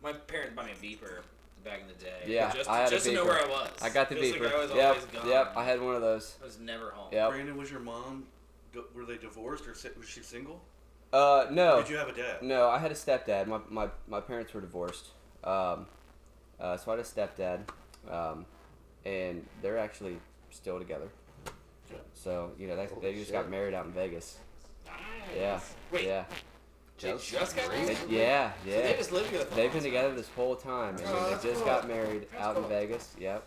Speaker 2: My parents bought me a beeper back in the day.
Speaker 3: Yeah,
Speaker 2: just,
Speaker 3: I had a
Speaker 2: just to know where
Speaker 3: beeper.
Speaker 2: I was.
Speaker 3: I got the
Speaker 2: Just
Speaker 3: beeper.
Speaker 2: Like I was
Speaker 3: yep,
Speaker 2: always gone.
Speaker 3: yep, I had one of those.
Speaker 2: I was never home.
Speaker 3: Yep.
Speaker 4: Brandon, was your mom? d- Were they divorced or si- was she single?
Speaker 3: Uh,
Speaker 4: Or
Speaker 3: no,
Speaker 4: Did you have a dad?
Speaker 3: no, I had a stepdad. My my, my parents were divorced, um, uh, so I had a stepdad, um, and they're actually still together. So you know, they,
Speaker 5: Holy
Speaker 3: they just got
Speaker 5: shit.
Speaker 3: married out in Vegas.
Speaker 2: Nice.
Speaker 3: Yeah,
Speaker 2: Wait,
Speaker 3: yeah,
Speaker 2: they
Speaker 5: Just
Speaker 2: just got
Speaker 5: married?
Speaker 2: married?
Speaker 3: They- yeah, yeah.
Speaker 2: So they just live together. for a
Speaker 3: They've
Speaker 2: long
Speaker 3: been
Speaker 2: time.
Speaker 3: together this whole time, and
Speaker 2: Oh,
Speaker 3: they
Speaker 2: that's
Speaker 3: just
Speaker 2: cool.
Speaker 3: got married
Speaker 2: That's
Speaker 3: out
Speaker 2: cool.
Speaker 3: in Vegas. Yep.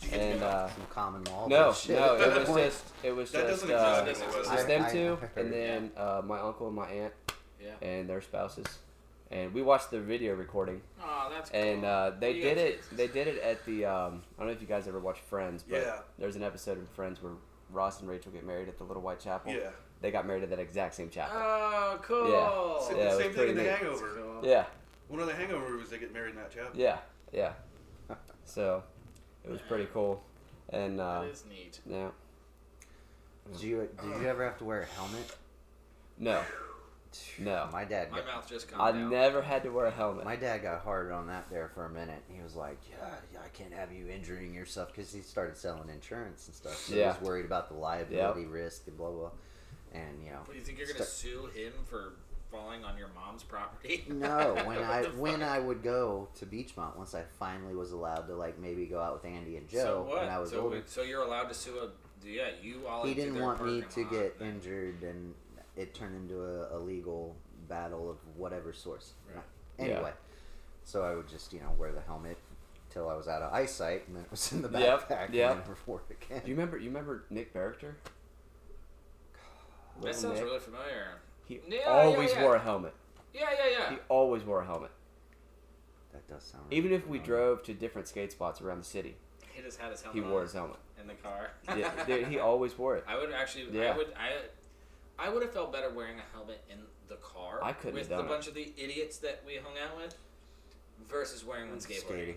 Speaker 2: you
Speaker 3: And uh,
Speaker 5: Some common law.
Speaker 3: no,
Speaker 5: bullshit
Speaker 3: no,
Speaker 5: at that
Speaker 3: it was
Speaker 5: Oh, point.
Speaker 3: just it was
Speaker 4: That
Speaker 3: just
Speaker 4: doesn't
Speaker 3: uh,
Speaker 4: exist.
Speaker 3: just
Speaker 5: I-
Speaker 3: them
Speaker 5: I
Speaker 3: two,
Speaker 5: heard,
Speaker 3: and then uh, my uncle and my aunt
Speaker 2: Yeah.
Speaker 3: and their spouses, and we watched the video recording.
Speaker 2: Oh, that's cool.
Speaker 3: And uh, they
Speaker 2: You
Speaker 3: did
Speaker 2: guys-
Speaker 3: it. They did it at the. Um, I don't know if you guys ever watched Friends, but
Speaker 4: Yeah.
Speaker 3: there's an episode in Friends where Ross and Rachel get married at the Little White Chapel.
Speaker 4: Yeah.
Speaker 3: They got married at that exact same chapel.
Speaker 2: Oh, cool.
Speaker 3: Yeah.
Speaker 4: Same,
Speaker 3: Yeah, it was
Speaker 4: same thing
Speaker 3: pretty
Speaker 4: in The
Speaker 3: neat.
Speaker 4: Hangover.
Speaker 2: Oh.
Speaker 3: yeah,
Speaker 4: One of the Hangover movies, they get married in that chapel.
Speaker 3: yeah, yeah. so, it was pretty cool. And uh,
Speaker 2: That is neat.
Speaker 3: yeah,
Speaker 5: Did you, did you ever have to wear a helmet?
Speaker 3: no, no.
Speaker 5: My dad
Speaker 2: My
Speaker 5: got,
Speaker 2: mouth just
Speaker 3: I
Speaker 2: calmed down.
Speaker 3: never had to wear a helmet.
Speaker 5: my dad got hard on that there for a minute. He was like, "Yeah, yeah I can't have you injuring yourself because he started selling insurance and stuff. So
Speaker 3: Yeah.
Speaker 5: he was worried about the liability risk and blah blah." And you know,
Speaker 2: What, do you think you're gonna sue him for falling on your mom's property?
Speaker 5: No, when
Speaker 2: What
Speaker 5: I
Speaker 2: the
Speaker 5: when
Speaker 2: fuck?
Speaker 5: I would go to Beachmont once I finally was allowed to like maybe go out with Andy and
Speaker 2: so
Speaker 5: Joe
Speaker 2: what?
Speaker 5: when I was
Speaker 2: so,
Speaker 5: older.
Speaker 2: so you're allowed to sue a yeah you all
Speaker 5: He
Speaker 2: into
Speaker 5: didn't
Speaker 2: their
Speaker 5: want me to
Speaker 2: parking lot.
Speaker 5: get injured, and it turned into a, a legal battle of whatever source.
Speaker 2: Right.
Speaker 5: Anyway, so I would just you know wear the helmet till I was out of eyesight, and then it was in the
Speaker 3: Yep,
Speaker 5: backpack.
Speaker 3: yep.
Speaker 5: And never wore it again.
Speaker 3: Do you remember? You remember Nick Barrichter?
Speaker 2: That
Speaker 3: Little
Speaker 2: sounds
Speaker 3: Nick.
Speaker 2: really familiar.
Speaker 3: He
Speaker 2: Yeah, yeah,
Speaker 3: always
Speaker 2: yeah.
Speaker 3: wore a helmet.
Speaker 2: Yeah, yeah, yeah.
Speaker 3: He always wore a helmet.
Speaker 5: that does sound.
Speaker 3: Even if we
Speaker 5: familiar.
Speaker 3: drove to different skate spots around the city,
Speaker 2: He just had his helmet.
Speaker 3: he wore
Speaker 2: on
Speaker 3: his helmet.
Speaker 2: in the car.
Speaker 3: Yeah, dude, he always wore it.
Speaker 2: I would actually.
Speaker 3: Yeah.
Speaker 2: I would. I. I would have felt better wearing a helmet in the car.
Speaker 3: I couldn't
Speaker 2: with
Speaker 3: have done
Speaker 2: a
Speaker 3: it.
Speaker 2: bunch of the idiots that we hung out with, versus wearing one skateboarding.
Speaker 5: skating.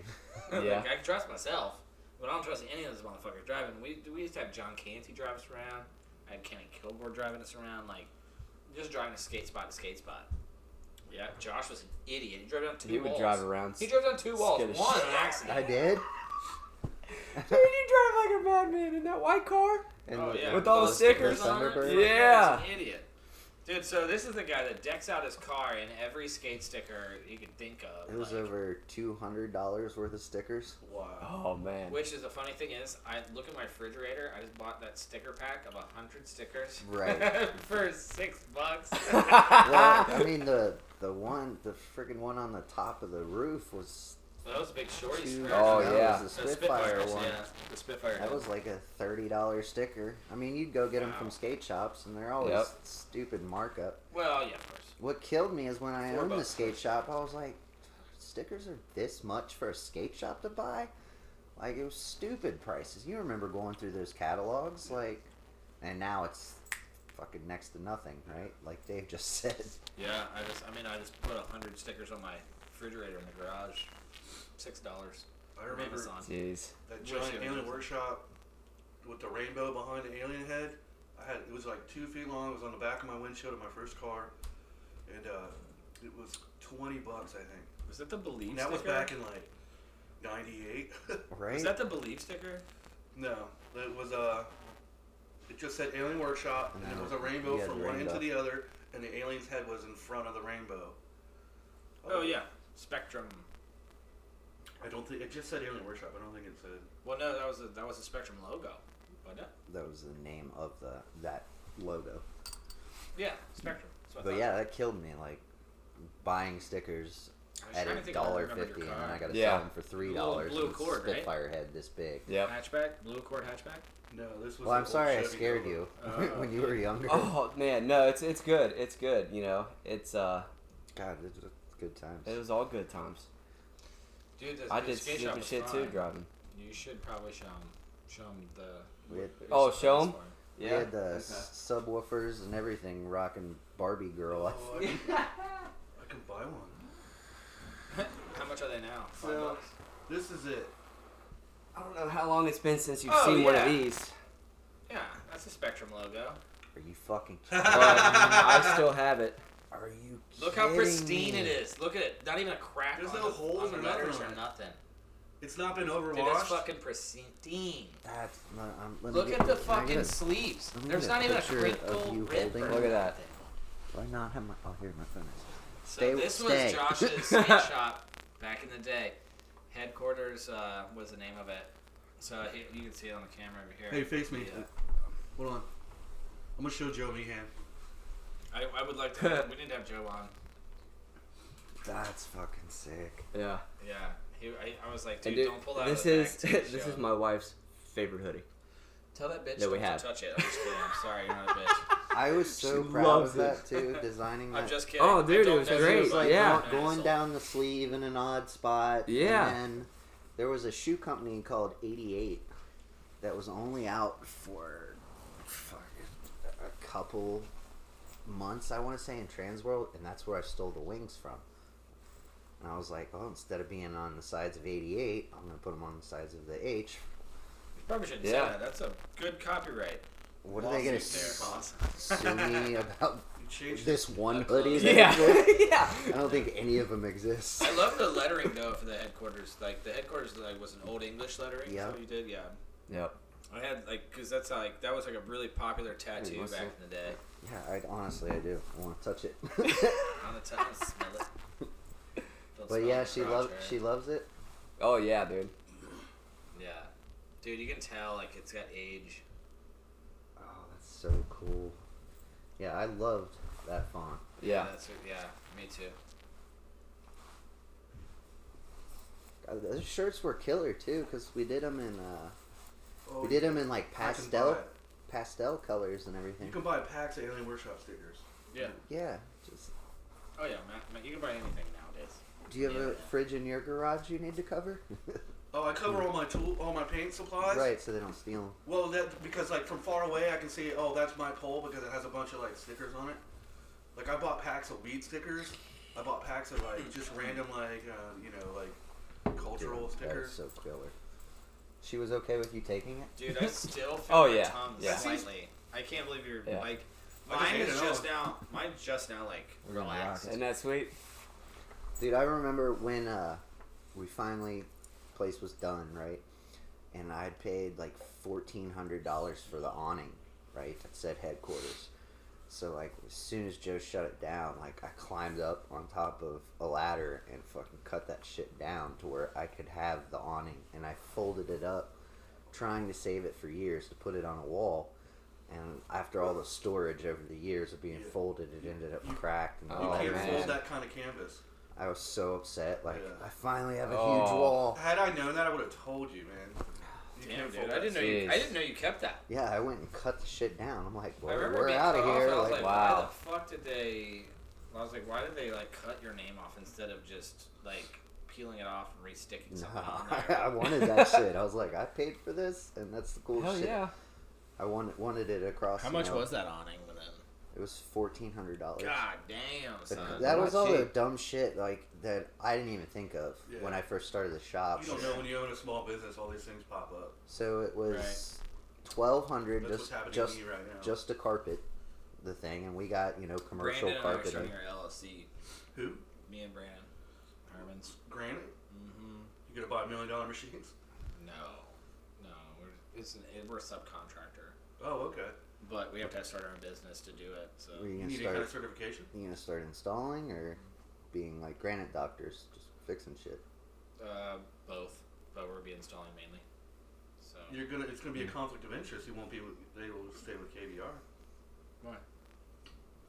Speaker 3: Yeah.
Speaker 2: like, I can trust myself, but I don't trust any of those motherfuckers driving. We we used to have John Canty drive us around. I had Kenny Kilgore driving us around. Like, just driving to skate spot to skate spot. Yeah, Josh was an idiot. He drove down two
Speaker 3: He would
Speaker 2: walls.
Speaker 3: drive around.
Speaker 2: He drove down two walls.
Speaker 3: Scared the
Speaker 2: One
Speaker 3: shit
Speaker 2: on accident.
Speaker 5: I did.
Speaker 3: Dude, you drive like a madman in that white car.
Speaker 5: And
Speaker 2: Oh,
Speaker 5: the-
Speaker 2: yeah.
Speaker 3: With all the stickers
Speaker 5: on it.
Speaker 2: Thunderbird.
Speaker 3: Yeah.
Speaker 2: He's an idiot. Dude, so this is the guy that decks out his car in every skate sticker you could think of.
Speaker 5: It was
Speaker 2: like,
Speaker 5: over two hundred dollars worth of stickers.
Speaker 2: Wow.
Speaker 3: Oh man.
Speaker 2: Which is the funny thing is, I look at my refrigerator. I just bought that sticker pack of a hundred stickers.
Speaker 5: Right.
Speaker 2: for six bucks.
Speaker 5: Well, I mean the the one, the freaking one on the top of the roof was
Speaker 2: that was a big shorty.
Speaker 5: two.
Speaker 2: sticker.
Speaker 3: Oh,
Speaker 5: that
Speaker 3: yeah.
Speaker 5: was the
Speaker 2: The
Speaker 5: Spitfire
Speaker 2: Spitfires,
Speaker 5: one.
Speaker 2: Yeah, the Spitfire.
Speaker 5: That was like a thirty dollar sticker. I mean, you'd go get them from
Speaker 2: Wow.
Speaker 5: skate shops, and they're always
Speaker 3: Yep.
Speaker 5: stupid markup.
Speaker 2: well, yeah, of course.
Speaker 5: What killed me is when I
Speaker 2: Four
Speaker 5: owned the
Speaker 2: bucks.
Speaker 5: skate shop, I was like, stickers are this much for a skate shop to buy? Like it was stupid prices. You remember going through those catalogs, like, and now it's fucking next to nothing, right? Like Dave just said.
Speaker 2: Yeah, I just, I mean, I just put a hundred stickers on my refrigerator in the garage. Six dollars.
Speaker 4: I remember
Speaker 2: Amazon.
Speaker 3: Jeez.
Speaker 4: that
Speaker 2: Wish
Speaker 4: giant
Speaker 2: it
Speaker 4: alien
Speaker 2: was-
Speaker 4: workshop with the rainbow behind the alien head. I had it was like two feet long. It was on the back of my windshield of my first car, and uh, it was twenty bucks I think.
Speaker 2: Was that the belief
Speaker 4: And that was
Speaker 2: sticker?
Speaker 4: back in like '98.
Speaker 5: Right?
Speaker 2: Was that the belief sticker?
Speaker 4: no, that was uh, it just said Alien Workshop, and
Speaker 5: No,
Speaker 4: it was a rainbow
Speaker 5: yeah, the
Speaker 4: from one end
Speaker 5: rainbow.
Speaker 4: to the other, and the alien's head was in front of the rainbow.
Speaker 2: Oh yeah, Spectrum.
Speaker 4: I don't think it just said Alien Workshop. I don't think it said.
Speaker 2: Well, no, that was a, that was a Spectrum logo. Wasn't it?
Speaker 5: that was the name of the that logo.
Speaker 2: Yeah, Spectrum. That's what I
Speaker 5: But
Speaker 2: thought.
Speaker 5: yeah, that killed me. Like buying stickers
Speaker 2: I was
Speaker 5: at
Speaker 2: trying
Speaker 5: a
Speaker 2: to think if I
Speaker 5: dollar
Speaker 2: remembered
Speaker 5: fifty,
Speaker 2: your
Speaker 5: and then I
Speaker 2: car.
Speaker 5: got to
Speaker 3: Yeah.
Speaker 5: sell them for three
Speaker 2: little
Speaker 5: dollars.
Speaker 2: blue cord, right?
Speaker 5: Spitfire head this big.
Speaker 3: Yep.
Speaker 2: hatchback, blue cord hatchback.
Speaker 4: No, this was.
Speaker 5: Well,
Speaker 4: an
Speaker 5: I'm
Speaker 4: old
Speaker 5: sorry I
Speaker 4: Chevy
Speaker 5: scared
Speaker 4: Nova.
Speaker 5: you
Speaker 2: Uh,
Speaker 5: when you were younger.
Speaker 3: Oh man, no, it's it's good. It's good. You know, it's uh,
Speaker 5: God, this was good times.
Speaker 3: it was all good times.
Speaker 2: Dude, the,
Speaker 3: I
Speaker 2: the
Speaker 3: did
Speaker 2: skate shop
Speaker 3: stupid
Speaker 2: was
Speaker 3: shit too
Speaker 2: fun.
Speaker 3: driving.
Speaker 2: You should probably show them, show 'em the.
Speaker 5: We had-
Speaker 2: what-
Speaker 3: Oh, show 'em?
Speaker 5: we
Speaker 3: Yeah.
Speaker 5: had the s- subwoofers and everything, rocking Barbie girl.
Speaker 4: Oh, I, can, I can buy one.
Speaker 2: How much are they now? Five
Speaker 4: Well,
Speaker 2: bucks.
Speaker 4: This is it.
Speaker 3: I don't know how long it's been since you've
Speaker 2: Oh,
Speaker 3: seen one of
Speaker 2: yeah.
Speaker 3: these,
Speaker 2: Yeah, that's the Spectrum logo.
Speaker 5: Are you fucking?
Speaker 3: but mm, I still have it.
Speaker 5: Are you? Kidding
Speaker 2: Look how pristine
Speaker 5: me?
Speaker 2: it is. Look at it. Not even a crack.
Speaker 4: There's
Speaker 2: on
Speaker 4: no
Speaker 2: the-
Speaker 4: holes
Speaker 2: on the
Speaker 4: or nothing
Speaker 2: letters
Speaker 4: on
Speaker 2: or
Speaker 4: it.
Speaker 2: nothing.
Speaker 4: It's not been
Speaker 2: Dude, it's
Speaker 4: overwashed.
Speaker 2: fucking pristine.
Speaker 5: That's. No, I'm, let me
Speaker 2: Look
Speaker 5: get-
Speaker 2: at the
Speaker 5: can I get
Speaker 2: fucking
Speaker 5: a-
Speaker 2: sleeves.
Speaker 5: let me
Speaker 2: There's
Speaker 5: get
Speaker 2: not even a
Speaker 5: picture of
Speaker 2: crinkle
Speaker 5: you
Speaker 2: rip.
Speaker 5: holding
Speaker 2: or
Speaker 3: Look at that.
Speaker 2: nothing.
Speaker 5: Why not have my? Oh, here my phone is.
Speaker 2: So
Speaker 5: Stay-
Speaker 2: this
Speaker 5: stay.
Speaker 2: was Josh's skate shop back in the day. Headquarters uh, was the name of it. So he, you can see it on the camera over here.
Speaker 4: Hey, face me.
Speaker 2: Yeah.
Speaker 4: Hold on. I'm gonna show Joe Meehan.
Speaker 2: I, I would like to. we need to have Joe on.
Speaker 5: That's fucking sick.
Speaker 3: Yeah.
Speaker 2: Yeah. He, I, I was like,
Speaker 3: And
Speaker 2: dude,
Speaker 3: dude,
Speaker 2: don't pull that. out
Speaker 3: this
Speaker 2: of the
Speaker 3: is
Speaker 2: back to
Speaker 3: this
Speaker 2: show.
Speaker 3: is my wife's favorite hoodie.
Speaker 2: Tell that bitch
Speaker 3: that we
Speaker 2: not
Speaker 3: have.
Speaker 2: to touch it. I'm just kidding. I'm sorry, you're not a bitch.
Speaker 5: I was so
Speaker 8: She
Speaker 5: proud
Speaker 8: loves
Speaker 5: of that too, designing that.
Speaker 2: I'm just kidding.
Speaker 8: Oh, dude,
Speaker 2: I
Speaker 8: it
Speaker 2: don't
Speaker 8: was
Speaker 2: know.
Speaker 8: great.
Speaker 5: It's like
Speaker 8: yeah.
Speaker 5: go- going down the sleeve in an odd spot.
Speaker 8: Yeah.
Speaker 5: And then there was a shoe company called 88 that was only out for fuck, a couple months, I want to say, in Transworld, and that's where I stole the wings from. And I was like, oh, instead of being on the sides of 88, I'm going to put them on the sides of the H.
Speaker 2: Probably shouldn't
Speaker 3: Yeah.
Speaker 2: say that. That's a good copyright.
Speaker 5: What are they going to
Speaker 2: Lawsuit
Speaker 5: sue me about
Speaker 4: You changed
Speaker 5: this one
Speaker 2: That's
Speaker 5: hoodie?
Speaker 2: awesome.
Speaker 5: that
Speaker 8: Yeah.
Speaker 5: I wore?
Speaker 8: yeah.
Speaker 5: I don't think any of them exist.
Speaker 2: I love the lettering though for the headquarters. Like the headquarters like was an old English lettering.
Speaker 5: Yeah.
Speaker 2: So you did, yeah.
Speaker 3: Yep.
Speaker 2: I had like because that's like that was like a really popular tattoo
Speaker 3: what's
Speaker 2: back
Speaker 3: that?
Speaker 2: in the day.
Speaker 5: Yeah, I, honestly, I do. I want to touch it.
Speaker 2: On the top, smell it. Don't smell
Speaker 5: but yeah,
Speaker 2: the
Speaker 5: she
Speaker 2: crotch
Speaker 5: loves
Speaker 2: hair.
Speaker 5: she loves it.
Speaker 3: Oh yeah, dude.
Speaker 2: Yeah, dude, you can tell like it's got age.
Speaker 5: Oh, that's so cool. Yeah, I loved that font.
Speaker 3: Yeah.
Speaker 2: That's, yeah, me too.
Speaker 5: Uh, Those shirts were killer too, cause we did them in uh,
Speaker 4: Oh,
Speaker 5: we did them in like
Speaker 4: I can buy
Speaker 5: pastel
Speaker 4: it.
Speaker 5: pastel colors and
Speaker 4: You
Speaker 5: everything.
Speaker 4: can buy packs of Alien Workshop stickers.
Speaker 2: Yeah.
Speaker 5: Yeah. Just,
Speaker 2: Oh yeah, man, man, you can buy anything nowadays.
Speaker 5: do you have a
Speaker 2: Yeah.
Speaker 5: fridge in your garage you need to cover?
Speaker 4: Oh, I cover all my tool, all my paint supplies.
Speaker 5: right, so they don't steal them.
Speaker 4: Well, that because like from far away, I can see. Oh, that's my pole because it has a bunch of like stickers on it. Like I bought packs of weed stickers. I bought packs of like just random like uh, you know like cultural
Speaker 5: That was
Speaker 4: stickers.
Speaker 5: so killer. She was okay with you taking it.
Speaker 2: Dude, I still feel
Speaker 3: Oh,
Speaker 2: my
Speaker 3: yeah,
Speaker 2: tongue
Speaker 3: yeah.
Speaker 2: slightly. I can't believe you're
Speaker 3: Yeah.
Speaker 2: like
Speaker 4: I just
Speaker 2: mine
Speaker 4: ate
Speaker 2: is
Speaker 4: it
Speaker 2: just
Speaker 4: all.
Speaker 2: now. Mine's just now like
Speaker 5: We're gonna
Speaker 2: relaxed.
Speaker 5: rock
Speaker 3: Isn't that sweet?
Speaker 5: Dude, I remember when uh, we finally place was done, right? And I paid like fourteen hundred dollars for the awning, right? That said headquarters. So like as soon as Joe shut it down, like I climbed up on top of a ladder and fucking cut that shit down to where I could have the awning and I folded it up trying to save it for years to put it on a wall and after all the storage over the years of being
Speaker 4: Yeah.
Speaker 5: folded it ended up cracked and
Speaker 4: You
Speaker 3: Oh,
Speaker 4: can't
Speaker 3: man.
Speaker 4: fold that kind of canvas.
Speaker 5: I was so upset. Like,
Speaker 4: Yeah.
Speaker 5: I finally have a huge
Speaker 3: Oh.
Speaker 5: wall.
Speaker 4: Had I known that, I would have told you, man. You
Speaker 2: Damn,
Speaker 4: fold
Speaker 2: dude, I
Speaker 4: that
Speaker 2: didn't know
Speaker 4: shit.
Speaker 2: you. I
Speaker 3: Jeez.
Speaker 2: didn't know you kept that.
Speaker 5: Yeah, I went and cut the shit down. I'm like,
Speaker 2: I
Speaker 5: well,
Speaker 2: remember
Speaker 5: we're
Speaker 2: being
Speaker 5: out of
Speaker 2: cut off,
Speaker 5: here.
Speaker 2: I was
Speaker 5: Like,
Speaker 2: like,
Speaker 3: wow.
Speaker 2: why the fuck did they? I was like, why did they like cut your name off instead of just like peeling it off and resticking
Speaker 5: no,
Speaker 2: something on
Speaker 5: I,
Speaker 2: there?
Speaker 5: wanted that shit. I was like, I paid for this, and that's the cool
Speaker 3: Hell
Speaker 5: shit.
Speaker 3: yeah.
Speaker 5: I wanted wanted it across.
Speaker 9: How
Speaker 5: the
Speaker 9: much
Speaker 5: mail.
Speaker 9: was that awning when then?
Speaker 5: It was fourteen hundred dollars.
Speaker 2: God damn, son.
Speaker 5: That was all the
Speaker 3: cheap.
Speaker 5: dumb shit like that I didn't even think of
Speaker 4: Yeah.
Speaker 5: when I first started the shop.
Speaker 4: You don't know when you own a small business, all these things pop up.
Speaker 5: So it was twelve hundred
Speaker 4: That's what's
Speaker 5: just
Speaker 4: happening
Speaker 5: just
Speaker 4: to me right now.
Speaker 5: just a carpet, the thing, and we got you know commercial
Speaker 2: Brandon and I were
Speaker 5: carpeting.
Speaker 2: starting our LLC.
Speaker 4: Who?
Speaker 2: Me and Brandon, Herman's.
Speaker 4: Granite?
Speaker 2: Mm-hmm.
Speaker 4: You gonna buy million dollar machines?
Speaker 2: No, no, we're it's an, we're a subcontractor,
Speaker 4: Oh, okay.
Speaker 2: but we have to start our own business to do it. So
Speaker 5: Were you
Speaker 4: You
Speaker 5: gonna
Speaker 4: need a kind
Speaker 5: start
Speaker 4: of certification?
Speaker 5: You gonna start installing or being like granite doctors, just fixing shit?
Speaker 2: uh, both, but we're be installing mainly. So
Speaker 4: You're gonna. It's gonna be a
Speaker 5: Hmm.
Speaker 4: conflict of interest. You won't be. With, they will stay with KBR.
Speaker 2: Why?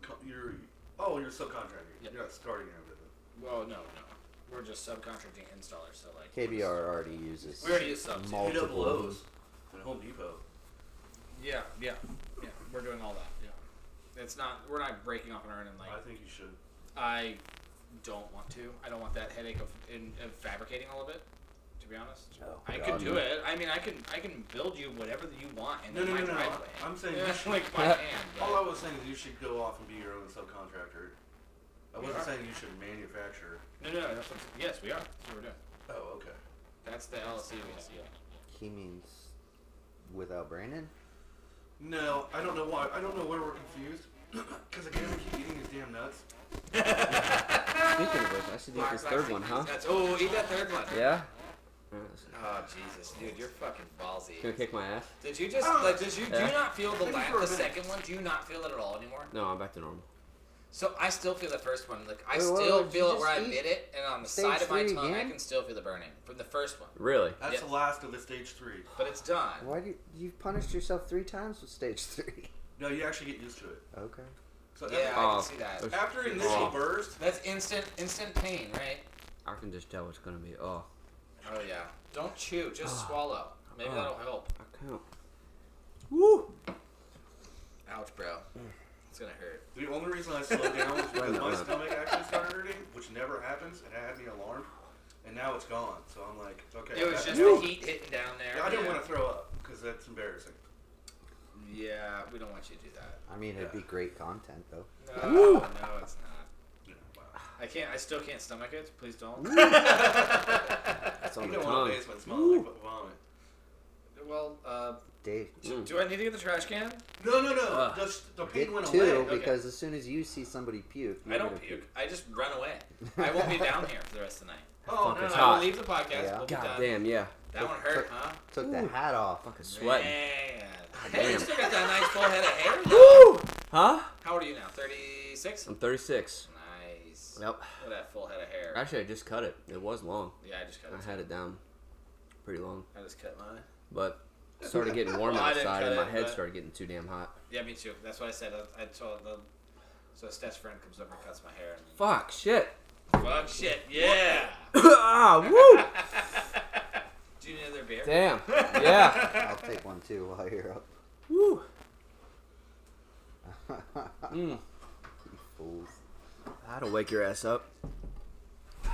Speaker 4: Co- You're. Oh, you're a subcontractor.
Speaker 2: Yep.
Speaker 4: You're not starting out with it.
Speaker 2: well, no, no, we're just subcontracting installers. So like we're
Speaker 5: KBR
Speaker 2: just-
Speaker 5: already uses.
Speaker 2: We already use subs.
Speaker 5: Mul-
Speaker 4: Hit up
Speaker 5: Multiple.
Speaker 4: Lowe's and Home Depot.
Speaker 2: Yeah, yeah, yeah. We're doing all that. Yeah, it's not. We're not breaking off on our own. And like,
Speaker 4: I think you should.
Speaker 2: I don't want to. I don't want that headache of, in, of fabricating all of it. To be honest,
Speaker 5: Oh,
Speaker 2: I
Speaker 5: God,
Speaker 2: could do
Speaker 5: no.
Speaker 2: it. I mean, I can. I can build you whatever you want, and
Speaker 4: No, no,
Speaker 2: then my
Speaker 4: no, no.
Speaker 2: driveway.
Speaker 4: I'm saying
Speaker 2: Yeah,
Speaker 4: you should.
Speaker 2: like my hand. but-
Speaker 4: All I was saying is you should go off and be your own subcontractor. I wasn't
Speaker 2: Yeah.
Speaker 4: saying you should manufacture.
Speaker 2: No, no, no. That's what, yes, we are. That's what we're doing.
Speaker 4: Oh, okay.
Speaker 2: That's the LLC we have. Yeah.
Speaker 5: He means without Brandon.
Speaker 4: No, I don't know why. I don't know where we're confused. Because again, we keep eating these damn nuts.
Speaker 3: Speaking of which, I should eat this third one, huh?
Speaker 2: That's oh, eat that third one.
Speaker 3: Yeah.
Speaker 2: Oh Jesus, dude, you're fucking
Speaker 3: Gonna
Speaker 2: ballsy.
Speaker 3: kick my ass.
Speaker 2: Did you just like? Did you do you
Speaker 3: Yeah.
Speaker 2: not feel the
Speaker 4: Maybe
Speaker 2: la-
Speaker 4: for a
Speaker 2: the
Speaker 4: minute.
Speaker 2: second one? Do you not feel it at all anymore?
Speaker 3: No, I'm back to normal.
Speaker 2: So I still feel the first one. Like I
Speaker 5: Wait, wait,
Speaker 2: still
Speaker 5: wait,
Speaker 2: feel
Speaker 5: you
Speaker 2: it where I
Speaker 5: just
Speaker 2: bit it, and on the
Speaker 5: stage
Speaker 2: side of my
Speaker 5: three
Speaker 2: tongue, I
Speaker 5: again?
Speaker 2: can still feel the burning from the first one.
Speaker 3: Really?
Speaker 4: That's
Speaker 2: Yeah.
Speaker 4: the last of the stage three.
Speaker 2: But it's done.
Speaker 5: Why do you, you punished yourself three times with stage three?
Speaker 4: No, you actually get used to it.
Speaker 5: Okay.
Speaker 4: So
Speaker 2: Yeah, I
Speaker 3: Oh.
Speaker 2: can see that.
Speaker 4: after, after initial
Speaker 3: Oh.
Speaker 4: burst,
Speaker 2: That's instant, instant pain, right?
Speaker 3: I can just tell it's gonna be. Oh,
Speaker 2: Oh yeah. Don't chew,
Speaker 5: Ah.
Speaker 2: just swallow. Maybe
Speaker 3: Oh.
Speaker 2: that'll help.
Speaker 3: I can't.
Speaker 2: Ouch, bro. It's gonna hurt.
Speaker 4: The only reason I slowed down was because
Speaker 3: Wait,
Speaker 4: my
Speaker 3: wait.
Speaker 4: stomach actually started hurting, which never happens, and I had me alarmed, and now it's gone. So I'm like, okay.
Speaker 2: It was
Speaker 4: that-
Speaker 2: just the heat hitting down there.
Speaker 4: Yeah, I didn't
Speaker 2: yeah.
Speaker 4: want to throw up because that's embarrassing.
Speaker 2: Yeah, we don't want you to do that.
Speaker 5: I mean, it'd be
Speaker 4: Yeah.
Speaker 5: great content though.
Speaker 2: No,
Speaker 3: Woo!
Speaker 2: no, it's not.
Speaker 4: You know, wow.
Speaker 2: I can't. I still can't stomach it. Please don't.
Speaker 5: That's on
Speaker 4: You
Speaker 5: the
Speaker 4: don't want
Speaker 3: tongue.
Speaker 4: a basement smell like vomit.
Speaker 2: well, uh,
Speaker 5: Dave.
Speaker 3: Mm.
Speaker 2: do I need to get the trash can?
Speaker 4: No, no, no.
Speaker 3: Ugh.
Speaker 4: just the
Speaker 5: Get
Speaker 4: pain went
Speaker 5: two
Speaker 4: away.
Speaker 2: Okay.
Speaker 5: because as soon as you see somebody puke,
Speaker 2: I
Speaker 5: you're
Speaker 2: don't
Speaker 5: gonna
Speaker 2: puke. I just run away. I won't be down here for the rest of the night.
Speaker 4: Oh
Speaker 3: Fuck,
Speaker 4: no,
Speaker 3: it's
Speaker 4: no.
Speaker 2: I
Speaker 3: hot.
Speaker 2: will leave the podcast.
Speaker 5: Yeah.
Speaker 2: We'll be
Speaker 3: God
Speaker 2: done.
Speaker 3: damn, yeah.
Speaker 2: That one hurt, huh?
Speaker 5: Took
Speaker 3: Ooh.
Speaker 5: the hat off.
Speaker 3: Fucking sweating.
Speaker 2: Man.
Speaker 3: damn.
Speaker 2: Hey, you still got that nice full head of hair.
Speaker 3: Woo! Huh?
Speaker 2: How old are you now? Thirty-six.
Speaker 3: I'm 36.
Speaker 2: Nice.
Speaker 3: Yep.
Speaker 2: Look at that full head of hair.
Speaker 3: Actually, I just cut it. It was long.
Speaker 2: yeah, I just cut.
Speaker 3: I
Speaker 2: it.
Speaker 3: had it down pretty long,
Speaker 2: I just cut mine.
Speaker 3: but it started getting warm
Speaker 2: Well, I didn't
Speaker 3: outside, and
Speaker 2: cut
Speaker 3: my
Speaker 2: it,
Speaker 3: head
Speaker 2: but-
Speaker 3: started getting too damn hot.
Speaker 2: Yeah, me too. That's what I said. I, I told them. So Steph's friend comes over and cuts my hair. And
Speaker 3: Fuck shit.
Speaker 2: Fuck shit. Yeah.
Speaker 3: ah, woo!
Speaker 2: Do you need another beer?
Speaker 3: Damn. Yeah.
Speaker 5: I'll take one too while you're up.
Speaker 3: Woo. Mm.
Speaker 5: Fools.
Speaker 3: That'll wake your ass up.
Speaker 2: Uh,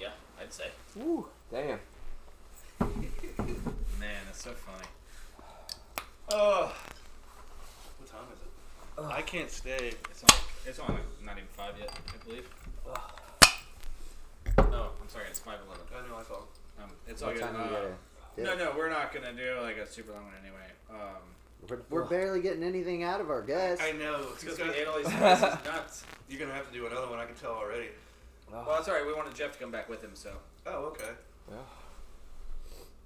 Speaker 2: yeah, I'd say.
Speaker 3: Woo. Damn.
Speaker 2: Man, that's so funny. Oh,
Speaker 4: What time is it? I can't stay.
Speaker 2: it's on. It's on. Like not even five yet, I believe. No, I'm sorry. It's five eleven.
Speaker 4: I know. I saw.
Speaker 2: Um, it's all
Speaker 5: What
Speaker 2: good.
Speaker 5: time
Speaker 2: Uh,
Speaker 5: you gotta do
Speaker 2: no,
Speaker 5: it?
Speaker 2: no, we're not gonna do like a super long one anyway. Um,
Speaker 5: We're, we're barely getting anything out of our guests.
Speaker 4: I know. He's
Speaker 2: because we
Speaker 4: gonna,
Speaker 2: ate all these. This is nuts.
Speaker 4: you're gonna have to do another one. I can tell already.
Speaker 2: Well, that's all right. We wanted Jeff to come back with him, so
Speaker 4: Oh, okay.
Speaker 3: Yeah.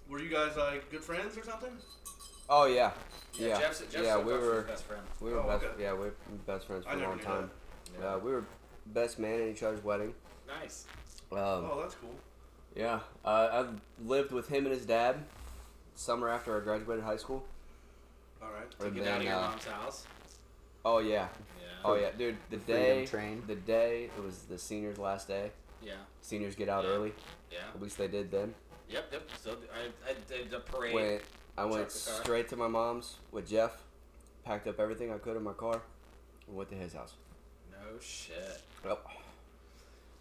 Speaker 4: Were you guys like good friends or something?
Speaker 3: Oh yeah.
Speaker 2: yeah.
Speaker 3: Yeah.
Speaker 2: Jeff's, Jeff's
Speaker 3: Yeah,
Speaker 2: so
Speaker 3: we
Speaker 2: far from
Speaker 3: were-
Speaker 2: best friend.
Speaker 3: We were
Speaker 4: Oh,
Speaker 3: best.
Speaker 4: okay.
Speaker 3: Yeah, we were best friends for
Speaker 4: I
Speaker 3: a
Speaker 4: never
Speaker 3: long
Speaker 4: knew
Speaker 3: time. Uh, we were best man at each other's wedding.
Speaker 2: Nice.
Speaker 3: Um,
Speaker 4: Oh, that's cool.
Speaker 3: Yeah, uh, I've lived with him and his dad summer after I graduated high school.
Speaker 4: All right.
Speaker 2: To
Speaker 3: And
Speaker 2: get out of
Speaker 3: then,
Speaker 2: your
Speaker 3: uh,
Speaker 2: mom's house.
Speaker 3: oh yeah,
Speaker 2: Yeah.
Speaker 3: oh yeah, dude. The
Speaker 5: Freedom
Speaker 3: day,
Speaker 5: train.
Speaker 3: the day it was the seniors' last day.
Speaker 2: Yeah.
Speaker 3: Seniors get out
Speaker 2: Yeah.
Speaker 3: early.
Speaker 2: Yeah.
Speaker 3: At least they did then.
Speaker 2: Yep. Yep. So I, I did the parade.
Speaker 3: Went, I
Speaker 2: Check
Speaker 3: went
Speaker 2: the car.
Speaker 3: straight to my mom's with Jeff. Packed up everything I could in my car. And went to his house.
Speaker 2: No shit.
Speaker 3: Yep.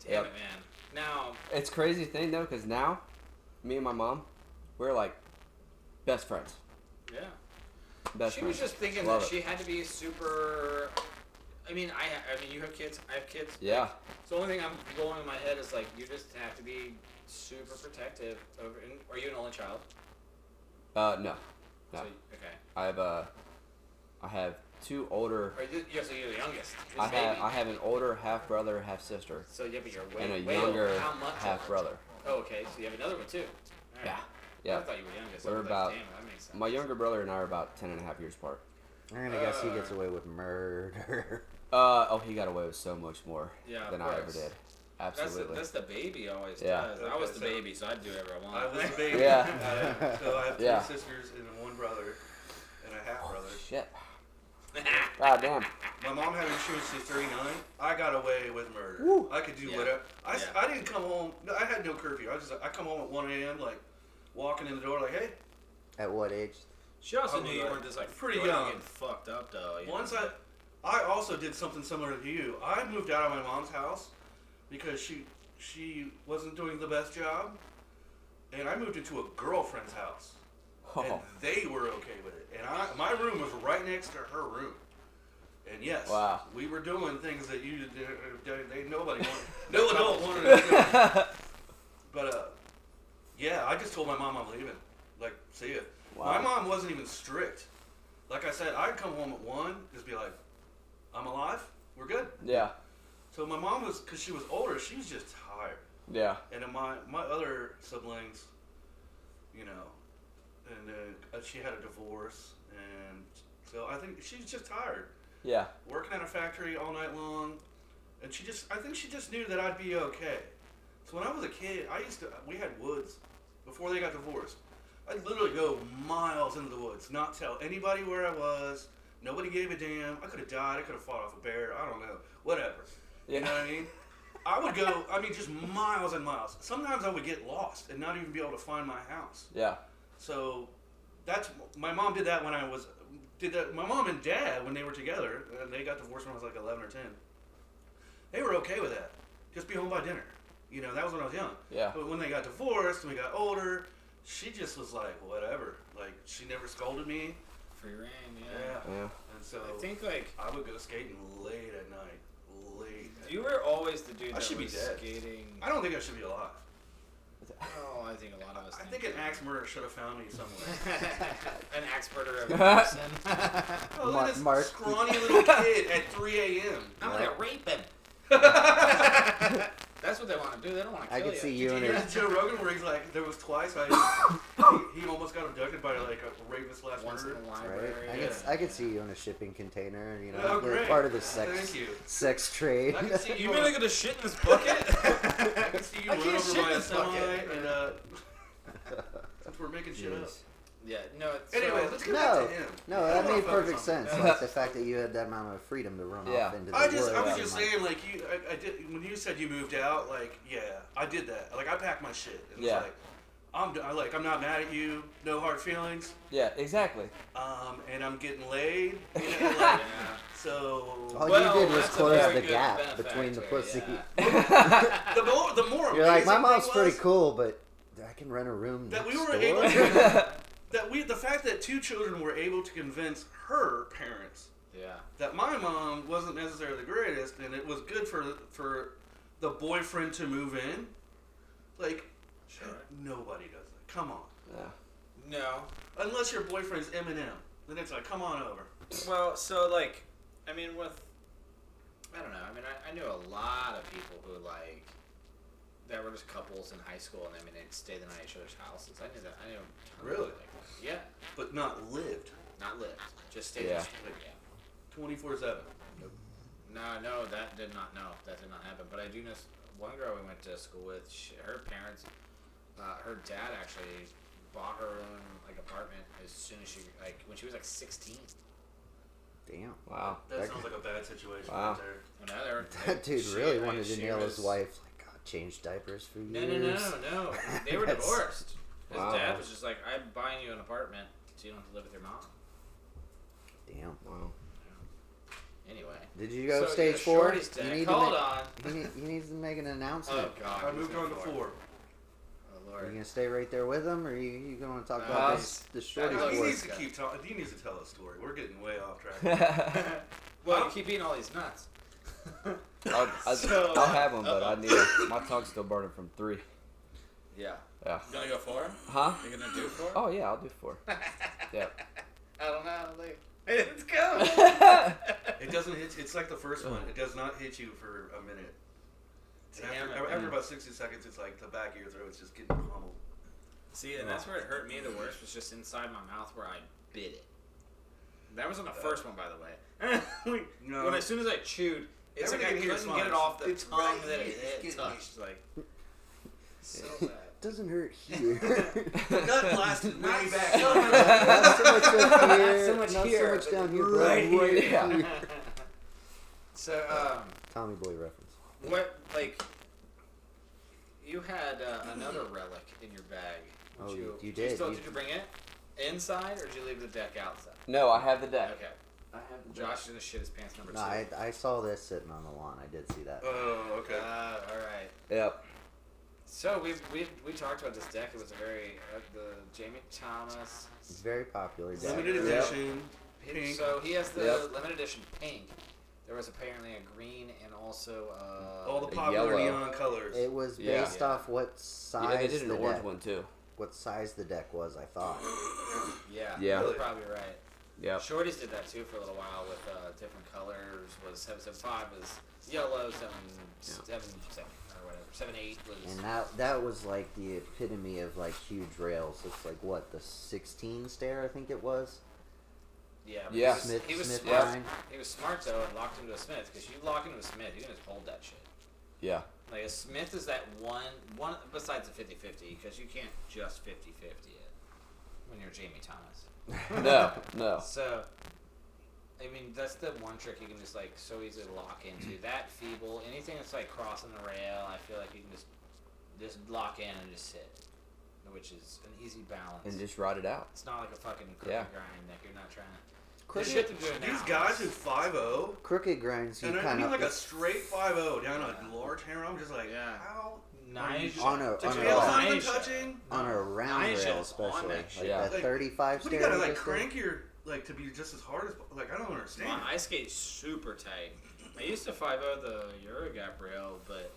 Speaker 2: Damn
Speaker 3: Yep.
Speaker 2: it, man. Now,
Speaker 3: It's crazy thing though, cause now, me and my mom, we're like best friends.
Speaker 2: yeah.
Speaker 3: Best
Speaker 2: she
Speaker 3: friends.
Speaker 2: was just thinking
Speaker 3: Love
Speaker 2: that
Speaker 3: it.
Speaker 2: she had to be super. I mean, I, ha- I mean, you have kids. I have kids.
Speaker 3: yeah.
Speaker 2: So the only thing I'm going in my head is like, you just have to be super protective over. And are you an only child?
Speaker 3: Uh, no,
Speaker 2: So,
Speaker 3: No.
Speaker 2: okay.
Speaker 3: I have uh, I have two older
Speaker 2: Are you? You're, so you're the youngest.
Speaker 3: I
Speaker 2: This
Speaker 3: have
Speaker 2: baby.
Speaker 3: I have an older half brother, half sister,
Speaker 2: So yeah, but you're way,
Speaker 3: and a
Speaker 2: way
Speaker 3: younger
Speaker 2: older. How much
Speaker 3: half
Speaker 2: older?
Speaker 3: brother.
Speaker 2: Oh, okay. So you have another one too. All
Speaker 3: Yeah,
Speaker 2: right. I
Speaker 3: yeah.
Speaker 2: thought you were youngest.
Speaker 3: We're
Speaker 2: I was like,
Speaker 3: about-
Speaker 2: Damn, that makes sense.
Speaker 3: My younger brother and I are about ten and a half years apart.
Speaker 5: I'm gonna guess he
Speaker 2: Uh.
Speaker 5: gets away with murder.
Speaker 3: Uh oh, he got away with so much more
Speaker 2: Yeah, of
Speaker 3: than I ever
Speaker 2: course.
Speaker 3: did.
Speaker 2: That's the,
Speaker 3: Absolutely.
Speaker 2: that's the baby always
Speaker 3: Yeah.
Speaker 2: does. I was
Speaker 4: Okay,
Speaker 2: the
Speaker 4: so-
Speaker 2: baby, so I'd do whatever I
Speaker 4: I
Speaker 2: want.
Speaker 4: was a baby.
Speaker 3: Yeah.
Speaker 4: I- so I have three
Speaker 3: Yeah.
Speaker 4: sisters and one brother and a half brother.
Speaker 3: Shit. God damn.
Speaker 4: My mom had insurance since 39. I got away with murder.
Speaker 3: Woo.
Speaker 4: I could do
Speaker 2: Yeah.
Speaker 4: whatever. I, s-
Speaker 2: Yeah.
Speaker 4: I didn't come home. no, I had no curfew. I just I come home at 1 a.m. like walking in the door like hey.
Speaker 5: At what age?
Speaker 2: she also
Speaker 4: Oh,
Speaker 2: knew you
Speaker 4: yeah.
Speaker 2: weren't just like
Speaker 4: Pretty
Speaker 2: going out
Speaker 4: young.
Speaker 2: and getting fucked up though. you
Speaker 4: Once
Speaker 2: know?
Speaker 4: I I also did something similar to you. I moved out of my mom's house because she she wasn't doing the best job, and I moved into a girlfriend's house. and
Speaker 3: Oh,
Speaker 4: they were okay with it. And I, my room was right next to her room. And yes,
Speaker 3: Wow.
Speaker 4: we were doing things that you did. They, nobody wanted, no adult wanted to do. But uh, yeah, I just told my mom I'm leaving. Like, see ya.
Speaker 3: Wow.
Speaker 4: My mom wasn't even strict. Like I said, I'd come home at one, just be like, I'm alive, we're good.
Speaker 3: yeah,
Speaker 4: So my mom was, cause she was older, she was just tired.
Speaker 3: yeah.
Speaker 4: And then my my other siblings, you know, and uh, she had a divorce, and so I think she's just tired
Speaker 3: Yeah,
Speaker 4: working at a factory all night long, and she just I think she just knew that I'd be okay. So when I was a kid, I used to we had woods before they got divorced. I'd literally go miles into the woods, not tell anybody where I was. Nobody gave a damn. I could have died. I could have fought off a bear. I don't know. Whatever. You know
Speaker 3: yeah,
Speaker 4: what I mean? I would go, I mean, just miles and miles. Sometimes I would get lost and not even be able to find my house.
Speaker 3: yeah.
Speaker 4: So that's my mom did that when I was did that. My mom and dad when they were together, and they got divorced when I was like eleven or ten. They were okay with that. Just be home by dinner. You know, that was when I was young.
Speaker 3: Yeah.
Speaker 4: But when they got divorced and we got older, she just was like, whatever. Like she never scolded me.
Speaker 2: Free reign,
Speaker 4: Yeah.
Speaker 2: yeah.
Speaker 3: Yeah.
Speaker 4: And so
Speaker 2: I think like
Speaker 4: I would go skating late at night. Late. At
Speaker 2: you
Speaker 4: night.
Speaker 2: were always the dude
Speaker 4: I
Speaker 2: that
Speaker 4: should be
Speaker 2: was
Speaker 4: dead.
Speaker 2: skating.
Speaker 4: I don't think I should be alive.
Speaker 2: Oh, I think a lot of us.
Speaker 4: I think an axe murderer should have found me somewhere.
Speaker 2: an expert or a person.
Speaker 4: Oh, look
Speaker 3: Mar-
Speaker 4: at this
Speaker 3: Mark-
Speaker 4: scrawny little kid at 3 a.m.
Speaker 2: I'm gonna rape him. That's what they want to do. They don't want to
Speaker 5: I
Speaker 2: kill
Speaker 5: could
Speaker 2: you.
Speaker 5: see you in
Speaker 4: Yeah,
Speaker 5: a
Speaker 4: Joe Rogan, where he's like, there was twice I, he, he almost got abducted by like a rapist last
Speaker 2: Once in
Speaker 4: murder.
Speaker 2: a
Speaker 5: right.
Speaker 2: library.
Speaker 5: I could I could see you in a shipping container. You know,
Speaker 4: Oh,
Speaker 5: we're
Speaker 4: great.
Speaker 5: part of the sex
Speaker 4: Thank you.
Speaker 5: sex trade.
Speaker 4: I can see
Speaker 2: You
Speaker 4: you.
Speaker 2: mean
Speaker 4: uh,
Speaker 2: I got to shit in this bucket?
Speaker 4: I can see you
Speaker 2: I
Speaker 4: run
Speaker 2: can't
Speaker 4: over
Speaker 2: shit
Speaker 4: by a
Speaker 2: this
Speaker 4: semi,
Speaker 2: bucket.
Speaker 4: and uh, since we're making shit up.
Speaker 5: Jeez.
Speaker 2: yeah. No. It's
Speaker 4: Anyway,
Speaker 2: so,
Speaker 4: let's get
Speaker 5: No,
Speaker 4: back to him.
Speaker 5: no, that
Speaker 4: Come on,
Speaker 5: made
Speaker 4: focus
Speaker 5: perfect
Speaker 4: on him.
Speaker 5: sense. Like the fact that you had that amount of freedom to run
Speaker 3: Yeah.
Speaker 5: off into the
Speaker 4: I just,
Speaker 5: woods.
Speaker 4: I was
Speaker 5: and,
Speaker 4: just
Speaker 5: like,
Speaker 4: saying, like you, I, I did when you said you moved out, like yeah, I did that. Like I packed my shit. And
Speaker 3: Yeah.
Speaker 4: It's like, I'm, d- I like, I'm not mad at you. No hard feelings.
Speaker 3: Yeah, exactly.
Speaker 4: Um, and I'm getting laid. You know, like,
Speaker 5: All
Speaker 4: so
Speaker 2: Well,
Speaker 5: you did was
Speaker 2: that's a
Speaker 5: close
Speaker 2: very
Speaker 5: the
Speaker 2: good
Speaker 5: gap between the
Speaker 2: benefactor,
Speaker 5: pussy.
Speaker 2: yeah.
Speaker 4: the more, the more
Speaker 5: You're like, my
Speaker 4: amazing
Speaker 5: mom's
Speaker 4: thing
Speaker 5: pretty
Speaker 4: was-
Speaker 5: cool, but I can rent a room
Speaker 4: That we
Speaker 5: next
Speaker 4: were able
Speaker 5: door."
Speaker 4: to- that we the fact that two children were able to convince her parents
Speaker 2: yeah.
Speaker 4: that my mom wasn't necessarily the greatest and it was good for for the boyfriend to move in like
Speaker 2: Sure.
Speaker 4: nobody does that come on
Speaker 3: Yeah.
Speaker 2: No.
Speaker 4: unless your boyfriend's eminem then it's like come on over
Speaker 2: Well, so like, I mean, with I don't know. I mean, I, I knew a lot of people who like that were just couples in high school, and I mean, they'd stay the night at each other's houses. I knew that. I knew. a ton of
Speaker 4: Really?
Speaker 2: people Like that. Yeah.
Speaker 4: but not lived
Speaker 2: Not lived. Just stayed.
Speaker 3: Yeah.
Speaker 2: Yeah. yeah.
Speaker 4: 24-7
Speaker 2: No, no, that did not. No, that did not happen. But I do know s- one girl we went to school with. She, her parents, uh, her dad actually bought her own like apartment as soon as she like when she was like 16.
Speaker 5: Damn.
Speaker 3: Wow.
Speaker 4: that
Speaker 5: That
Speaker 4: sounds like a bad situation
Speaker 3: Wow.
Speaker 4: right there
Speaker 2: You know, they were-
Speaker 5: That dude
Speaker 2: she-
Speaker 5: really
Speaker 2: like,
Speaker 5: wanted to
Speaker 2: she
Speaker 5: nail his
Speaker 2: was-
Speaker 5: wife. Like, God, change diapers for
Speaker 2: No,
Speaker 5: years.
Speaker 2: no, no, no. They were
Speaker 5: That's-
Speaker 2: divorced. His
Speaker 3: Wow.
Speaker 2: dad was just like, "I'm buying you an apartment, so you don't have to live with your mom."
Speaker 5: Damn.
Speaker 3: Wow.
Speaker 2: Anyway.
Speaker 5: Did you go
Speaker 2: So,
Speaker 5: stage
Speaker 2: yeah,
Speaker 5: four?
Speaker 2: Shorty's
Speaker 5: You
Speaker 2: dad
Speaker 5: need, to
Speaker 2: called
Speaker 5: make,
Speaker 2: on.
Speaker 5: you, need, you need to make an announcement.
Speaker 2: Oh God.
Speaker 4: i
Speaker 2: he's
Speaker 4: moved
Speaker 2: got
Speaker 4: on to four
Speaker 2: Oh
Speaker 5: Are you
Speaker 2: Lord.
Speaker 5: gonna stay right there with him, or are you, you gonna talk
Speaker 2: No,
Speaker 5: about
Speaker 2: I'll-
Speaker 5: this, the
Speaker 2: I'll-
Speaker 5: shorty
Speaker 4: No,
Speaker 2: I'll-
Speaker 4: he
Speaker 2: Lord.
Speaker 4: needs to keep talking he needs to tell a story we're getting way off track
Speaker 3: I'll,
Speaker 2: Well, you keep eating all these nuts.
Speaker 3: I'll,
Speaker 2: So- uh,
Speaker 3: I'll have one, but I need a, my tongue's still burning from three.
Speaker 2: Yeah.
Speaker 3: Yeah.
Speaker 2: You gonna go four?
Speaker 3: Huh?
Speaker 2: You gonna do four?
Speaker 3: Oh yeah, I'll do four. Yeah.
Speaker 2: I don't know. Like, let's go.
Speaker 4: It doesn't hit. It's like the first one. It does not hit you for a minute. And
Speaker 2: Damn
Speaker 4: after,
Speaker 2: it,
Speaker 4: after
Speaker 2: man.
Speaker 4: about sixty seconds, it's like the back of your throat's just getting pummeled.
Speaker 2: See, and that's where it hurt me the worst was just inside my mouth where I bit it. That was on the first one, by the way. Like,
Speaker 4: No.
Speaker 2: When as soon as I chewed, it's like I
Speaker 4: Everything
Speaker 2: couldn't
Speaker 4: here is
Speaker 2: get
Speaker 4: fine.
Speaker 2: it off the
Speaker 4: It's
Speaker 2: tongue
Speaker 4: right
Speaker 2: that
Speaker 4: here.
Speaker 2: it,
Speaker 4: It's
Speaker 2: it touched. Like, so bad.
Speaker 5: Doesn't hurt here.
Speaker 4: Nut blasted way back.
Speaker 2: so
Speaker 4: up.
Speaker 2: much.
Speaker 5: not so much up here.
Speaker 2: so much
Speaker 5: not
Speaker 2: here, but
Speaker 5: so much down here, but
Speaker 2: right
Speaker 5: right,
Speaker 2: here.
Speaker 5: here.
Speaker 2: So, um,
Speaker 5: Tommy Boy reference.
Speaker 2: what, like, you had uh, another relic in your bag. Would
Speaker 5: Oh,
Speaker 2: you,
Speaker 5: you- you did,
Speaker 2: still,
Speaker 5: you-
Speaker 2: did you bring it inside, or did you leave the deck outside?
Speaker 3: No, I have the deck.
Speaker 2: Okay. I have the Josh is gonna shit his pants number
Speaker 5: No,
Speaker 2: two.
Speaker 5: I, I saw this sitting on the lawn. I did see that.
Speaker 4: Oh, okay.
Speaker 2: Uh, all right.
Speaker 3: Yep.
Speaker 2: So we we we talked about this deck. It was a very uh, the Jamie Thomas.
Speaker 5: It's very popular. Dad.
Speaker 4: Limited
Speaker 3: Yep.
Speaker 4: edition. Pink.
Speaker 2: So he has the
Speaker 3: Yep.
Speaker 2: limited edition pink. There was apparently a green and also uh,
Speaker 4: All the
Speaker 3: the
Speaker 4: popular
Speaker 3: yellow.
Speaker 4: neon colors.
Speaker 5: It was
Speaker 3: Yeah.
Speaker 5: based off what size
Speaker 3: Yeah, they did an
Speaker 5: the
Speaker 3: orange
Speaker 5: deck,
Speaker 3: one too.
Speaker 5: what size the deck was. I thought.
Speaker 2: yeah
Speaker 3: Yeah.
Speaker 2: you're probably right.
Speaker 3: Yep.
Speaker 2: Shorties did that too for a little while with uh, different colors. Was seven seven five was yellow. Seven seven seven or whatever. Seven eight was
Speaker 5: And that that was like the epitome of like huge rails. It's like what the 16 stair I think it was.
Speaker 2: yeah. but He
Speaker 3: Yeah.
Speaker 2: was,
Speaker 5: Smith
Speaker 2: he was
Speaker 5: Smith
Speaker 2: smart.
Speaker 5: line.
Speaker 2: He was smart though and locked into a Smith because you lock into a Smith, you can just hold that shit.
Speaker 3: Yeah.
Speaker 2: Like a Smith is that one one besides the 50-50 because you can't just 50-50 it when you're Jamie Thomas.
Speaker 3: No.
Speaker 5: Oh.
Speaker 3: No.
Speaker 2: So I mean that's the one trick you can just like so easily lock into. That feeble, anything that's like crossing the rail, I feel like you can just just lock in and just sit. Nobody which is an easy balance.
Speaker 3: and just rot it out.
Speaker 2: it's not like a fucking crooked
Speaker 3: Yeah.
Speaker 2: grind that you're not trying to. The
Speaker 5: Crooked,
Speaker 2: shit they're doing
Speaker 4: These
Speaker 2: now
Speaker 4: guys
Speaker 2: is-
Speaker 4: who 5 0,
Speaker 5: crooked grinds, you
Speaker 4: and I
Speaker 5: kind
Speaker 4: mean
Speaker 5: of
Speaker 4: like a straight 5 0 down a large hammer. I'm just like,
Speaker 6: Yeah.
Speaker 4: how?
Speaker 2: Nigel.
Speaker 5: on a
Speaker 4: The
Speaker 5: on a,
Speaker 4: tail's not even
Speaker 6: Nice.
Speaker 4: touching.
Speaker 5: on a round
Speaker 6: Nigel's
Speaker 5: rail
Speaker 6: on
Speaker 5: especially,
Speaker 6: that
Speaker 5: like
Speaker 6: shit.
Speaker 3: Yeah.
Speaker 5: that
Speaker 4: Like,
Speaker 5: thirty five
Speaker 4: What do
Speaker 5: stair.
Speaker 4: you gotta
Speaker 5: you
Speaker 4: like
Speaker 5: just did?
Speaker 4: crank your, like to be just as hard as, like, I don't understand.
Speaker 2: My ice skate's super tight. I used to 5 the Eurogap rail, but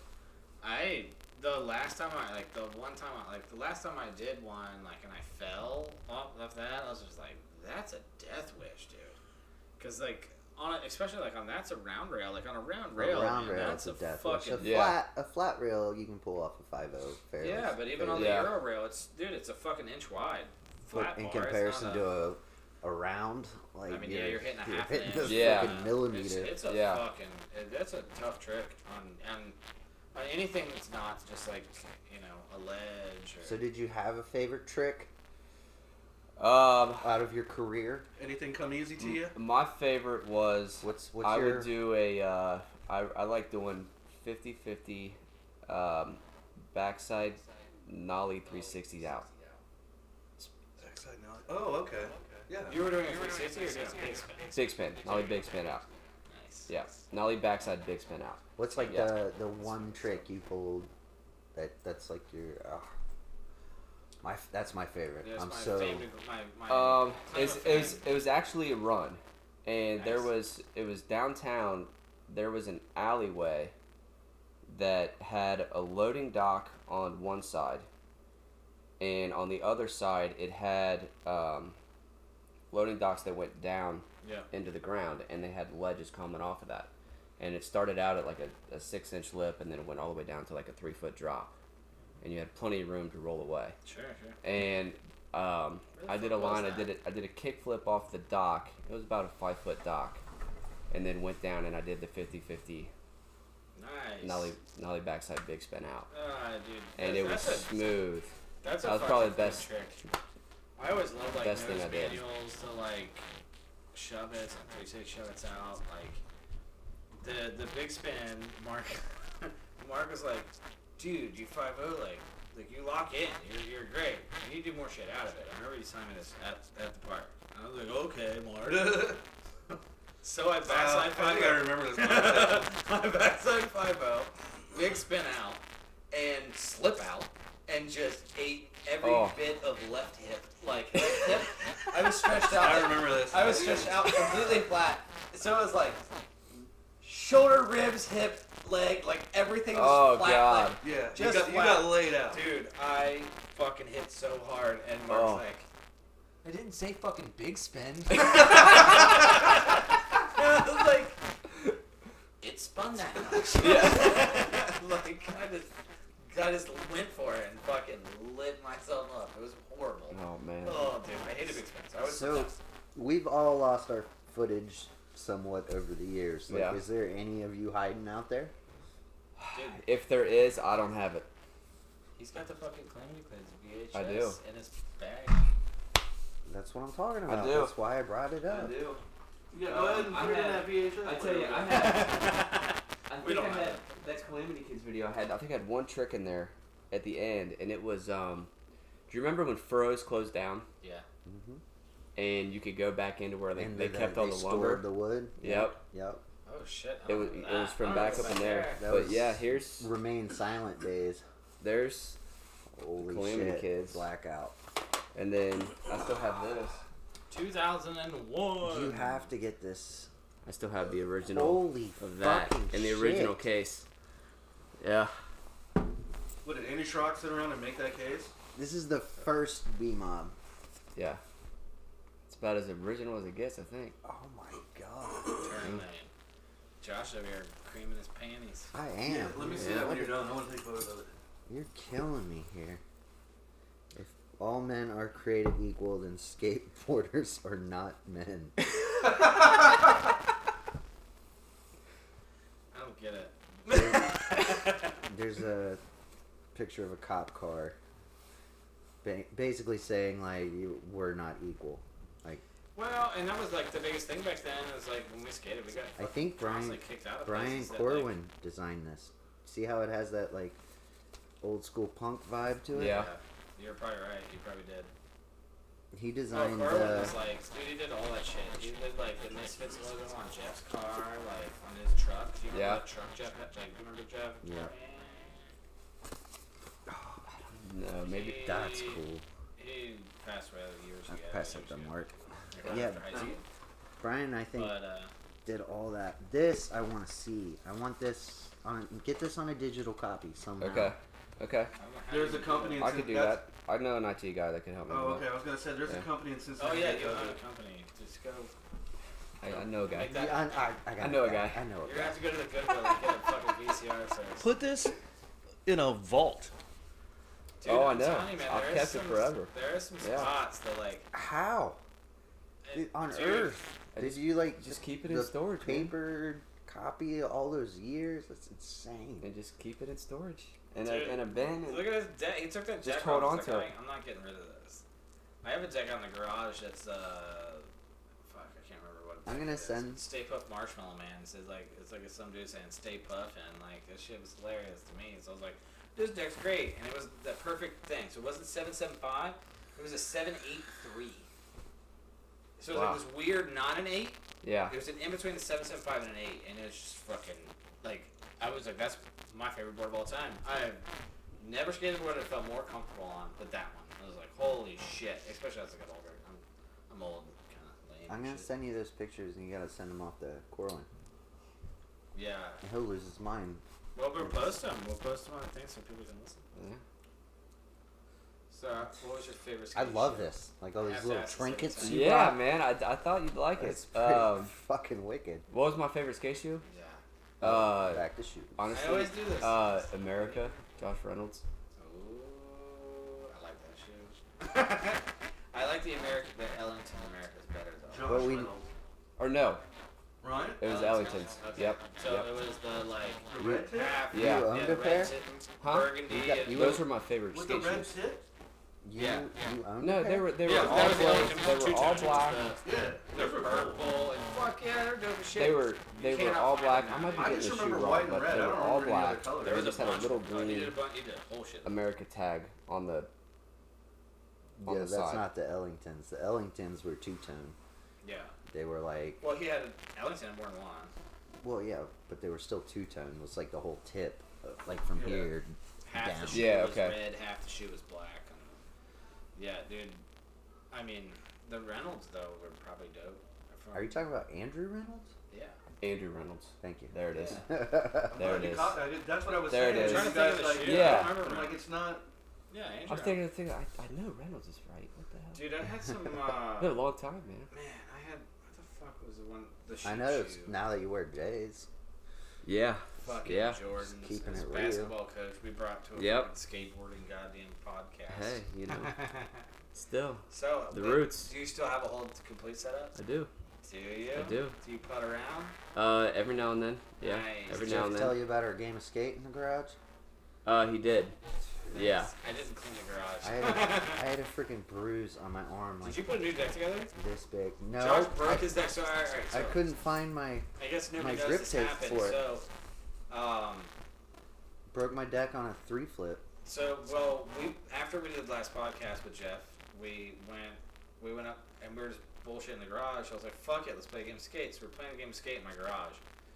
Speaker 2: I the last time I like the one time I like the last time I did one like and I fell off of that I was just like that's a death wish, dude. Cause like on a, especially like on that's a round rail like on a round rail,
Speaker 5: a round
Speaker 2: man,
Speaker 5: rail
Speaker 2: that's
Speaker 5: is
Speaker 2: a,
Speaker 5: a death wish.
Speaker 2: fucking
Speaker 5: A
Speaker 3: Yeah.
Speaker 5: flat a flat rail you can pull off a five zero fairly.
Speaker 2: yeah. But even on
Speaker 5: fairly
Speaker 2: the
Speaker 3: Yeah.
Speaker 2: Euro rail, it's dude, it's a fucking inch wide. Flat
Speaker 5: But in
Speaker 2: bar, it's
Speaker 5: comparison
Speaker 2: not
Speaker 5: to a, a round, like
Speaker 2: I mean, yeah, you're hitting a half
Speaker 5: hitting
Speaker 2: inch.
Speaker 5: the
Speaker 3: Yeah.
Speaker 5: fucking millimeter.
Speaker 2: It's, it's a
Speaker 3: Yeah.
Speaker 2: fucking. uh, That's a tough trick on on, on anything that's not just like you know a ledge. Or,
Speaker 5: so did you have a favorite trick
Speaker 3: Um,
Speaker 5: out of your career?
Speaker 4: Anything come easy
Speaker 5: Mm.
Speaker 4: to you?
Speaker 3: my favorite was
Speaker 5: What's what's
Speaker 3: I
Speaker 5: your
Speaker 3: would do a. Uh, I I like doing 50-50 um, backside nollie 360 out.
Speaker 4: Backside knowledge. Oh, okay. Yeah.
Speaker 2: you were doing a 360 or just big spin?
Speaker 3: Big spin, nollie big spin out.
Speaker 2: Nice.
Speaker 3: Yeah, nollie backside big spin out.
Speaker 5: what's like
Speaker 3: yeah.
Speaker 5: the the one trick you pulled that that's like your uh, my f- that's my favorite.
Speaker 2: That's
Speaker 5: I'm
Speaker 2: my
Speaker 5: so
Speaker 2: favorite. My, my
Speaker 3: Um, it's, it was it was actually a run, and there
Speaker 2: Nice.
Speaker 3: was it was downtown. There was an alleyway that had a loading dock on one side, and on the other side it had um, loading docks that went down
Speaker 2: Yeah.
Speaker 3: into the ground, and they had ledges coming off of that. And it started out at like a, a six inch lip, and then it went all the way down to like a three foot drop, and you had plenty of room to roll away
Speaker 2: Sure, sure.
Speaker 3: and um,
Speaker 2: Where the
Speaker 3: I did a
Speaker 2: fuck was
Speaker 3: line. I
Speaker 2: that?
Speaker 3: did it. I did a kickflip off the dock. It was about a five foot dock, and then went down and I did the 50-50
Speaker 2: Nice.
Speaker 3: nollie nollie backside big spin out,
Speaker 2: Ah, dude.
Speaker 3: and
Speaker 2: that-
Speaker 3: it was
Speaker 2: that's a,
Speaker 3: smooth.
Speaker 2: That's
Speaker 3: that
Speaker 2: a
Speaker 3: was probably
Speaker 2: fucking
Speaker 3: the best-
Speaker 2: good trick. I always love like
Speaker 3: best thing
Speaker 2: nose
Speaker 3: I did.
Speaker 2: manuals to like shove it, like say shove it's out. Like the the big spin, Mark. Mark was like, dude, you five zero like like you lock in, you're you're great. You need to do more shit out of it. I remember you signed me this at at the park. And I was like, okay, Mark. so I
Speaker 4: Wow,
Speaker 2: backside
Speaker 4: Uh, I
Speaker 2: five
Speaker 4: think I
Speaker 2: zero.
Speaker 4: remember this. one.
Speaker 2: My backside 5 big spin out, and slip out, and just ate every
Speaker 3: Oh.
Speaker 2: bit of left hip. Like, left hip. I was stretched out.
Speaker 4: I remember this.
Speaker 2: I was stretched out completely flat. So it was like shoulder, ribs, hip, leg, like everything was
Speaker 3: Oh,
Speaker 2: flat.
Speaker 3: God.
Speaker 2: like-
Speaker 4: Yeah, you
Speaker 2: Just
Speaker 4: got, you
Speaker 2: wow.
Speaker 4: got laid out.
Speaker 2: dude, I fucking hit so hard, and Mark's
Speaker 3: Oh.
Speaker 2: like, I didn't say fucking big spin. I was like, it spun that much. like, I just, I just went for it and fucking lit myself up. It was horrible.
Speaker 3: Oh man.
Speaker 2: Oh, dude, I hated big spins. I was
Speaker 5: So- we've all lost our footage somewhat over the years. Like
Speaker 3: Yeah.
Speaker 5: is there any of you hiding out there?
Speaker 2: dude,
Speaker 3: If there is, I don't have it.
Speaker 2: he's got the fucking calamity cleanse VHS
Speaker 3: I do.
Speaker 2: in his bag.
Speaker 5: That's what I'm talking about.
Speaker 3: do.
Speaker 5: That's why I brought it up.
Speaker 3: do.
Speaker 4: Yeah,
Speaker 3: go ahead and put it in that
Speaker 4: VHS.
Speaker 3: I tell you, I
Speaker 2: had.
Speaker 3: I
Speaker 2: We
Speaker 3: think
Speaker 2: don't
Speaker 3: I
Speaker 2: have
Speaker 3: had that Calamity Kids video. I had I think I had one trick in there at the end, and it was um. Do you remember when furrows closed down
Speaker 2: yeah.
Speaker 3: and you could go back into where they,
Speaker 5: And
Speaker 3: they
Speaker 5: the-
Speaker 3: kept
Speaker 5: they
Speaker 3: all the
Speaker 5: stored
Speaker 3: lumber?
Speaker 5: the wood.
Speaker 3: Yep.
Speaker 5: Yep.
Speaker 2: Oh shit. Oh, I
Speaker 3: It was,
Speaker 2: remember
Speaker 3: it was
Speaker 2: that.
Speaker 3: from
Speaker 2: I
Speaker 3: back up
Speaker 2: remember
Speaker 3: in there.
Speaker 2: that.
Speaker 5: That
Speaker 3: But
Speaker 5: was-
Speaker 3: yeah, here's
Speaker 5: Remain silent days.
Speaker 3: there's
Speaker 5: Holy
Speaker 3: Calamity
Speaker 5: shit.
Speaker 3: Kids.
Speaker 5: Blackout.
Speaker 3: and then I still have this.
Speaker 2: 2001. Oh,
Speaker 5: You have to get this.
Speaker 3: I still have the original
Speaker 5: Holy
Speaker 3: of that
Speaker 5: Oh, fucking
Speaker 3: in the original
Speaker 5: shit.
Speaker 3: case. Yeah.
Speaker 4: What did Andy Schrock sit around and make that case?
Speaker 5: This is the first B mob.
Speaker 3: Yeah. It's about as original as it gets, I think.
Speaker 5: Oh my god.
Speaker 2: Turn man. Josh over here creaming his panties.
Speaker 5: I am.
Speaker 4: Let me see
Speaker 5: Yeah.
Speaker 4: that when you're done. I want to take photos of it.
Speaker 5: You're killing me here. If all men are created equal, then skateboarders are not men.
Speaker 2: I don't get it.
Speaker 5: There's a picture of a cop car, ba- basically saying like you were not equal. Like
Speaker 2: Well, and that was like the biggest thing back then. Is like when we skated, we got
Speaker 5: I think
Speaker 2: constantly
Speaker 5: Brian
Speaker 2: kicked out of
Speaker 5: Brian
Speaker 2: places that,
Speaker 5: Corwin designed this. See how it has that like old school punk vibe to it?
Speaker 3: Yeah.
Speaker 2: Like, You're probably right. You probably did. Oh,
Speaker 5: He designed
Speaker 2: Carlin
Speaker 5: uh,
Speaker 2: was like, dude, he did all that shit. He did like the Misfits logo on Jeff's car, like on his truck. Do you remember
Speaker 3: Yeah.
Speaker 2: that truck Jeff had? Like, do you remember Jeff?
Speaker 5: Yeah.
Speaker 3: No, maybe.
Speaker 5: that's cool.
Speaker 2: He passed away years ago.
Speaker 5: I've passed up
Speaker 2: years
Speaker 5: the
Speaker 2: ago.
Speaker 5: mark.
Speaker 2: Right
Speaker 5: Yeah,
Speaker 2: after high school.
Speaker 5: Brian, I think
Speaker 2: But uh,
Speaker 5: did all that. This I want to see. I want this on. Get this on a digital copy somehow.
Speaker 3: Okay. Okay.
Speaker 2: I'm happy
Speaker 4: There's a
Speaker 2: to do
Speaker 4: company in
Speaker 3: I could do
Speaker 4: that's-
Speaker 3: that. I know an IT guy that can help me.
Speaker 4: Oh,
Speaker 3: with
Speaker 4: okay. I was gonna say there's
Speaker 3: Yeah.
Speaker 4: a company in
Speaker 2: that. Oh
Speaker 4: Cincinnati.
Speaker 2: yeah,
Speaker 4: that
Speaker 2: you
Speaker 4: does
Speaker 2: own a
Speaker 4: it.
Speaker 2: company. Just go.
Speaker 3: that. I, I know a guy.
Speaker 2: Make
Speaker 5: Yeah,
Speaker 2: that.
Speaker 5: I, I, I, got
Speaker 3: I know a
Speaker 5: it.
Speaker 3: guy.
Speaker 5: I know
Speaker 2: You're
Speaker 5: a
Speaker 2: gonna
Speaker 5: guy.
Speaker 2: have to go to the Goodwill and get a fucking VCR first.
Speaker 8: Put this in a vault.
Speaker 2: Dude,
Speaker 3: Oh, I
Speaker 2: I'm
Speaker 3: know.
Speaker 2: telling You, man,
Speaker 3: I've
Speaker 2: there is
Speaker 3: kept it
Speaker 2: some-
Speaker 3: forever.
Speaker 2: There are some
Speaker 3: Yeah.
Speaker 2: spots that like
Speaker 5: How? Dude, on
Speaker 2: Dude,
Speaker 5: Earth.
Speaker 3: I
Speaker 5: Did
Speaker 3: just-
Speaker 5: you like
Speaker 3: just keep it in
Speaker 5: the
Speaker 3: storage, man.
Speaker 5: Paper copy of all those years. That's insane.
Speaker 3: And just keep it in storage. In a,
Speaker 2: Dude,
Speaker 3: in a bin. and-
Speaker 2: Look at his deck. He took that
Speaker 3: Just
Speaker 2: deck
Speaker 3: hold
Speaker 2: off.
Speaker 3: on
Speaker 2: He's
Speaker 3: to
Speaker 2: like,
Speaker 3: it.
Speaker 2: "I- I'm not getting rid of this. I have a deck on the garage that's uh, fuck, I can't remember what.
Speaker 5: I'm
Speaker 2: deck
Speaker 5: gonna
Speaker 2: it is.
Speaker 5: send-
Speaker 2: Stay Puff Marshmallow Man. It's like it's like some dude saying Stay Puff, and like this shit was hilarious to me. So I was like, this deck's great, and it was the perfect thing. So it wasn't seven seven five. It was a seven eight three. So it was
Speaker 3: Wow.
Speaker 2: like this weird, not an eight.
Speaker 3: Yeah.
Speaker 2: It was an in between the seven seven five and an eight, and it was just fucking like I was like, that's my favorite board of all time. I've never skated a board I felt more comfortable on than that one. I was like, holy shit! Especially as I got older. I'm, I'm old, kind of lame.
Speaker 5: I'm
Speaker 2: and
Speaker 5: gonna
Speaker 2: shit.
Speaker 5: send you those pictures, and you gotta send them off to Corlin.
Speaker 2: Yeah.
Speaker 5: And he'll lose his mind.
Speaker 2: Well, we'll post them. We'll post them on the thing so people can listen.
Speaker 3: Yeah.
Speaker 2: So, what was your favorite?
Speaker 5: I
Speaker 2: skate
Speaker 5: love
Speaker 2: shit?
Speaker 5: this. Like all
Speaker 2: I
Speaker 5: these
Speaker 2: have to
Speaker 5: little
Speaker 2: ask the same
Speaker 5: trinkets.
Speaker 2: thing.
Speaker 5: you
Speaker 3: Yeah,
Speaker 5: got.
Speaker 3: man. I, I thought you'd like it.
Speaker 5: It's pretty
Speaker 3: Um,
Speaker 5: fucking wicked.
Speaker 3: what was my favorite skate shoe?
Speaker 2: Yeah.
Speaker 3: Uh,
Speaker 5: Back to shoot.
Speaker 3: honestly,
Speaker 2: I always do this.
Speaker 3: uh, America. Josh Reynolds.
Speaker 2: Ooh, I like that shoe. I like the American, the Ellington America's better though.
Speaker 4: Josh
Speaker 5: But we-
Speaker 4: Reynolds.
Speaker 3: Or no,
Speaker 4: Right?
Speaker 3: it was Ellington's.
Speaker 2: Oh, Okay.
Speaker 3: Yep.
Speaker 2: So
Speaker 3: yep.
Speaker 2: it was the like
Speaker 4: The red tip?
Speaker 2: half
Speaker 3: Yeah.
Speaker 5: You
Speaker 2: yeah,
Speaker 5: owned
Speaker 2: the
Speaker 5: a
Speaker 2: red
Speaker 5: pair?
Speaker 2: tip,
Speaker 3: Huh?
Speaker 2: burgundy.
Speaker 5: You got-
Speaker 2: and-
Speaker 5: you
Speaker 3: Those were my favorite
Speaker 4: With the
Speaker 3: skate
Speaker 4: red
Speaker 3: shoes.
Speaker 4: tip?
Speaker 5: You,
Speaker 2: Yeah.
Speaker 5: you owned
Speaker 3: No,
Speaker 5: a
Speaker 3: they
Speaker 5: pair?
Speaker 3: were they
Speaker 2: yeah, that
Speaker 3: were all
Speaker 2: was the
Speaker 3: black.
Speaker 2: Ellington
Speaker 3: They were
Speaker 2: two
Speaker 3: all
Speaker 2: tones,
Speaker 3: black.
Speaker 2: the-
Speaker 4: Yeah.
Speaker 2: They're
Speaker 4: Those were cool.
Speaker 2: purple and fuck yeah, they're dope as shit.
Speaker 3: They were
Speaker 2: You
Speaker 3: they were
Speaker 2: cannot
Speaker 3: all
Speaker 2: find them
Speaker 3: black.
Speaker 2: now.
Speaker 3: I might be
Speaker 4: I
Speaker 3: getting
Speaker 4: just
Speaker 3: the shoe
Speaker 4: remember
Speaker 3: wrong,
Speaker 4: white and
Speaker 3: but
Speaker 4: red.
Speaker 3: they
Speaker 4: I
Speaker 3: were
Speaker 4: don't
Speaker 3: all
Speaker 4: remember any other
Speaker 3: black.
Speaker 4: color.
Speaker 3: They
Speaker 4: There
Speaker 2: was
Speaker 3: just
Speaker 2: a
Speaker 3: had a
Speaker 2: bunch
Speaker 3: little
Speaker 2: of- oh, you did
Speaker 3: green
Speaker 2: a bun- you did a whole shit.
Speaker 3: America tag on the on
Speaker 5: Yeah,
Speaker 3: the
Speaker 5: that's
Speaker 3: side.
Speaker 5: not the Ellingtons. The Ellingtons were two tone.
Speaker 2: Yeah.
Speaker 5: They were like,
Speaker 2: Well, he had an Ellington and more than one.
Speaker 5: well, yeah, but they were still two tone. Was like the whole tip, uh, like from
Speaker 2: Yeah.
Speaker 5: here.
Speaker 2: Half
Speaker 5: Down.
Speaker 2: the shoe
Speaker 3: Yeah,
Speaker 2: was
Speaker 3: okay.
Speaker 2: red, half the shoe was black. and- Yeah, dude. I mean, the Reynolds though were probably dope.
Speaker 5: Are you talking about Andrew Reynolds?
Speaker 2: Yeah.
Speaker 3: Andrew Reynolds.
Speaker 5: Thank you.
Speaker 3: There it is.
Speaker 4: I'm
Speaker 3: There
Speaker 4: glad
Speaker 3: it
Speaker 4: you
Speaker 3: is.
Speaker 4: caught that. It- That's what I was
Speaker 3: There it
Speaker 4: saying.
Speaker 3: is.
Speaker 4: You
Speaker 3: Trying
Speaker 2: to think
Speaker 4: guys,
Speaker 2: of the
Speaker 4: like,
Speaker 2: shoe.
Speaker 3: Yeah.
Speaker 2: I don't remember
Speaker 4: I'm
Speaker 2: now.
Speaker 4: like, it's not.
Speaker 2: Yeah, Andrew.
Speaker 3: I was thinking of the thing. I, I know Reynolds is right. What the hell?
Speaker 2: Dude, I had some.
Speaker 3: It's
Speaker 2: Uh,
Speaker 3: been a long time, man.
Speaker 2: Man, I had what the fuck was the one the shoot
Speaker 5: I know. It's,
Speaker 2: shoe?
Speaker 5: now that you wear J's,
Speaker 3: Yeah.
Speaker 2: fucking
Speaker 3: yeah.
Speaker 2: Jordan's
Speaker 5: keeping
Speaker 2: his
Speaker 5: it real.
Speaker 2: basketball coach we brought to a fucking
Speaker 3: Yep.
Speaker 2: skateboarding goddamn podcast.
Speaker 3: Hey, you know. Still,
Speaker 2: so
Speaker 3: The
Speaker 2: but
Speaker 3: roots.
Speaker 2: Do you still have a whole complete setup?
Speaker 3: I do.
Speaker 2: Do you?
Speaker 3: I do.
Speaker 2: Do you putt around?
Speaker 3: Uh, every now and then. Yeah.
Speaker 2: Nice.
Speaker 3: Every
Speaker 5: did
Speaker 3: now
Speaker 5: Jeff
Speaker 3: and
Speaker 5: tell
Speaker 3: then.
Speaker 5: you about our game of skate in the garage?
Speaker 3: Uh, he did. Yeah.
Speaker 2: I didn't clean the
Speaker 5: I
Speaker 2: garage.
Speaker 5: had a, I had a freaking bruise on my arm like
Speaker 2: Did you put a new deck together?
Speaker 5: this big. No,
Speaker 2: Josh broke
Speaker 5: I,
Speaker 2: his deck. So all right, all right, so
Speaker 5: I couldn't find my
Speaker 2: I guess nobody
Speaker 5: my
Speaker 2: knows
Speaker 5: grip
Speaker 2: this
Speaker 5: tape
Speaker 2: happened.
Speaker 5: for it.
Speaker 2: So, um,
Speaker 5: broke my deck on a three flip.
Speaker 2: So, well, we after we did the last podcast with Jeff, we went we went up and we were just bullshitting in the garage. I was like, "Fuck it, let's play a game of skate." So we're playing a game of skate in my garage,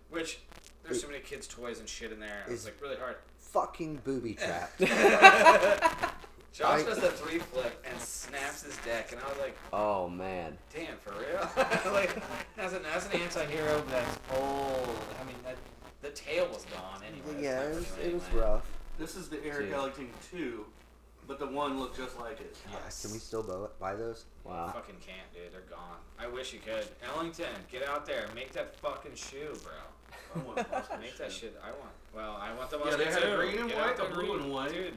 Speaker 2: which there's so many kids' toys and shit in there. It was
Speaker 5: Is-
Speaker 2: like really hard.
Speaker 5: Fucking booby trap.
Speaker 2: Josh
Speaker 5: I-
Speaker 2: does the three flip and snaps his deck, and I was like,
Speaker 3: Oh man.
Speaker 2: "Damn, for real!" like that's an that's an anti-hero, but that's old. I mean, that, the tail was gone anyway. It's
Speaker 5: yeah,
Speaker 2: not
Speaker 5: it was,
Speaker 2: really
Speaker 5: it was
Speaker 2: anyway.
Speaker 5: rough.
Speaker 4: This is the Eric
Speaker 3: Yeah.
Speaker 4: Ellington 2, but the one looked just like it.
Speaker 2: Yes.
Speaker 5: Can we still bu- buy those?
Speaker 3: Wow.
Speaker 2: Fucking can't, dude. They're gone. I wish you could. Ellington, get out there. Make that fucking shoe, bro.
Speaker 4: I want Boston
Speaker 2: Make that
Speaker 4: shoe.
Speaker 2: shit. I want. Well, I want the
Speaker 4: Yeah, they
Speaker 2: Boston
Speaker 4: had a
Speaker 2: too.
Speaker 4: green and
Speaker 2: Get
Speaker 4: white,
Speaker 2: out the
Speaker 4: a blue
Speaker 2: green-
Speaker 4: and white.
Speaker 2: Dude,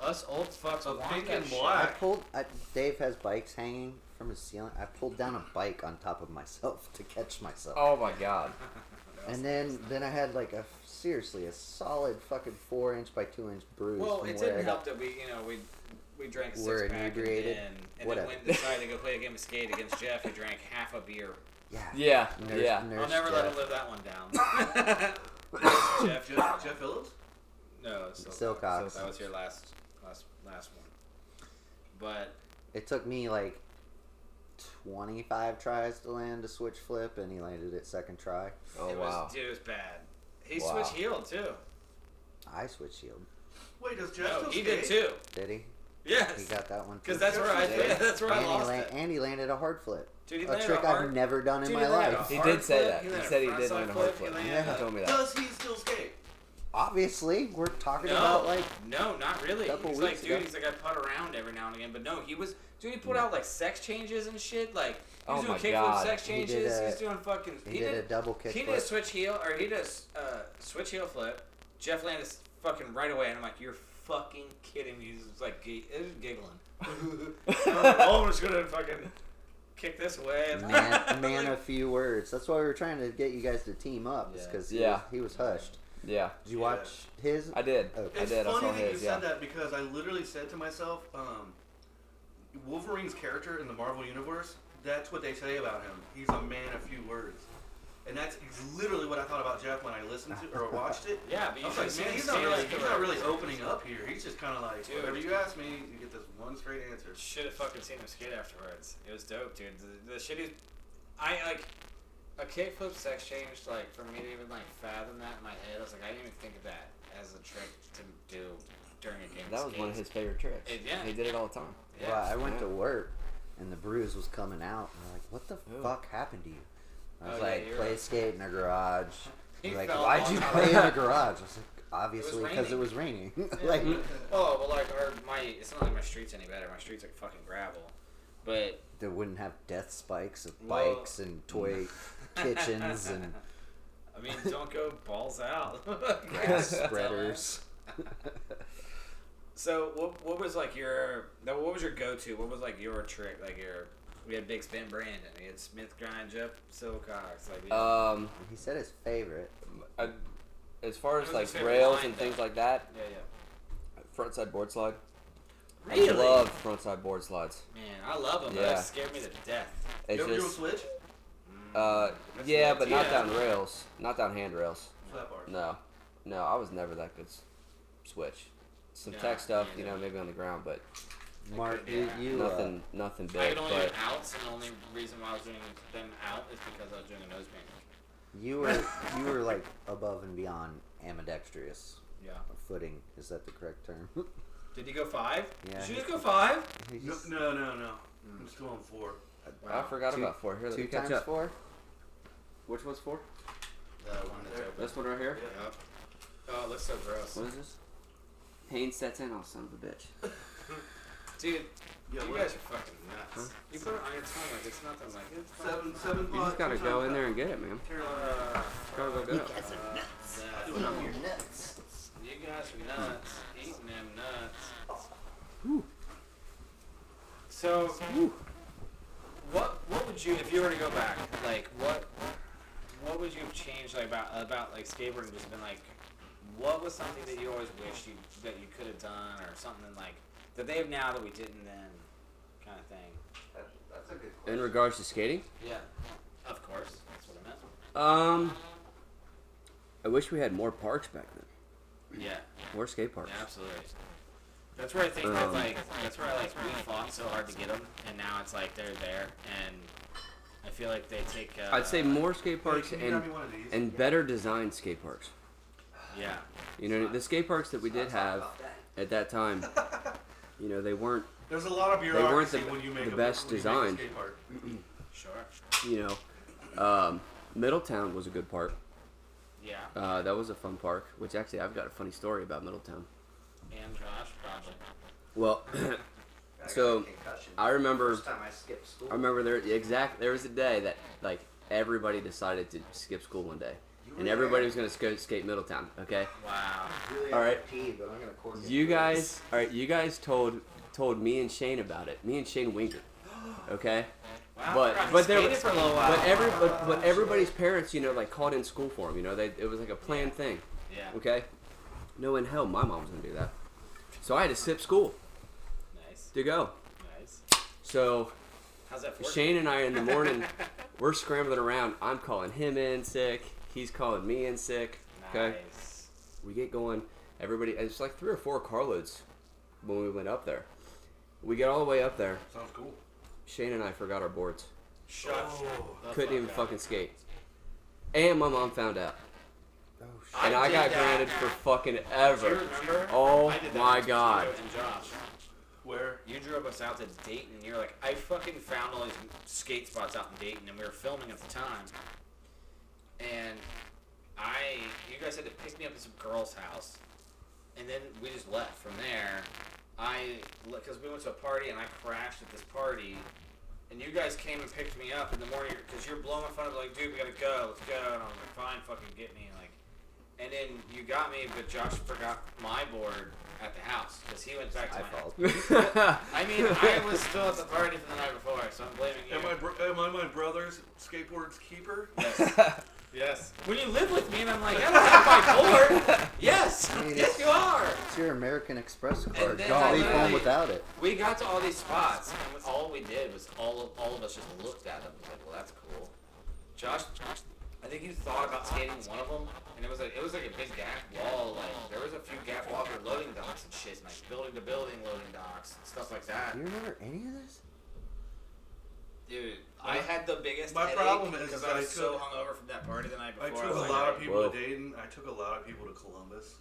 Speaker 2: us old fucks
Speaker 4: A
Speaker 2: want
Speaker 4: pink
Speaker 2: that
Speaker 4: and
Speaker 2: shit.
Speaker 5: I
Speaker 4: black.
Speaker 5: pulled. I, Dave has bikes hanging from his ceiling. I pulled down a bike on top of myself to catch myself.
Speaker 3: Oh my God.
Speaker 5: and then, then I had like a seriously a solid fucking four inch by two inch bruise.
Speaker 2: Well,
Speaker 5: from
Speaker 2: it
Speaker 5: where I
Speaker 2: didn't help
Speaker 5: got-
Speaker 2: that we, you know, we we drank a
Speaker 5: We're
Speaker 2: six pack and
Speaker 5: inebriated.
Speaker 2: then and then
Speaker 5: Whatever.
Speaker 2: went and decided to go play a game of skate against Jeff. who drank half a beer.
Speaker 5: Yeah.
Speaker 3: Yeah.
Speaker 5: Nurse-
Speaker 3: Yeah.
Speaker 5: nurse
Speaker 2: I'll never let
Speaker 5: Jeff.
Speaker 2: him live that one down. Jeff,
Speaker 4: Jeff, Jeff Phillips?
Speaker 2: no, it's
Speaker 5: Silcox.
Speaker 2: That was your last last last one. but
Speaker 5: It took me like 25 tries to land a switch flip, and he landed it second try.
Speaker 3: Oh
Speaker 2: it
Speaker 3: wow.
Speaker 2: was dude, it was bad. He
Speaker 3: Wow.
Speaker 2: switched heel too.
Speaker 5: I switch shield.
Speaker 4: Wait, does Jeff
Speaker 2: No,
Speaker 4: still
Speaker 2: he
Speaker 4: skate?
Speaker 2: did too.
Speaker 5: Did he? He
Speaker 2: Yes,
Speaker 5: got that one.
Speaker 2: because
Speaker 5: too.
Speaker 2: that's where I
Speaker 5: Did he?
Speaker 2: that's where I
Speaker 5: and, he
Speaker 2: lost
Speaker 5: la-
Speaker 2: it.
Speaker 5: and he landed a hard flip.
Speaker 2: Dude, he
Speaker 5: a
Speaker 2: landed
Speaker 5: trick
Speaker 2: a hard,
Speaker 5: I've never done in
Speaker 2: Dude,
Speaker 5: my
Speaker 2: he landed a
Speaker 5: life.
Speaker 3: He
Speaker 2: hard
Speaker 3: did say
Speaker 2: flip,
Speaker 3: that. He
Speaker 2: landed
Speaker 3: said he
Speaker 2: front
Speaker 3: did
Speaker 2: side
Speaker 3: land a hard
Speaker 2: He
Speaker 3: flip.
Speaker 2: landed
Speaker 3: Yeah,
Speaker 2: a-
Speaker 3: he told me that.
Speaker 4: Does he still skate?
Speaker 5: Obviously, we're talking
Speaker 2: No,
Speaker 5: about like
Speaker 2: no, not really.
Speaker 5: couple
Speaker 2: He's
Speaker 5: weeks
Speaker 2: like, dude,
Speaker 5: ago.
Speaker 2: he's like, I putt around every now and again, but no, he was, dude, he put out like sex changes and shit. Like, he was
Speaker 3: Oh
Speaker 2: doing
Speaker 3: my
Speaker 2: kickflip
Speaker 3: God.
Speaker 2: sex
Speaker 5: He did
Speaker 2: changes. He,
Speaker 5: a-
Speaker 2: was doing fucking.
Speaker 5: he, did, a double kick.
Speaker 2: He did a
Speaker 5: flip.
Speaker 2: switch heel, or he did a s- uh, switch heel flip. Jeff landed s- fucking right away, and I'm like, you're fucking kidding me. He was like, gi- he was giggling. I'm like, oh, I'm just gonna fucking kick this away.
Speaker 5: man, man of few words. That's why we were trying to get you guys to team up.
Speaker 2: Yeah.
Speaker 5: because
Speaker 3: Yeah.
Speaker 5: he was hushed.
Speaker 3: Yeah,
Speaker 5: Did you
Speaker 4: Yeah.
Speaker 5: watch his?
Speaker 3: I did.
Speaker 5: Oh.
Speaker 3: I
Speaker 4: It's
Speaker 3: did. I
Speaker 4: funny
Speaker 3: saw
Speaker 4: that
Speaker 3: his.
Speaker 4: you
Speaker 3: Yeah.
Speaker 4: said that because I literally said to myself, um, Wolverine's character in the Marvel universe. That's what they say about him. He's a man of few words, and that's literally what I thought about Jeff when I listened to or watched it.
Speaker 2: yeah, but
Speaker 4: I
Speaker 2: you
Speaker 4: was
Speaker 2: should
Speaker 4: like,
Speaker 2: see
Speaker 4: man,
Speaker 2: him
Speaker 4: he's not
Speaker 2: stand
Speaker 4: really
Speaker 2: up
Speaker 4: he's
Speaker 2: for
Speaker 4: not
Speaker 2: it.
Speaker 4: really opening up here. He's just kind of like,
Speaker 2: Dude.
Speaker 4: whatever you ask me, you get this one straight answer.
Speaker 2: Should have fucking seen him skate afterwards. It was dope, dude. The, the shit he, I like, a kickflip sex change. Like for me to even like fathom that in my head, I was like, I didn't even think of that as a trick to do during a game. of
Speaker 3: That was one of his
Speaker 2: skates.
Speaker 3: favorite tricks.
Speaker 2: It- yeah.
Speaker 3: He did it all the time.
Speaker 2: Yeah.
Speaker 5: Well, I went to
Speaker 3: Yeah.
Speaker 5: work, and the bruise was coming out. And I'm like, what the
Speaker 3: Ooh.
Speaker 5: fuck happened to you? I was
Speaker 2: Oh, yeah,
Speaker 5: like,
Speaker 2: you're
Speaker 5: play
Speaker 2: right.
Speaker 5: skate in a garage.
Speaker 2: He
Speaker 5: They're like,
Speaker 2: fell
Speaker 5: why'd
Speaker 2: on
Speaker 5: you
Speaker 2: top
Speaker 5: play
Speaker 2: of
Speaker 5: in
Speaker 2: it.
Speaker 5: a garage? I was like, obviously, because it
Speaker 2: raining.
Speaker 5: was raining. like,
Speaker 2: oh well, like our my. It's not like my street's any better. My street's like fucking gravel, but
Speaker 5: they wouldn't have death spikes of
Speaker 2: Well-
Speaker 5: bikes and toy kitchens and
Speaker 2: I mean, don't go balls out.
Speaker 5: grass spreaders.
Speaker 2: So what, what was like your no, what was your go to? What was like your trick? Like your we had Big Spin Brandon, we had Smith Grind Up Silcox, like we-
Speaker 3: Um,
Speaker 5: he said his favorite.
Speaker 3: I, as far
Speaker 2: What was
Speaker 3: as
Speaker 2: his
Speaker 3: like
Speaker 2: favorite
Speaker 3: rails
Speaker 2: line,
Speaker 3: and
Speaker 2: though?
Speaker 3: things like that,
Speaker 2: yeah yeah.
Speaker 3: frontside board slide.
Speaker 2: Really?
Speaker 3: I love frontside board slides.
Speaker 2: Man, I love him, but
Speaker 3: Yeah.
Speaker 2: that scared me to death.
Speaker 4: You
Speaker 3: It's
Speaker 4: ever do a
Speaker 3: just
Speaker 4: switch?
Speaker 3: uh,
Speaker 2: That's
Speaker 3: yeah,
Speaker 2: the
Speaker 3: but not
Speaker 2: idea.
Speaker 3: down rails, not down handrails.
Speaker 4: Flat bar.
Speaker 3: No, no, I was never that good. s- Switch, some
Speaker 2: Yeah,
Speaker 3: tech stuff,
Speaker 2: yeah,
Speaker 3: you
Speaker 2: yeah.
Speaker 3: know, maybe on the ground, but
Speaker 5: Mark,
Speaker 2: could-
Speaker 5: you,
Speaker 2: yeah.
Speaker 5: you uh,
Speaker 3: nothing, nothing
Speaker 2: I
Speaker 3: big.
Speaker 2: could only
Speaker 3: But
Speaker 2: do outs, and the only reason why I was doing them out is because I was doing a nose band.
Speaker 5: you were you were like above and beyond ambidextrous
Speaker 2: Yeah.
Speaker 5: footing. Is that the correct term?
Speaker 2: Did you go five?
Speaker 5: Yeah.
Speaker 2: Did you just go five?
Speaker 5: He
Speaker 4: No,
Speaker 5: just-
Speaker 4: no, no, no. I'm still on four.
Speaker 3: I forgot
Speaker 5: Two-
Speaker 3: about four. Here, let
Speaker 5: two
Speaker 3: me catch
Speaker 5: times
Speaker 3: up.
Speaker 5: four.
Speaker 3: Which one's four?
Speaker 2: The one that's
Speaker 4: There.
Speaker 2: open.
Speaker 3: This one right here.
Speaker 4: Yeah.
Speaker 2: Yep. Oh, it looks so gross.
Speaker 3: What is this? Pain sets in on son of a bitch.
Speaker 2: Dude,
Speaker 4: Yeah,
Speaker 2: you
Speaker 4: what?
Speaker 2: guys are fucking nuts. You put it on your tongue like it's nothing like it's fine.
Speaker 4: Seven, seven.
Speaker 3: You just gotta go in there and get it, man.
Speaker 2: Uh,
Speaker 3: Gotta go get it.
Speaker 2: nuts.
Speaker 5: nuts.
Speaker 2: You guys are nuts. Eating them nuts. So, what what would you if you were to go back? Like what what would you have changed like about about like skateboarding? Just been like, what was something that you always wished you that you could have done or something like that they have now that we didn't then, kind of thing.
Speaker 4: That's a good
Speaker 3: In regards to skating,
Speaker 2: Yeah. Of course, that's what I meant.
Speaker 3: um, I wish we had more parks back then.
Speaker 2: Yeah.
Speaker 3: More skate parks.
Speaker 2: Yeah, absolutely. That's where I think that
Speaker 3: Um,
Speaker 2: like that's where like we fought so hard to get them, and now it's like they're there, and I feel like they take. Uh,
Speaker 3: I'd say more skate parks
Speaker 4: Hey, can you
Speaker 3: and
Speaker 4: grab me one of these?
Speaker 3: and better designed skate parks.
Speaker 2: Yeah.
Speaker 3: You know, the skate parks that we did have at that time, you know, they weren't,
Speaker 4: There's a lot of
Speaker 3: weren't the-
Speaker 4: bureaucracy when you make
Speaker 3: the
Speaker 4: a-
Speaker 3: best
Speaker 4: when you make a
Speaker 3: design.
Speaker 4: skate park.
Speaker 2: Sure.
Speaker 3: you know, um, Middletown was a good park.
Speaker 2: Yeah.
Speaker 3: Uh, that was a fun park, which actually I've got a funny story about Middletown.
Speaker 2: And Josh probably.
Speaker 3: Well, So, I remember,
Speaker 5: time I skipped school.
Speaker 3: I remember there exact there was a day that like everybody decided to skip school one day, and everybody was gonna sk- skate Middletown. Okay,
Speaker 2: Wow.
Speaker 3: all right.
Speaker 5: Pee, but I'm gonna cork it.
Speaker 3: You guys, all right. You guys told told me and Shane about it. Me and Shane Winker. Okay,
Speaker 2: Wow.
Speaker 3: But-
Speaker 2: Christ,
Speaker 3: but there
Speaker 2: skated
Speaker 3: was-
Speaker 2: for a little while.
Speaker 3: but every but, but everybody's parents, you know, like called in school for him. You know, they it was like a planned thing.
Speaker 2: yeah.
Speaker 3: Okay, no in hell my mom was gonna do that. So I had to skip school
Speaker 2: Nice.
Speaker 3: to go.
Speaker 2: Nice.
Speaker 3: So
Speaker 2: How's that for
Speaker 3: Shane and I in the morning, we're scrambling around. I'm calling him in sick. He's calling me in sick. Okay,
Speaker 2: Nice.
Speaker 3: we get going. Everybody, it's like three or four carloads when we went up there. We get all the way up there.
Speaker 4: Sounds cool.
Speaker 3: Shane and I forgot our boards.
Speaker 2: Shut
Speaker 4: Oh,
Speaker 2: the
Speaker 3: Couldn't
Speaker 2: fuck
Speaker 3: even
Speaker 2: up.
Speaker 3: fucking skate. And my mom found out. And I
Speaker 2: did
Speaker 3: got
Speaker 2: that.
Speaker 3: grounded for fucking
Speaker 2: Do you
Speaker 3: ever.
Speaker 2: remember?
Speaker 3: Oh
Speaker 2: I did that
Speaker 3: my
Speaker 2: with
Speaker 3: god.
Speaker 2: Tito and Josh.
Speaker 4: where?
Speaker 2: You drove us out to Dayton. and You're like, I fucking found all these skate spots out in Dayton, and we were filming at the time. And I, you guys had to pick me up at some girl's house, and then we just left from there. I, because we went to a party and I crashed at this party, and you guys came and picked me up in the morning because you're blowing fun of like, dude, we gotta go, let's go. And I'm like, fine, fucking get me, like. And then you got me, but Josh forgot my board at the house because he went back to
Speaker 5: I
Speaker 2: my
Speaker 5: fault.
Speaker 2: I mean, I was still at the party from the night before, so I'm blaming you.
Speaker 4: Am I, br- am I my brother's skateboard's keeper?
Speaker 6: Yes.
Speaker 2: When you live with me and I'm like, I don't have my board. yes,
Speaker 5: I mean,
Speaker 2: yes you are.
Speaker 5: It's your American Express
Speaker 2: And
Speaker 5: card.
Speaker 2: then
Speaker 5: Don't
Speaker 2: I
Speaker 5: leave home
Speaker 2: literally-
Speaker 5: without it.
Speaker 2: We got to all these spots, and all we did was all of, all of us just looked at them. and was like, well, that's cool. Josh, Josh, I think you thought about skating one of them, and it was like it was like a big gap wall. Like there was a few gap walls with loading docks and shit, and like building to building loading docks and stuff like that.
Speaker 5: Do you remember any of this?
Speaker 2: Dude, I had the biggest
Speaker 4: My
Speaker 2: headache
Speaker 4: problem is
Speaker 2: because
Speaker 4: that
Speaker 2: I
Speaker 4: I
Speaker 2: was so
Speaker 4: took-
Speaker 2: hungover from that party the night
Speaker 4: I
Speaker 2: before.
Speaker 4: took a
Speaker 2: was like,
Speaker 4: lot of
Speaker 2: I-
Speaker 4: people
Speaker 3: Whoa.
Speaker 4: to Dayton. I took a lot of people to Columbus.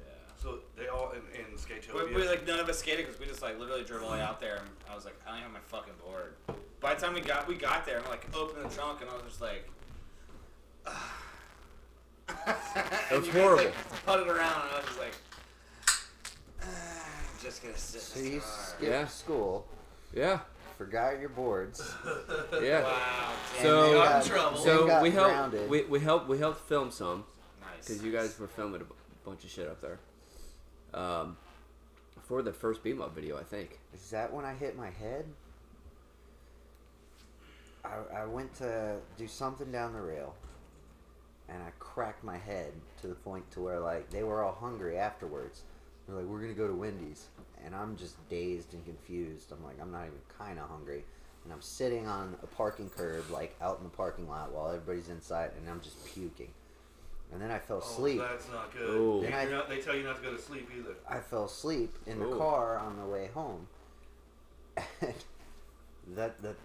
Speaker 2: Yeah.
Speaker 4: So they all in, in Skatopia.
Speaker 2: We, we like none of us skated because we just like literally drove all the way out there, and I was like, I don't have my fucking board. By the time we got we got there, and like opened the trunk, and I was just like,
Speaker 3: It was
Speaker 2: you guys,
Speaker 3: horrible.
Speaker 2: Like, putted around, and I was just like, I'm just gonna sit.
Speaker 5: So
Speaker 2: in
Speaker 5: you
Speaker 2: this car."
Speaker 5: skipped
Speaker 3: Yeah.
Speaker 5: school,
Speaker 3: Yeah,
Speaker 5: forgot your boards.
Speaker 3: yeah.
Speaker 2: Wow. damn,
Speaker 3: So-
Speaker 5: and then
Speaker 3: I'm
Speaker 4: in
Speaker 5: got-
Speaker 4: trouble.
Speaker 5: then
Speaker 3: So
Speaker 5: got
Speaker 3: we helped.
Speaker 5: grounded.
Speaker 3: We, we helped. We helped film some
Speaker 2: nice.
Speaker 3: because you guys were filming a bu- bunch of shit up there. Um, for the first beam up video, I think.
Speaker 5: Is that when I hit my head? I, I went to do something down the rail, and I cracked my head to the point to where like they were all hungry afterwards. They're like, "We're gonna go to Wendy's," and I'm just dazed and confused. I'm like, I'm not even kind of hungry, and I'm sitting on a parking curb like out in the parking lot while everybody's inside, and I'm just puking. And then I fell
Speaker 4: Oh,
Speaker 5: asleep.
Speaker 4: That's not
Speaker 3: Ooh.
Speaker 4: good. They,
Speaker 5: Then I-
Speaker 4: you're not- they tell you not to go to sleep either.
Speaker 5: I fell asleep in the
Speaker 3: Ooh.
Speaker 5: car on the way home. And that that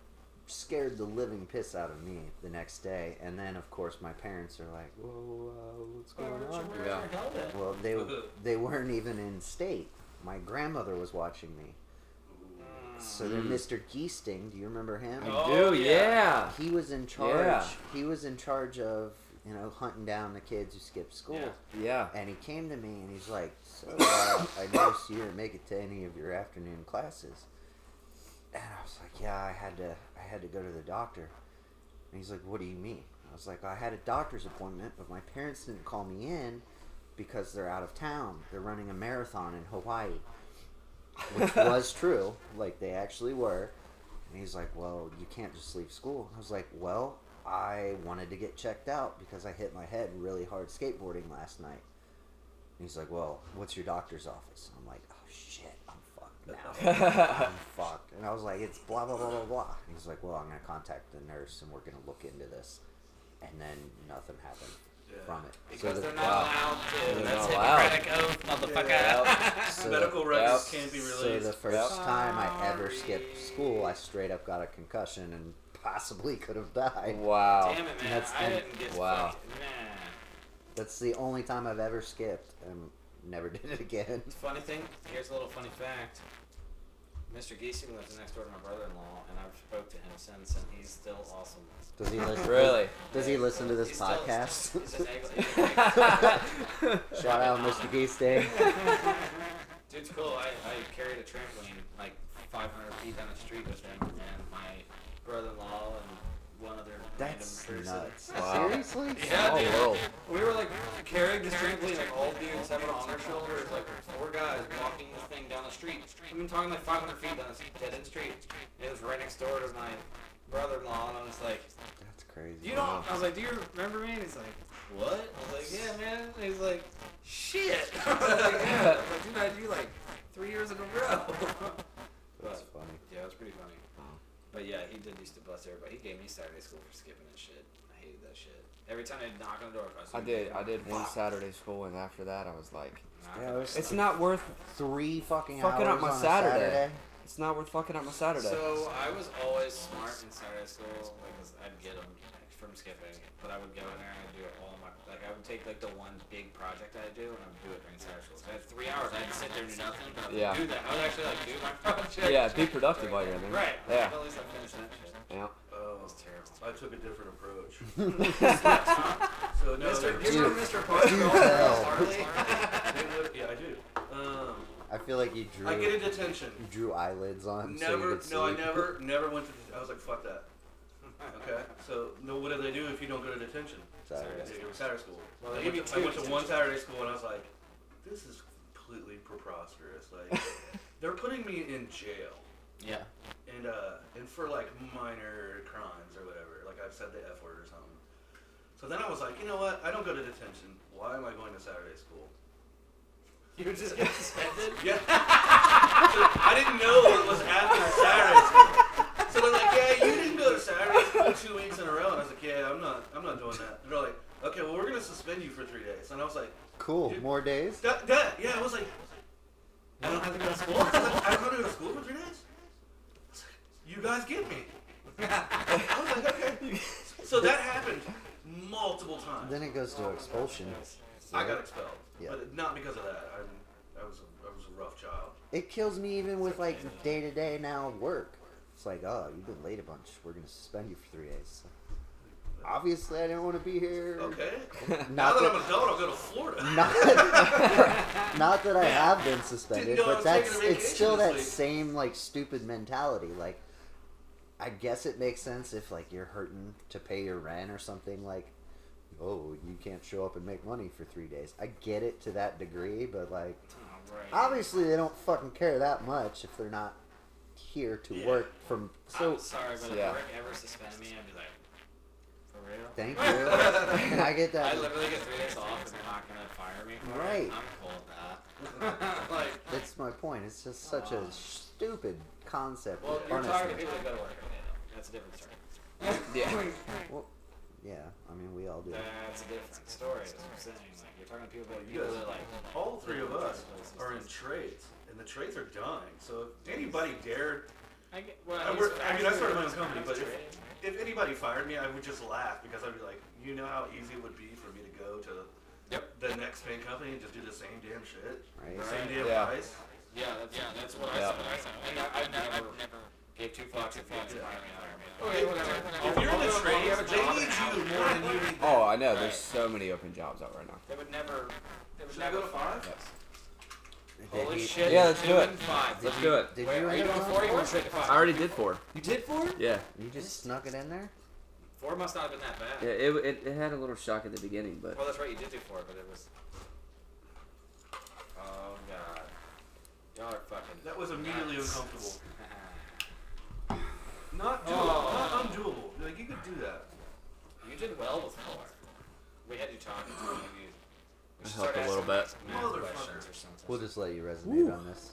Speaker 5: scared the living piss out of me the next day. And then of course my parents are like, "Whoa, uh, what's going on?"
Speaker 3: Yeah.
Speaker 5: Well, they they weren't even in state. My grandmother was watching me. So then Mr. Geesting, do you remember him?
Speaker 3: I
Speaker 2: Oh,
Speaker 3: do.
Speaker 2: yeah.
Speaker 3: Yeah.
Speaker 5: He was in charge.
Speaker 3: Yeah.
Speaker 5: He was in charge of, you know, hunting down the kids who skipped school.
Speaker 2: Yeah.
Speaker 3: Yeah.
Speaker 5: And he came to me and he's like, So, uh, I noticed you didn't make it to any of your afternoon classes. And I was like, Yeah, I had to I had to go to the doctor. And he's like, What do you mean? I was like, I had a doctor's appointment, but my parents didn't call me in because they're out of town. They're running a marathon in Hawaii. Which was true. Like they actually were. And he's like, Well, you can't just leave school. I was like, Well, I wanted to get checked out because I hit my head really hard skateboarding last night. And he's like, "Well, what's your doctor's office?" I'm like, "Oh shit, I'm fucked now. I'm fucked." And I was like, "It's blah blah blah blah blah." And he's like, "Well, I'm gonna contact the nurse and we're gonna look into this." And then nothing happened from it.
Speaker 2: Because
Speaker 5: the-
Speaker 2: they're not allowed to.
Speaker 3: They're
Speaker 2: That's
Speaker 3: not allowed.
Speaker 2: Hippocratic oath, motherfucker.
Speaker 5: so
Speaker 4: Medical
Speaker 5: the,
Speaker 4: records
Speaker 3: Yep.
Speaker 4: can't be
Speaker 5: So
Speaker 4: released.
Speaker 5: the first time I ever skipped school, I straight up got a concussion and possibly could have died.
Speaker 3: Wow.
Speaker 2: Damn it, man.
Speaker 5: That's
Speaker 2: I
Speaker 5: the-
Speaker 2: didn't get
Speaker 3: wow.
Speaker 2: fucked. Nah.
Speaker 5: That's the only time I've ever skipped and never did it again.
Speaker 2: Funny thing, here's a little funny fact. Mr. Geesing lives next door to my brother-in-law, and I've spoke to him since, and he's still awesome.
Speaker 5: Does he listen?
Speaker 3: Really?
Speaker 5: Does he listen to this
Speaker 2: He's still-
Speaker 5: podcast?
Speaker 2: he's an egg- he's an egg-
Speaker 5: Shout out, Mr. Geesting.
Speaker 2: Dude's cool. I, I carried a trampoline like 500 feet down the street with him, and my brother-in-law and one other
Speaker 5: That's
Speaker 2: random person.
Speaker 5: nuts.
Speaker 3: Wow.
Speaker 5: Seriously?
Speaker 2: Yeah,
Speaker 3: Small
Speaker 2: dude.
Speaker 3: world.
Speaker 2: We were like carrying the trampoline, like all dudes having it on our shoulders, like four guys walking this thing down the street. I've been talking like 500 feet down this dead end street. And it was right next door to my brother-in-law, and I was like,
Speaker 5: That's crazy.
Speaker 2: "You
Speaker 5: Wow.
Speaker 2: don't?" I was like, "Do you remember me?" And he's like, "What?" I was like, "Yeah, man." And he's like, "Shit!" I was like, "Yeah." I was like, "Dude, I do like three years in a row."
Speaker 5: That's
Speaker 2: but
Speaker 5: funny.
Speaker 2: yeah, it was pretty funny.
Speaker 3: Oh.
Speaker 2: But yeah, he did used to bust everybody. He gave me Saturday school for skipping and shit. I hated that shit. Every time I'd knock on the door, if I was
Speaker 3: I did. I did one
Speaker 5: Fuck.
Speaker 3: Saturday school, and after that, I was like,
Speaker 2: Knock
Speaker 5: Yeah,
Speaker 2: on
Speaker 5: it
Speaker 2: the
Speaker 5: was
Speaker 3: it's not worth
Speaker 5: three fucking
Speaker 3: Fucking
Speaker 5: hours
Speaker 3: up my
Speaker 5: on a
Speaker 3: Saturday.
Speaker 5: Saturday.
Speaker 3: it's It's not worth fucking up my Saturday.
Speaker 2: So I was always smart in Saturday school because I'd get them from skipping, but I would go in there and I'd do it all my like I would take like the one big project I do and I would do it during Saturday school. So I had three hours. I had to sit there and do nothing, but I would
Speaker 3: Yeah.
Speaker 2: do that. I would actually like do my project.
Speaker 3: yeah, be productive while you're in there.
Speaker 2: Right.
Speaker 3: Yeah.
Speaker 2: At least I finished that shit. That
Speaker 3: Yeah.
Speaker 4: Oh,
Speaker 2: was terrible.
Speaker 4: I took a different approach. so no,
Speaker 2: Mr.
Speaker 4: they-
Speaker 2: Give her Mr. Punch.
Speaker 5: Hell.
Speaker 4: they would- yeah, I do. Um,
Speaker 5: I feel like you drew
Speaker 4: I get a
Speaker 5: you
Speaker 4: detention.
Speaker 5: drew eyelids on so you
Speaker 4: Never,
Speaker 5: could
Speaker 4: no, I
Speaker 5: sleep.
Speaker 4: never, never went to. Det- I was like, fuck that. Okay, so no, what do they do if you don't go to detention?
Speaker 5: Saturday.
Speaker 4: They go to Saturday school.
Speaker 2: Well,
Speaker 4: I
Speaker 2: they give you
Speaker 4: went, to, I
Speaker 2: two
Speaker 4: went to
Speaker 2: detentions.
Speaker 4: one Saturday school and I was like, this is completely preposterous. Like, they're putting me in jail,
Speaker 2: Yeah.
Speaker 4: and uh, and for like minor crimes or whatever. Like I've said the f word or something. So then I was like, you know what? I don't go to detention. Why am I going to Saturday school?
Speaker 2: You would just get suspended.
Speaker 4: Yeah. I didn't know it was after Saturday school. So they're like, yeah, you didn't go to Saturday school two weeks in a row. And I was like, yeah, I'm not, I'm not doing that. And they're like, okay, well, we're going to suspend you for three days. And I was like,
Speaker 5: Cool. More days.
Speaker 4: that, that, yeah, I was like, I don't have to go to school. I, was like, I don't have to go to school for three days. I was like, You guys get me. I was like, okay. So that happened multiple times.
Speaker 5: Then it goes to expulsion.
Speaker 4: I got expelled,
Speaker 5: Yeah.
Speaker 4: but not because of that. I'm, I was, a, I was a rough child.
Speaker 5: It kills me even with like day to day now work. It's like, oh, you've been late a bunch. We're gonna suspend you for three days. Obviously, I don't want to be here.
Speaker 4: Okay. Now
Speaker 5: Not
Speaker 4: that
Speaker 5: that,
Speaker 4: I'm an adult, I'll go to Florida.
Speaker 5: not, not that I have been suspended,
Speaker 4: Didn't know I
Speaker 5: but
Speaker 4: was taking a
Speaker 5: that's it's still
Speaker 4: vacation
Speaker 5: that
Speaker 4: this
Speaker 5: same like stupid mentality. Like, I guess it makes sense if like you're hurting to pay your rent or something. Like, oh, you can't show up and make money for three days. I get it to that degree, but like, obviously they don't fucking care that much if they're not here to
Speaker 4: Yeah.
Speaker 5: work from.
Speaker 2: So
Speaker 5: So
Speaker 2: I'm sorry, but
Speaker 5: yeah.
Speaker 2: if Rick ever suspended me, I'd be like, for real?
Speaker 5: thank you. And I get that.
Speaker 2: I literally get three days off and you're not gonna fire me for
Speaker 5: Right.
Speaker 2: it. I'm cool with that. like,
Speaker 5: That's my point. It's just such a stupid concept
Speaker 2: well,
Speaker 5: of
Speaker 2: you're talking to
Speaker 5: punishment.
Speaker 2: people that go to work every day, though. That's a different story.
Speaker 5: Well, yeah, I mean we all do.
Speaker 2: That's a different story. That's what I'm saying. Like, you're talking to people that,
Speaker 4: You
Speaker 2: people
Speaker 4: guys-
Speaker 2: that like,
Speaker 4: All three of us are in trades, and the trades are dying. So if anybody dared,
Speaker 2: I get, well,
Speaker 4: I, work, I mean, I started my own company, but if, if anybody fired me, I would just laugh because I'd be like, you know how easy it would be for me to go to
Speaker 2: Yep.
Speaker 4: the next paint company and just do the same damn shit,
Speaker 5: Right?
Speaker 4: the same damn
Speaker 3: Yeah.
Speaker 4: price.
Speaker 2: Yeah, that's, yeah, that's what
Speaker 3: Yeah.
Speaker 2: I said. And I, I've never, gave two fucks if you had to fire me. fire me. Okay, whatever.
Speaker 4: If you're in the
Speaker 2: Although- although you have a
Speaker 4: trades, they
Speaker 2: job
Speaker 4: need
Speaker 2: now,
Speaker 4: you more than you need them.
Speaker 3: Oh, I know. There's so many open jobs out right now.
Speaker 2: They would never, they would
Speaker 4: Should I
Speaker 2: never
Speaker 4: go to five?
Speaker 3: Yes.
Speaker 5: Did
Speaker 2: Holy
Speaker 5: he-
Speaker 2: shit.
Speaker 3: Yeah, let's
Speaker 2: two
Speaker 3: do it.
Speaker 2: and Five.
Speaker 3: Let's do it.
Speaker 5: Did
Speaker 2: Wait,
Speaker 5: you
Speaker 2: are you
Speaker 5: end
Speaker 2: doing
Speaker 5: up on
Speaker 2: four? You
Speaker 5: four?
Speaker 2: went straight to five.
Speaker 3: I already did four.
Speaker 2: You did four?
Speaker 3: Yeah.
Speaker 5: You just snuck it in there?
Speaker 2: Four must not have been that bad.
Speaker 9: Yeah, it, it, it had a little shock at the beginning, but
Speaker 2: Well, that's right. You did do four, but it was. Oh god. Y'all are fucking.
Speaker 4: That was immediately uncomfortable.
Speaker 2: you
Speaker 4: Not doable,
Speaker 2: Oh.
Speaker 4: not undoable. Like you could do that.
Speaker 2: did well with four. We had you talking to one of you. We should
Speaker 3: helped
Speaker 2: start
Speaker 3: a little
Speaker 2: asking math
Speaker 4: bit.
Speaker 2: questions or something.
Speaker 5: We'll just let you resonate on this.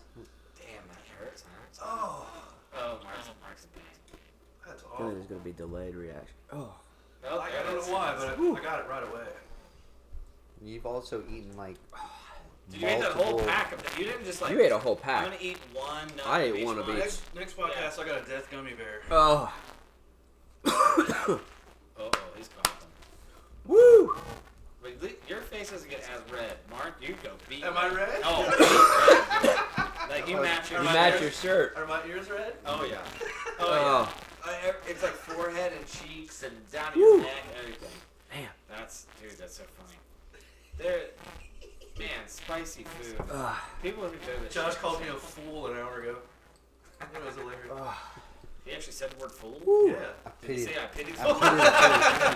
Speaker 2: Damn, that hurts, huh?
Speaker 4: Oh,
Speaker 2: Oh, Mark's, Mark's in pain.
Speaker 4: that's
Speaker 9: oh.
Speaker 4: awful.
Speaker 9: there's gonna be delayed reaction. Oh,
Speaker 2: Oh,
Speaker 4: Like,
Speaker 2: there
Speaker 4: I
Speaker 2: it
Speaker 4: don't
Speaker 2: is.
Speaker 4: know why, but I, I got it right away.
Speaker 5: You've also eaten like
Speaker 2: Dude, you ate that whole
Speaker 5: multiple-
Speaker 2: pack of that. You didn't just like.
Speaker 3: You ate a whole
Speaker 2: I'm
Speaker 3: pack.
Speaker 2: gonna eat one. nut
Speaker 3: I ate
Speaker 2: of each
Speaker 3: one of each.
Speaker 4: Next, next podcast, I got a death gummy bear.
Speaker 3: Oh.
Speaker 2: Uh oh, he's coughing.
Speaker 3: Woo!
Speaker 2: But li- your face doesn't get as red. Mark, you go beat.
Speaker 4: Am I red?
Speaker 2: Oh, like you match your.
Speaker 4: You My
Speaker 3: You match
Speaker 4: hair-
Speaker 3: your shirt.
Speaker 4: Are my ears red?
Speaker 2: Oh yeah. Oh
Speaker 3: Oh.
Speaker 2: yeah. I- ev- it's like forehead and cheeks and down to
Speaker 3: Woo.
Speaker 2: your neck and everything.
Speaker 3: Man.
Speaker 2: That's dude. That's so funny. There. Man, spicy food.
Speaker 3: Ugh.
Speaker 2: People who do this.
Speaker 4: Josh
Speaker 2: shit-
Speaker 4: called me a fool an hour ago. It was hilarious.
Speaker 3: Oh.
Speaker 2: He actually said the word fool.
Speaker 4: yeah.
Speaker 5: I
Speaker 2: Did he
Speaker 5: pity
Speaker 2: say I pity
Speaker 5: I
Speaker 2: fool?
Speaker 5: pity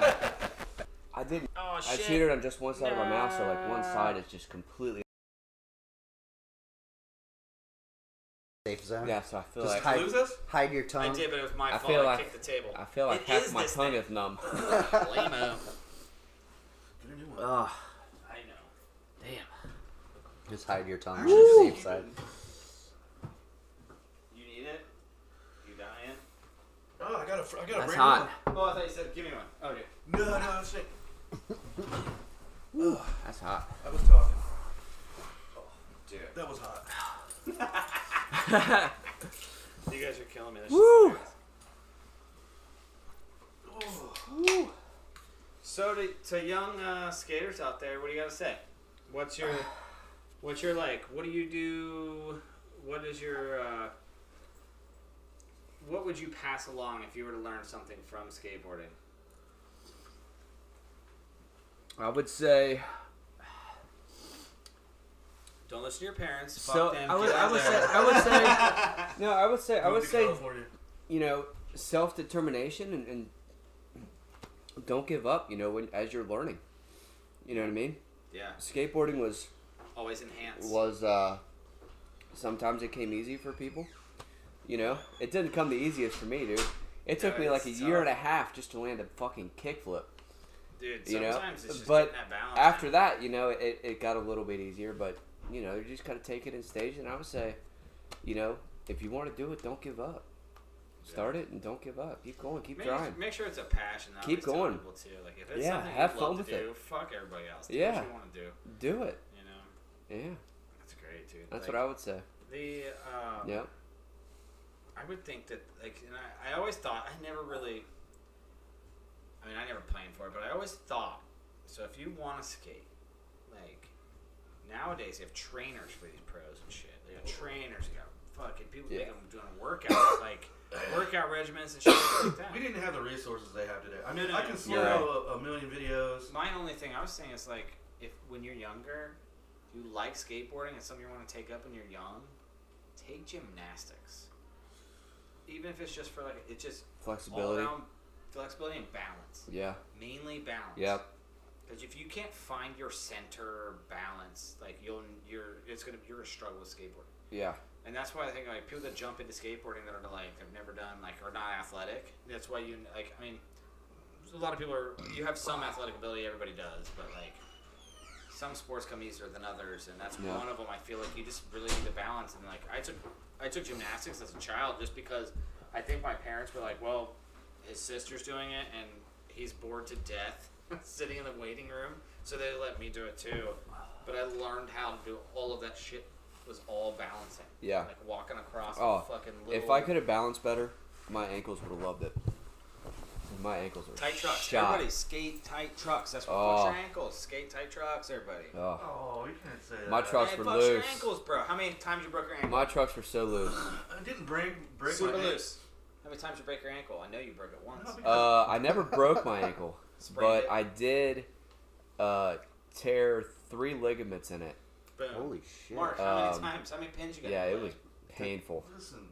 Speaker 5: the food.
Speaker 3: I didn't.
Speaker 9: oh
Speaker 3: I cheated on just one side of my mouth, so like one side is just completely.
Speaker 5: safe zone.
Speaker 3: Yeah, so I feel
Speaker 5: Just
Speaker 3: like
Speaker 5: hide-
Speaker 4: Did you lose this?
Speaker 5: Hide your
Speaker 2: I
Speaker 5: tongue.
Speaker 2: did, but it was my
Speaker 3: I
Speaker 2: fault.
Speaker 3: feel
Speaker 2: I
Speaker 3: like-
Speaker 2: kicked the table.
Speaker 3: I feel like
Speaker 2: It
Speaker 3: half
Speaker 2: is
Speaker 3: my
Speaker 2: this
Speaker 3: tongue
Speaker 2: thing.
Speaker 3: is numb.
Speaker 2: Lame-o.
Speaker 4: Get a new one.
Speaker 3: Ugh.
Speaker 2: I know.
Speaker 5: Just hide your tongue on
Speaker 4: Actually,
Speaker 5: the safe side.
Speaker 2: You need it? You dying?
Speaker 4: Oh, I got a, fr- I got a
Speaker 3: That's
Speaker 4: brand
Speaker 3: hot.
Speaker 2: Oh, I thought you said give me one. Oh, dude.
Speaker 4: new one. No, no, I'm sick.
Speaker 3: That's hot.
Speaker 4: I was talking.
Speaker 2: Dude.
Speaker 4: That was hot.
Speaker 2: You guys are killing me. This
Speaker 10: Woo!
Speaker 2: Is so to, to young uh, skaters out there, what do you got to say? What's your what's your like? What do you do? What is your uh, what would you pass along if you were to learn something from skateboarding?
Speaker 3: I would say
Speaker 2: Don't listen to your parents. Fuck
Speaker 3: so.
Speaker 2: them.
Speaker 3: I would,
Speaker 2: get out
Speaker 3: I would
Speaker 2: there.
Speaker 3: say. I would say. No, I would say. I would say.
Speaker 4: California.
Speaker 3: You know, self determination and, and don't give up. You know, when as you're learning. You know what I mean?
Speaker 2: Yeah.
Speaker 3: Skateboarding was
Speaker 2: Always enhance.
Speaker 3: was uh, sometimes it came easy for people. You know, it didn't come the easiest for me, dude. It took
Speaker 2: No,
Speaker 3: me like a
Speaker 2: it's
Speaker 3: year
Speaker 2: tough.
Speaker 3: and a half just to land a fucking kickflip.
Speaker 2: Dude,
Speaker 3: you know,
Speaker 2: sometimes it's just
Speaker 3: but
Speaker 2: getting that balance.
Speaker 3: After that, you know, it, it got a little bit easier, but you know, you just gotta take it in stage. And I would say, you know, if you want to do it, don't give up. Start it and don't give up. Keep going. Keep
Speaker 2: Make,
Speaker 3: trying.
Speaker 2: make sure it's a passion. I
Speaker 3: Keep
Speaker 2: always tell
Speaker 3: going.
Speaker 2: people, Too. Like if it's
Speaker 3: Yeah,
Speaker 2: something
Speaker 3: have
Speaker 2: you
Speaker 3: fun
Speaker 2: love
Speaker 3: with
Speaker 2: to
Speaker 3: it.
Speaker 2: do, Fuck everybody else. Do
Speaker 3: Yeah.
Speaker 2: what you want to do.
Speaker 3: Do it.
Speaker 2: You know,
Speaker 3: Yeah,
Speaker 2: that's great, dude.
Speaker 3: that's
Speaker 2: like,
Speaker 3: what I would say.
Speaker 2: The um,
Speaker 3: Yeah.
Speaker 2: I would think that like, and I, I always thought I never really. I mean, I never planned for it, but I always thought. So if you want to skate, like nowadays they have trainers for these pros and shit. They got trainers. They got fucking people
Speaker 3: Yeah.
Speaker 2: making them doing workouts, like workout regimens and shit like that.
Speaker 4: We didn't have the resources they have today. I mean,
Speaker 2: No, no,
Speaker 4: I
Speaker 2: no.
Speaker 4: can slurp
Speaker 3: Yeah.
Speaker 4: a, a million videos.
Speaker 2: My only thing I was saying is like, if when you're younger, you like skateboarding and something you want to take up when you're young, take gymnastics. Even if it's just for like, it's just all
Speaker 3: Flexibility.
Speaker 2: around flexibility and balance.
Speaker 3: Yeah.
Speaker 2: Mainly balance.
Speaker 3: Yep.
Speaker 2: Because if you can't find your center or balance, like you'll you're it's gonna you're gonna struggle with skateboarding.
Speaker 3: Yeah.
Speaker 2: And that's why I think like people that jump into skateboarding that are like they've never done like are not athletic. That's why you like I mean, a lot of people are you have some athletic ability everybody does, but like some sports come easier than others, and that's
Speaker 3: Yeah.
Speaker 2: one of them. I feel like you just really need to balance. And like I took I took gymnastics as a child just because I think my parents were like, well, his sister's doing it and he's bored to death sitting in the waiting room, so they let me do it too. But I learned how to do all of that shit was all balancing.
Speaker 3: Yeah.
Speaker 2: Like walking across
Speaker 3: Oh,
Speaker 2: the fucking little
Speaker 3: If I could have balanced better, my ankles would have loved it. My ankles are
Speaker 2: tight trucks.
Speaker 3: shot.
Speaker 2: Everybody skate tight trucks. That's what
Speaker 3: Oh.
Speaker 2: fucks your ankles. Skate tight trucks, everybody.
Speaker 3: Oh,
Speaker 4: Oh, you can't say that.
Speaker 3: my trucks
Speaker 2: Hey,
Speaker 3: were
Speaker 2: fucks your
Speaker 3: loose.
Speaker 2: ankles, bro. How many times you broke your ankle?
Speaker 3: My trucks were so loose.
Speaker 4: I didn't break break
Speaker 2: Super
Speaker 4: my ankle.
Speaker 2: loose. How many times you break your ankle? I know you broke it once.
Speaker 4: No, because-
Speaker 3: Uh, I never broke my ankle,
Speaker 2: Sprained
Speaker 3: but
Speaker 2: it.
Speaker 3: I did uh, tear three ligaments in it.
Speaker 2: Boom.
Speaker 5: Holy shit.
Speaker 2: Mark, how many
Speaker 3: Um,
Speaker 2: times? How many pins you got?
Speaker 3: Yeah, it was painful.
Speaker 4: Listen,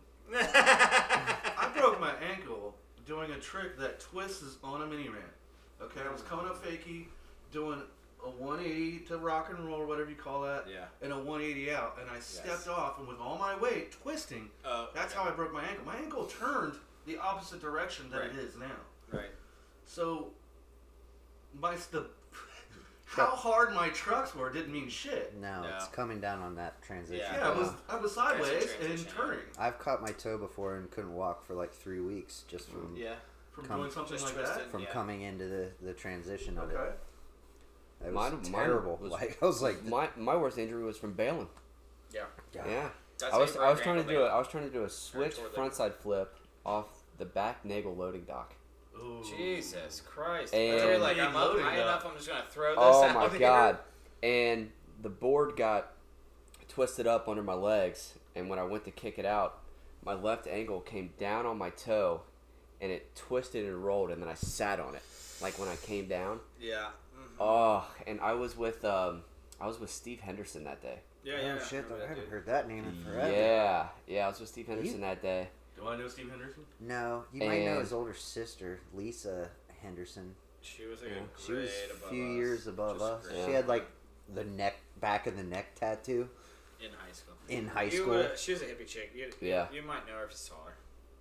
Speaker 2: I
Speaker 4: I broke my ankle doing a trick that twists is on a mini ramp. Okay,
Speaker 2: Mm.
Speaker 4: I was coming up fakey, doing a 180 to rock and roll, whatever you call that,
Speaker 2: Yeah.
Speaker 4: and a 180 out, and I stepped off, and with all my weight twisting,
Speaker 2: Oh,
Speaker 4: that's how I broke my ankle. My ankle turned the opposite direction that
Speaker 2: Right.
Speaker 4: it is now.
Speaker 2: Right.
Speaker 4: So, my the how hard my trucks were didn't mean shit.
Speaker 5: No,
Speaker 2: No.
Speaker 5: it's coming down on that transition.
Speaker 2: Yeah.
Speaker 4: Yeah, I was I was sideways and
Speaker 2: transition.
Speaker 4: turning
Speaker 5: I've caught my toe before and couldn't walk for like three weeks just from
Speaker 2: Mm, Yeah.
Speaker 4: from
Speaker 5: Come-
Speaker 4: doing something
Speaker 2: Just
Speaker 4: like
Speaker 2: twisted.
Speaker 4: that.
Speaker 5: from
Speaker 2: Yeah.
Speaker 5: coming into the, the transition of
Speaker 4: Okay.
Speaker 5: it. It was
Speaker 3: Mine- mine
Speaker 5: terrible.
Speaker 3: was-
Speaker 5: like I was like,
Speaker 3: My my worst injury was from bailing.
Speaker 2: Yeah.
Speaker 5: God.
Speaker 3: Yeah,
Speaker 2: That's
Speaker 3: I
Speaker 2: how
Speaker 3: was
Speaker 2: you broke
Speaker 3: I was
Speaker 2: your
Speaker 3: trying to
Speaker 2: ankle,
Speaker 3: do it.
Speaker 2: baby.
Speaker 3: I was trying to do a switch
Speaker 2: tore that.
Speaker 3: frontside flip off the back nagel loading dock.
Speaker 4: Ooh.
Speaker 2: Jesus Christ.
Speaker 3: And-
Speaker 2: And you're like, I'm up
Speaker 4: Loading
Speaker 2: high
Speaker 4: up.
Speaker 2: enough, I'm just going to throw this
Speaker 3: Oh
Speaker 2: out
Speaker 3: my
Speaker 2: here.
Speaker 3: god! And the board got twisted up under my legs, and when I went to kick it out, my left ankle came down on my toe, and it twisted and rolled, and then I sat on it. Like when I came down,
Speaker 2: Yeah. Mm.
Speaker 3: oh! And I was with um, I was with Steve Henderson that day.
Speaker 2: Yeah,
Speaker 5: Oh
Speaker 2: yeah. yeah.
Speaker 5: shit!
Speaker 2: Remember
Speaker 5: I
Speaker 2: that
Speaker 5: haven't
Speaker 2: dude.
Speaker 5: heard that name in forever.
Speaker 3: Yeah, yeah, I was with Steve Henderson that day.
Speaker 4: Do I know Steve Henderson?
Speaker 5: No, you might know
Speaker 3: And-
Speaker 5: his older sister, Lisa Henderson.
Speaker 2: She was like
Speaker 3: Yeah.
Speaker 2: a
Speaker 5: She was
Speaker 2: grade
Speaker 5: a
Speaker 2: above
Speaker 5: few
Speaker 2: us.
Speaker 5: years above
Speaker 2: Just
Speaker 5: us.
Speaker 2: great.
Speaker 5: She had like the neck, back of the neck tattoo
Speaker 2: in high school.
Speaker 5: in high
Speaker 2: you,
Speaker 5: school.
Speaker 2: Uh, she was a hippie chick. You,
Speaker 3: Yeah.
Speaker 2: You might know her if you saw her.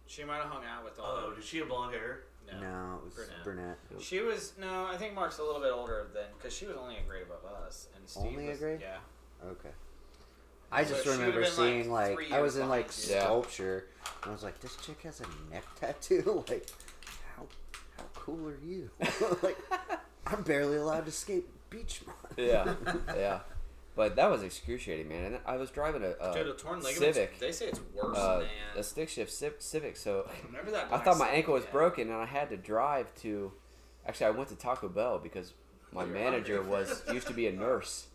Speaker 2: She might have hung out with all
Speaker 4: Oh,
Speaker 2: of
Speaker 4: did she have blonde hair?
Speaker 2: no.
Speaker 5: no, it was
Speaker 2: Burnett.
Speaker 5: Burnett.
Speaker 2: She was no. I think Mark's a little bit older than because she was only a grade above us. And Steve
Speaker 5: Only a
Speaker 2: was-
Speaker 5: grade?
Speaker 2: Yeah.
Speaker 5: Okay. I
Speaker 2: So
Speaker 5: just
Speaker 2: she would've
Speaker 5: remember
Speaker 2: been, like,
Speaker 5: seeing like,
Speaker 2: three
Speaker 5: I was
Speaker 2: years
Speaker 5: in like
Speaker 2: behind you.
Speaker 3: Yeah.
Speaker 5: sculpture, and I was like, this chick has a neck tattoo. like, how how cool are you? like, I'm barely allowed to skate beach. mon-
Speaker 3: Yeah, yeah. But that was excruciating, man. And I was driving a, a
Speaker 2: Dude, a torn ligament.
Speaker 3: Uh, Civic,
Speaker 2: They say it's worse,
Speaker 3: uh,
Speaker 2: man.
Speaker 3: a stick shift civ- Civic. So
Speaker 2: Remember that?
Speaker 3: I
Speaker 2: black
Speaker 3: thought my
Speaker 2: Civic
Speaker 3: ankle was
Speaker 2: we had?
Speaker 3: broken, and I had to drive to. Actually, I went to Taco Bell because my manager was used to be a nurse.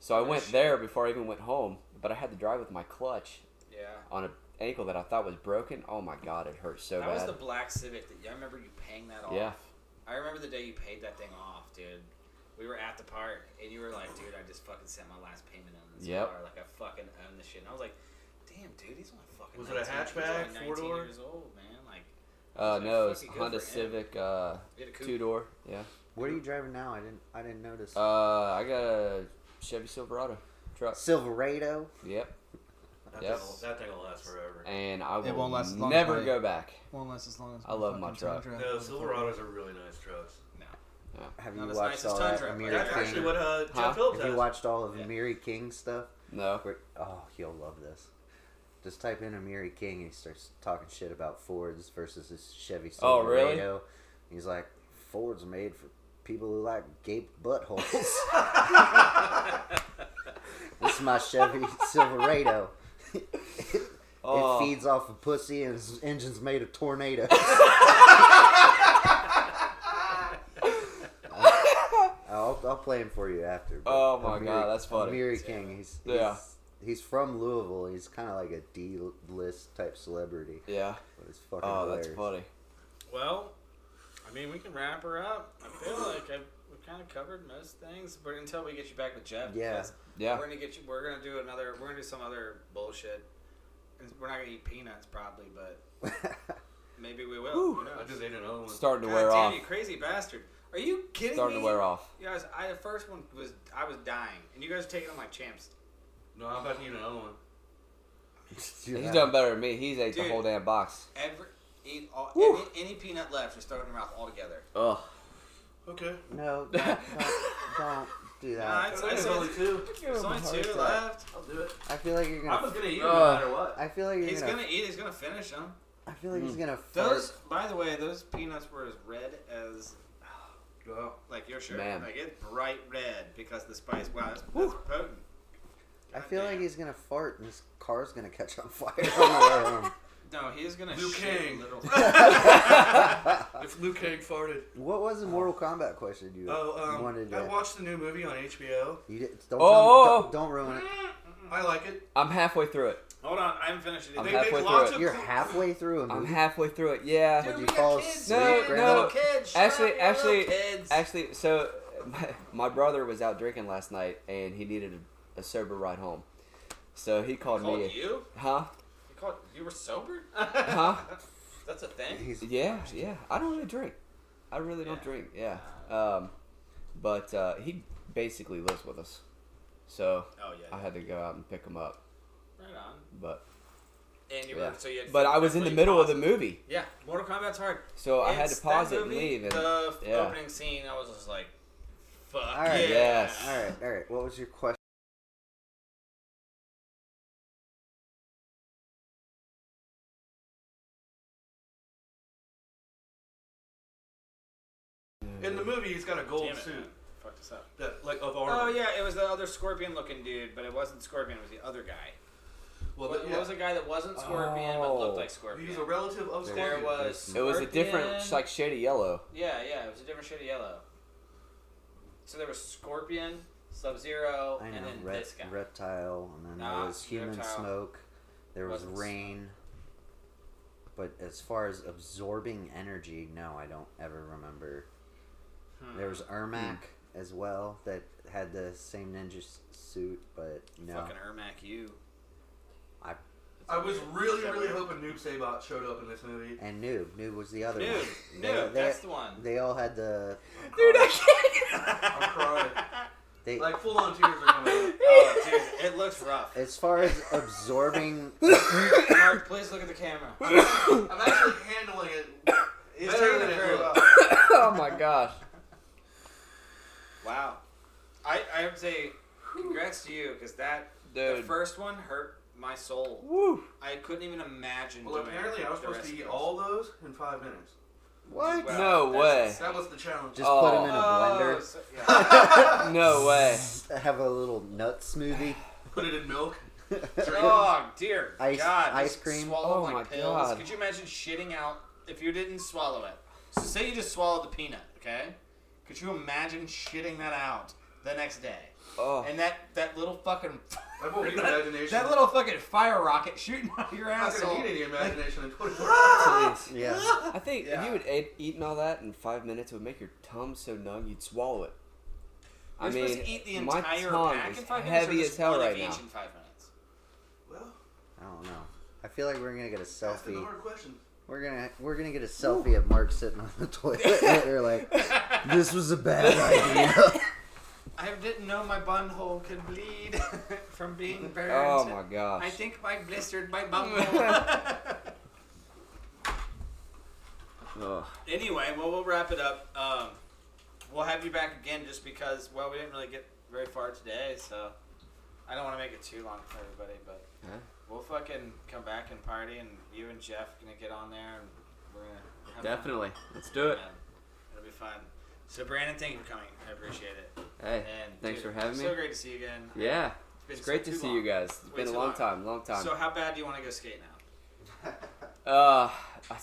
Speaker 3: So
Speaker 2: Oh,
Speaker 3: I went there before I even went home, but I had to drive with my clutch
Speaker 2: Yeah.
Speaker 3: on an ankle that I thought was broken. Oh my god, it hurt so
Speaker 2: That was
Speaker 3: bad.
Speaker 2: the black Civic that I remember you paying that off.
Speaker 3: yeah,
Speaker 2: I remember the day you paid that thing off, dude. We were at the park, and you were like, "Dude, I just fucking sent my last payment on this
Speaker 3: Yep.
Speaker 2: car. Like, I fucking own this shit." And I was like, "Damn, dude, he's only fucking."
Speaker 4: Was it a
Speaker 2: 19 he's only
Speaker 4: hatchback,
Speaker 2: 19
Speaker 4: four-door?
Speaker 2: Years old, man. Like,
Speaker 3: uh,
Speaker 2: That's
Speaker 3: no, it's
Speaker 2: fucking good
Speaker 3: Honda
Speaker 2: for him.
Speaker 3: Civic uh,
Speaker 2: he had a coupe.
Speaker 3: two door. Yeah,
Speaker 5: What are you driving now? I didn't. I didn't notice.
Speaker 3: uh, I got a Chevy Silverado truck.
Speaker 5: Silverado.
Speaker 3: Yep,
Speaker 4: That,
Speaker 3: Yep.
Speaker 4: thing will, that thing will last forever.
Speaker 3: and I will
Speaker 11: won't last as long as
Speaker 3: never
Speaker 11: my-
Speaker 3: go back.
Speaker 11: Won't last as long as
Speaker 3: I love my truck.
Speaker 4: No, Silverados are really nice trucks.
Speaker 5: Have
Speaker 2: Not
Speaker 5: you
Speaker 2: as
Speaker 5: watched
Speaker 2: nice as
Speaker 5: all that
Speaker 2: Tundra, but
Speaker 5: Amiri
Speaker 4: That's
Speaker 2: Yeah.
Speaker 4: actually
Speaker 5: King?
Speaker 4: what uh, Jeff
Speaker 3: Huh?
Speaker 4: Phillips
Speaker 5: Have you
Speaker 4: has.
Speaker 5: watched all of
Speaker 2: Yeah.
Speaker 5: Amiri King stuff?
Speaker 3: No,
Speaker 5: Where- Oh, you'll love this. Just type in Amiri King and he starts talking shit about Fords versus his Chevy
Speaker 3: Oh,
Speaker 5: Silverado.
Speaker 3: really?
Speaker 5: He's like, Ford's made for people who like gape buttholes. this is my Chevy Silverado. It,
Speaker 3: Oh.
Speaker 5: feeds off of pussy and his engine's made of tornadoes. I'll, I'll play him for you after. but
Speaker 3: Oh my God, that's funny.
Speaker 5: Amiri King, he's, he's
Speaker 3: Yeah.
Speaker 5: he's from Louisville. He's kind of like a D list type celebrity,
Speaker 3: yeah.
Speaker 5: but it's fucking
Speaker 3: Oh,
Speaker 5: hilarious.
Speaker 3: that's funny.
Speaker 2: Well, I mean, we can wrap her up. I feel like I've, we've kind of covered most things, but until we get you back with Jeff,
Speaker 5: Yeah.
Speaker 2: because
Speaker 3: Yeah.
Speaker 2: we're gonna get you. We're gonna do another. We're gonna do some other bullshit. And We're not gonna eat peanuts probably, but maybe we will. Who knows?
Speaker 4: I just ate another one.
Speaker 3: Starting to
Speaker 2: God
Speaker 3: wear
Speaker 2: damn
Speaker 3: off.
Speaker 2: you, crazy bastard! Are you kidding
Speaker 3: Starting
Speaker 2: me?
Speaker 3: to wear off.
Speaker 2: You guys, I the first one was I was dying, and you guys are taking them like champs.
Speaker 4: No, I'm about to eat another one.
Speaker 5: Yeah.
Speaker 3: He's done better than me. He's ate
Speaker 2: Dude.
Speaker 3: the whole damn box.
Speaker 2: Every eat all
Speaker 3: Woo.
Speaker 2: any, any peanut left, just throw it in your mouth altogether.
Speaker 3: Ugh.
Speaker 4: Okay.
Speaker 5: No, don't, don't, don't do that.
Speaker 2: Nah,
Speaker 4: I
Speaker 2: it's,
Speaker 4: think only
Speaker 2: it's,
Speaker 4: two.
Speaker 2: there's only
Speaker 5: heart
Speaker 2: two
Speaker 5: attack.
Speaker 2: left.
Speaker 4: I'll do it.
Speaker 5: I feel like you're
Speaker 4: I
Speaker 5: gonna.
Speaker 4: was gonna eat it
Speaker 3: Uh,
Speaker 4: no matter what.
Speaker 5: I feel like you're
Speaker 2: He's
Speaker 5: gonna,
Speaker 2: gonna eat. He's gonna finish them.
Speaker 5: I feel like he's
Speaker 3: Mm.
Speaker 5: gonna. fart.
Speaker 2: Those, by the way, those peanuts were as red as
Speaker 4: Well,
Speaker 2: like your shirt.
Speaker 3: Man.
Speaker 2: Like it's bright red because the spice. Wow, that's, that's potent.
Speaker 5: I feel like
Speaker 2: Goddamn.
Speaker 5: he's gonna fart and his car's gonna catch on fire. on the way home.
Speaker 2: No, he is gonna
Speaker 4: Liu
Speaker 2: shit
Speaker 4: Kang.
Speaker 2: literal-
Speaker 4: if Liu Kang farted.
Speaker 5: what was the Mortal Kombat question you
Speaker 4: Oh, um,
Speaker 5: wanted?
Speaker 4: I
Speaker 5: To,
Speaker 4: watched the new movie on HBO.
Speaker 5: you did,
Speaker 3: Oh,
Speaker 5: don't, tell-
Speaker 3: oh,
Speaker 5: don't, don't ruin it.
Speaker 4: I like it.
Speaker 3: I'm halfway through it.
Speaker 2: Hold on, I haven't finished it.
Speaker 3: I'm
Speaker 4: They
Speaker 2: either.
Speaker 3: halfway
Speaker 4: make
Speaker 3: through
Speaker 4: lots
Speaker 3: it.
Speaker 2: Oh!
Speaker 4: of
Speaker 5: You're
Speaker 4: cool-
Speaker 5: halfway through a
Speaker 3: I'm
Speaker 5: movie.
Speaker 3: halfway through it. Yeah.
Speaker 5: Would
Speaker 2: Dude,
Speaker 5: you
Speaker 2: we got
Speaker 5: fall
Speaker 2: kids,
Speaker 5: asleep,
Speaker 2: man.
Speaker 3: No,
Speaker 2: You're
Speaker 3: no.
Speaker 2: little kids. Shut
Speaker 3: Actually-
Speaker 2: up, you're little
Speaker 3: actually-
Speaker 2: kids.
Speaker 3: Actually, so my, my brother was out drinking last night and he needed a, a sober ride home. So he called,
Speaker 2: called
Speaker 3: me.
Speaker 2: you.
Speaker 3: Huh?
Speaker 2: You called. You were sober.
Speaker 3: Huh?
Speaker 2: That's a thing.
Speaker 5: He's
Speaker 3: Yeah, yeah. I don't really drink. I really don't
Speaker 2: Yeah.
Speaker 3: drink. Yeah. Um, but uh, he basically lives with us, so
Speaker 2: Oh yeah.
Speaker 3: I had to go out and pick him up.
Speaker 2: Right on.
Speaker 3: But
Speaker 2: And you
Speaker 3: yeah.
Speaker 2: were so you. Had
Speaker 3: but I was in the middle of the movie,
Speaker 2: Yeah, Mortal Kombat's hard.
Speaker 3: so I had
Speaker 2: It's
Speaker 3: to pause
Speaker 2: that
Speaker 3: it and
Speaker 2: movie, Uh,
Speaker 3: leave. And
Speaker 2: the f-
Speaker 3: yeah.
Speaker 2: opening scene, I was just like, "Fuck
Speaker 5: All right.
Speaker 2: yeah!"
Speaker 3: Yes.
Speaker 5: all right. All right. What was your question?
Speaker 4: In the movie, he's got a gold
Speaker 2: Damn it.
Speaker 4: suit
Speaker 2: Fuck this up.
Speaker 4: that like of armor.
Speaker 2: Oh yeah, it was the other scorpion-looking dude, but it wasn't scorpion. It was the other guy.
Speaker 4: Well,
Speaker 2: What,
Speaker 4: the,
Speaker 2: what
Speaker 4: yeah.
Speaker 2: was the guy that wasn't scorpion but looked like scorpion?
Speaker 4: He's a relative of Scorpion.
Speaker 2: there was.
Speaker 3: Oh. it was a different,
Speaker 2: Scorpion-
Speaker 3: it's like shade of yellow.
Speaker 2: Yeah, yeah, it was a different shade of yellow. So there was scorpion, Sub Zero,
Speaker 5: I know.
Speaker 2: and then
Speaker 5: rep-
Speaker 2: this guy.
Speaker 5: reptile, and then
Speaker 2: Nah,
Speaker 5: there was human
Speaker 2: reptile.
Speaker 5: smoke. There was
Speaker 2: Wasn't s-
Speaker 5: rain. But as far as absorbing energy, no, I don't ever remember.
Speaker 2: Hmm.
Speaker 5: There was Ermac as well that had the same ninja s- suit, but no.
Speaker 2: Fucking Ermac, you.
Speaker 5: I-
Speaker 4: I was really, really hoping Noob Sabot showed up in this movie.
Speaker 5: and Noob. Noob was the other one.
Speaker 2: Noob,
Speaker 5: They-
Speaker 2: Noob,
Speaker 5: they-
Speaker 2: that's the one.
Speaker 5: They all had the.
Speaker 4: Dude, I can't. I'm crying.
Speaker 5: They,
Speaker 4: Like full on tears are coming. out.
Speaker 2: Oh, dude, it looks rough.
Speaker 5: as far as absorbing.
Speaker 2: Mark, please look at the camera.
Speaker 4: I'm actually handling it.
Speaker 2: He's
Speaker 4: Better
Speaker 2: taking
Speaker 4: than
Speaker 2: it
Speaker 4: it
Speaker 2: very well.
Speaker 4: looked.
Speaker 3: oh my gosh!
Speaker 2: Wow. I, I would say congrats to you because that the
Speaker 3: Dude.
Speaker 2: first one hurt my soul.
Speaker 3: Woo!
Speaker 2: I couldn't even imagine.
Speaker 4: Well,
Speaker 2: doing
Speaker 4: apparently I was
Speaker 2: the
Speaker 4: supposed
Speaker 2: rest
Speaker 4: to
Speaker 2: of
Speaker 4: eat
Speaker 2: this.
Speaker 4: all those in five minutes.
Speaker 5: What?
Speaker 3: No way.
Speaker 4: That was the challenge.
Speaker 5: Just
Speaker 2: Oh.
Speaker 5: put them in a blender.
Speaker 2: so- yeah.
Speaker 3: No
Speaker 2: Oh.
Speaker 3: way.
Speaker 5: Have a little nut smoothie.
Speaker 4: Put it in milk.
Speaker 2: oh dear
Speaker 5: Ice-
Speaker 2: God!
Speaker 5: ice
Speaker 2: just
Speaker 5: cream.
Speaker 2: Swallow
Speaker 3: Oh,
Speaker 2: my,
Speaker 3: my
Speaker 2: pills.
Speaker 3: God.
Speaker 2: Could you imagine shitting out if you didn't swallow it? So say you just swallowed the peanut, okay? Could you imagine shitting that out the next day?
Speaker 3: Oh.
Speaker 2: And that that little fucking
Speaker 4: That won't be imagination.
Speaker 2: that little fucking fire rocket shooting out your
Speaker 4: I'm not
Speaker 2: asshole.
Speaker 4: gonna need any imagination and put it.
Speaker 3: Please.
Speaker 5: Yeah.
Speaker 3: I think if you would eat, eaten all that in five minutes, it would make your tongue so numb you'd swallow it. I
Speaker 2: You're supposed
Speaker 3: mean,
Speaker 2: to eat the
Speaker 3: my
Speaker 2: entire
Speaker 3: tongue
Speaker 2: pack
Speaker 3: is
Speaker 2: in five minutes, or
Speaker 3: heavy
Speaker 2: just
Speaker 3: as hell
Speaker 2: one of
Speaker 3: right
Speaker 2: each
Speaker 3: now.
Speaker 2: In five minutes.
Speaker 4: Well,
Speaker 5: I don't know. I feel like we're gonna get a
Speaker 4: that's the
Speaker 5: selfie.
Speaker 4: hard question.
Speaker 5: We're gonna we're gonna get a selfie of Mark sitting on the toilet. They're like, this was a bad idea.
Speaker 2: I didn't know my bunhole could bleed from being burned.
Speaker 3: Oh my gosh.
Speaker 2: I think I blistered my bunghole.
Speaker 3: Ugh.
Speaker 2: Anyway, well, we'll wrap it up. Um, we'll have you back again just because, well, we didn't really get very far today, so I don't want to make it too long for everybody, but
Speaker 3: Huh?
Speaker 2: we'll fucking come back and party, and you and Jeff gonna get on there, and we're gonna have
Speaker 3: Definitely. Let's do
Speaker 2: Fun.
Speaker 3: it.
Speaker 2: Yeah, it'll be fun. So, Brandon, thank you for coming. I appreciate it.
Speaker 3: Hey,
Speaker 2: And
Speaker 3: thanks
Speaker 2: dude,
Speaker 3: for having
Speaker 2: So
Speaker 3: me.
Speaker 2: great to see you again.
Speaker 3: Yeah,
Speaker 2: been
Speaker 3: it's great
Speaker 2: so-
Speaker 3: to
Speaker 2: too
Speaker 3: see
Speaker 2: long.
Speaker 3: you guys. It's
Speaker 2: Way
Speaker 3: been a
Speaker 2: too
Speaker 3: long
Speaker 2: long.
Speaker 3: time, long time.
Speaker 2: So, how bad do you want to go skate now?
Speaker 3: Uh, I,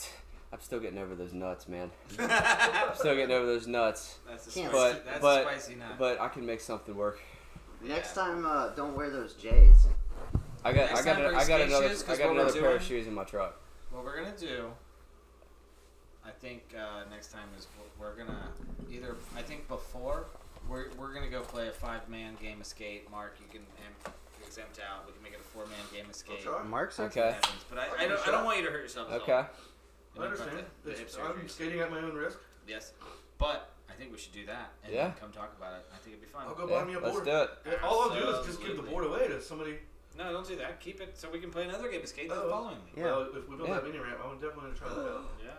Speaker 3: am still getting over those nuts, man. I'm still getting over those nuts.
Speaker 2: That's a spicy,
Speaker 5: Can't
Speaker 3: But
Speaker 2: that's
Speaker 3: but
Speaker 2: a spicy nut.
Speaker 3: but I can make something work.
Speaker 5: Next
Speaker 2: Yeah.
Speaker 5: time, uh, don't wear those J's.
Speaker 3: I got
Speaker 2: Next
Speaker 3: I got
Speaker 2: time
Speaker 3: a,
Speaker 2: bring
Speaker 3: I got
Speaker 2: skate
Speaker 3: another
Speaker 2: shoes, 'cause
Speaker 3: I got
Speaker 2: what we're
Speaker 3: another pair
Speaker 2: doing-
Speaker 3: of shoes in my truck.
Speaker 2: What we're gonna do, I think uh, next time is we're- we're gonna either I think before we're, we're gonna go play a five man game of skate. Mark, you can em- exempt out. We can make it a four man game of skate.
Speaker 4: try.
Speaker 5: Mark's okay.
Speaker 3: Okay.
Speaker 2: Happens, But I, I don't I don't want you to hurt yourself. at all.
Speaker 3: Okay.
Speaker 4: I understand.
Speaker 2: The, the hip
Speaker 4: It's, I'm
Speaker 2: surgery.
Speaker 4: skating at my own risk.
Speaker 2: Yes, but I think we should do that and
Speaker 3: Yeah.
Speaker 2: come talk about it. I think it'd be fun.
Speaker 4: I'll go
Speaker 3: Yeah,
Speaker 4: buy me a
Speaker 3: let's
Speaker 4: board.
Speaker 3: do it.
Speaker 4: Yeah, All I'll do is just give the
Speaker 2: Absolutely.
Speaker 4: board away to somebody.
Speaker 2: No, don't do that. Keep it so we can play another game of skate the
Speaker 4: Oh.
Speaker 2: following week.
Speaker 5: Yeah.
Speaker 4: Well, if we build
Speaker 3: Yeah.
Speaker 4: that mini ramp, I'm definitely gonna try that out.
Speaker 2: Yeah.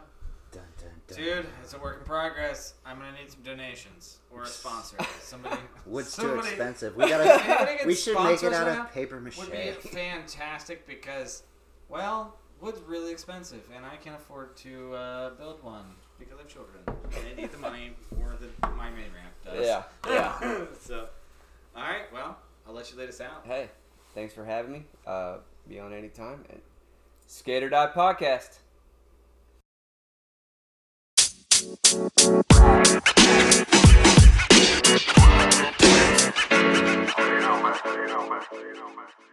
Speaker 5: Dun, dun, dun.
Speaker 2: Dude, it's a work in progress. I'm gonna need some donations or a sponsor. Somebody.
Speaker 5: wood's too
Speaker 2: somebody-
Speaker 5: expensive. We gotta.
Speaker 2: Anybody get
Speaker 5: we should make it
Speaker 2: sponsors
Speaker 5: out
Speaker 2: right now
Speaker 5: of paper mache.
Speaker 2: Would be fantastic because, well, wood's really expensive, and I can't afford to uh, build one because I have children. They need the money more than my main ramp does.
Speaker 3: Yeah. Yeah.
Speaker 2: so, all right. Well, I'll let you let us out.
Speaker 3: hey, thanks for having me. Uh, be on anytime. And Skater Die Podcast.
Speaker 1: You know, man. You know, man. You know, man.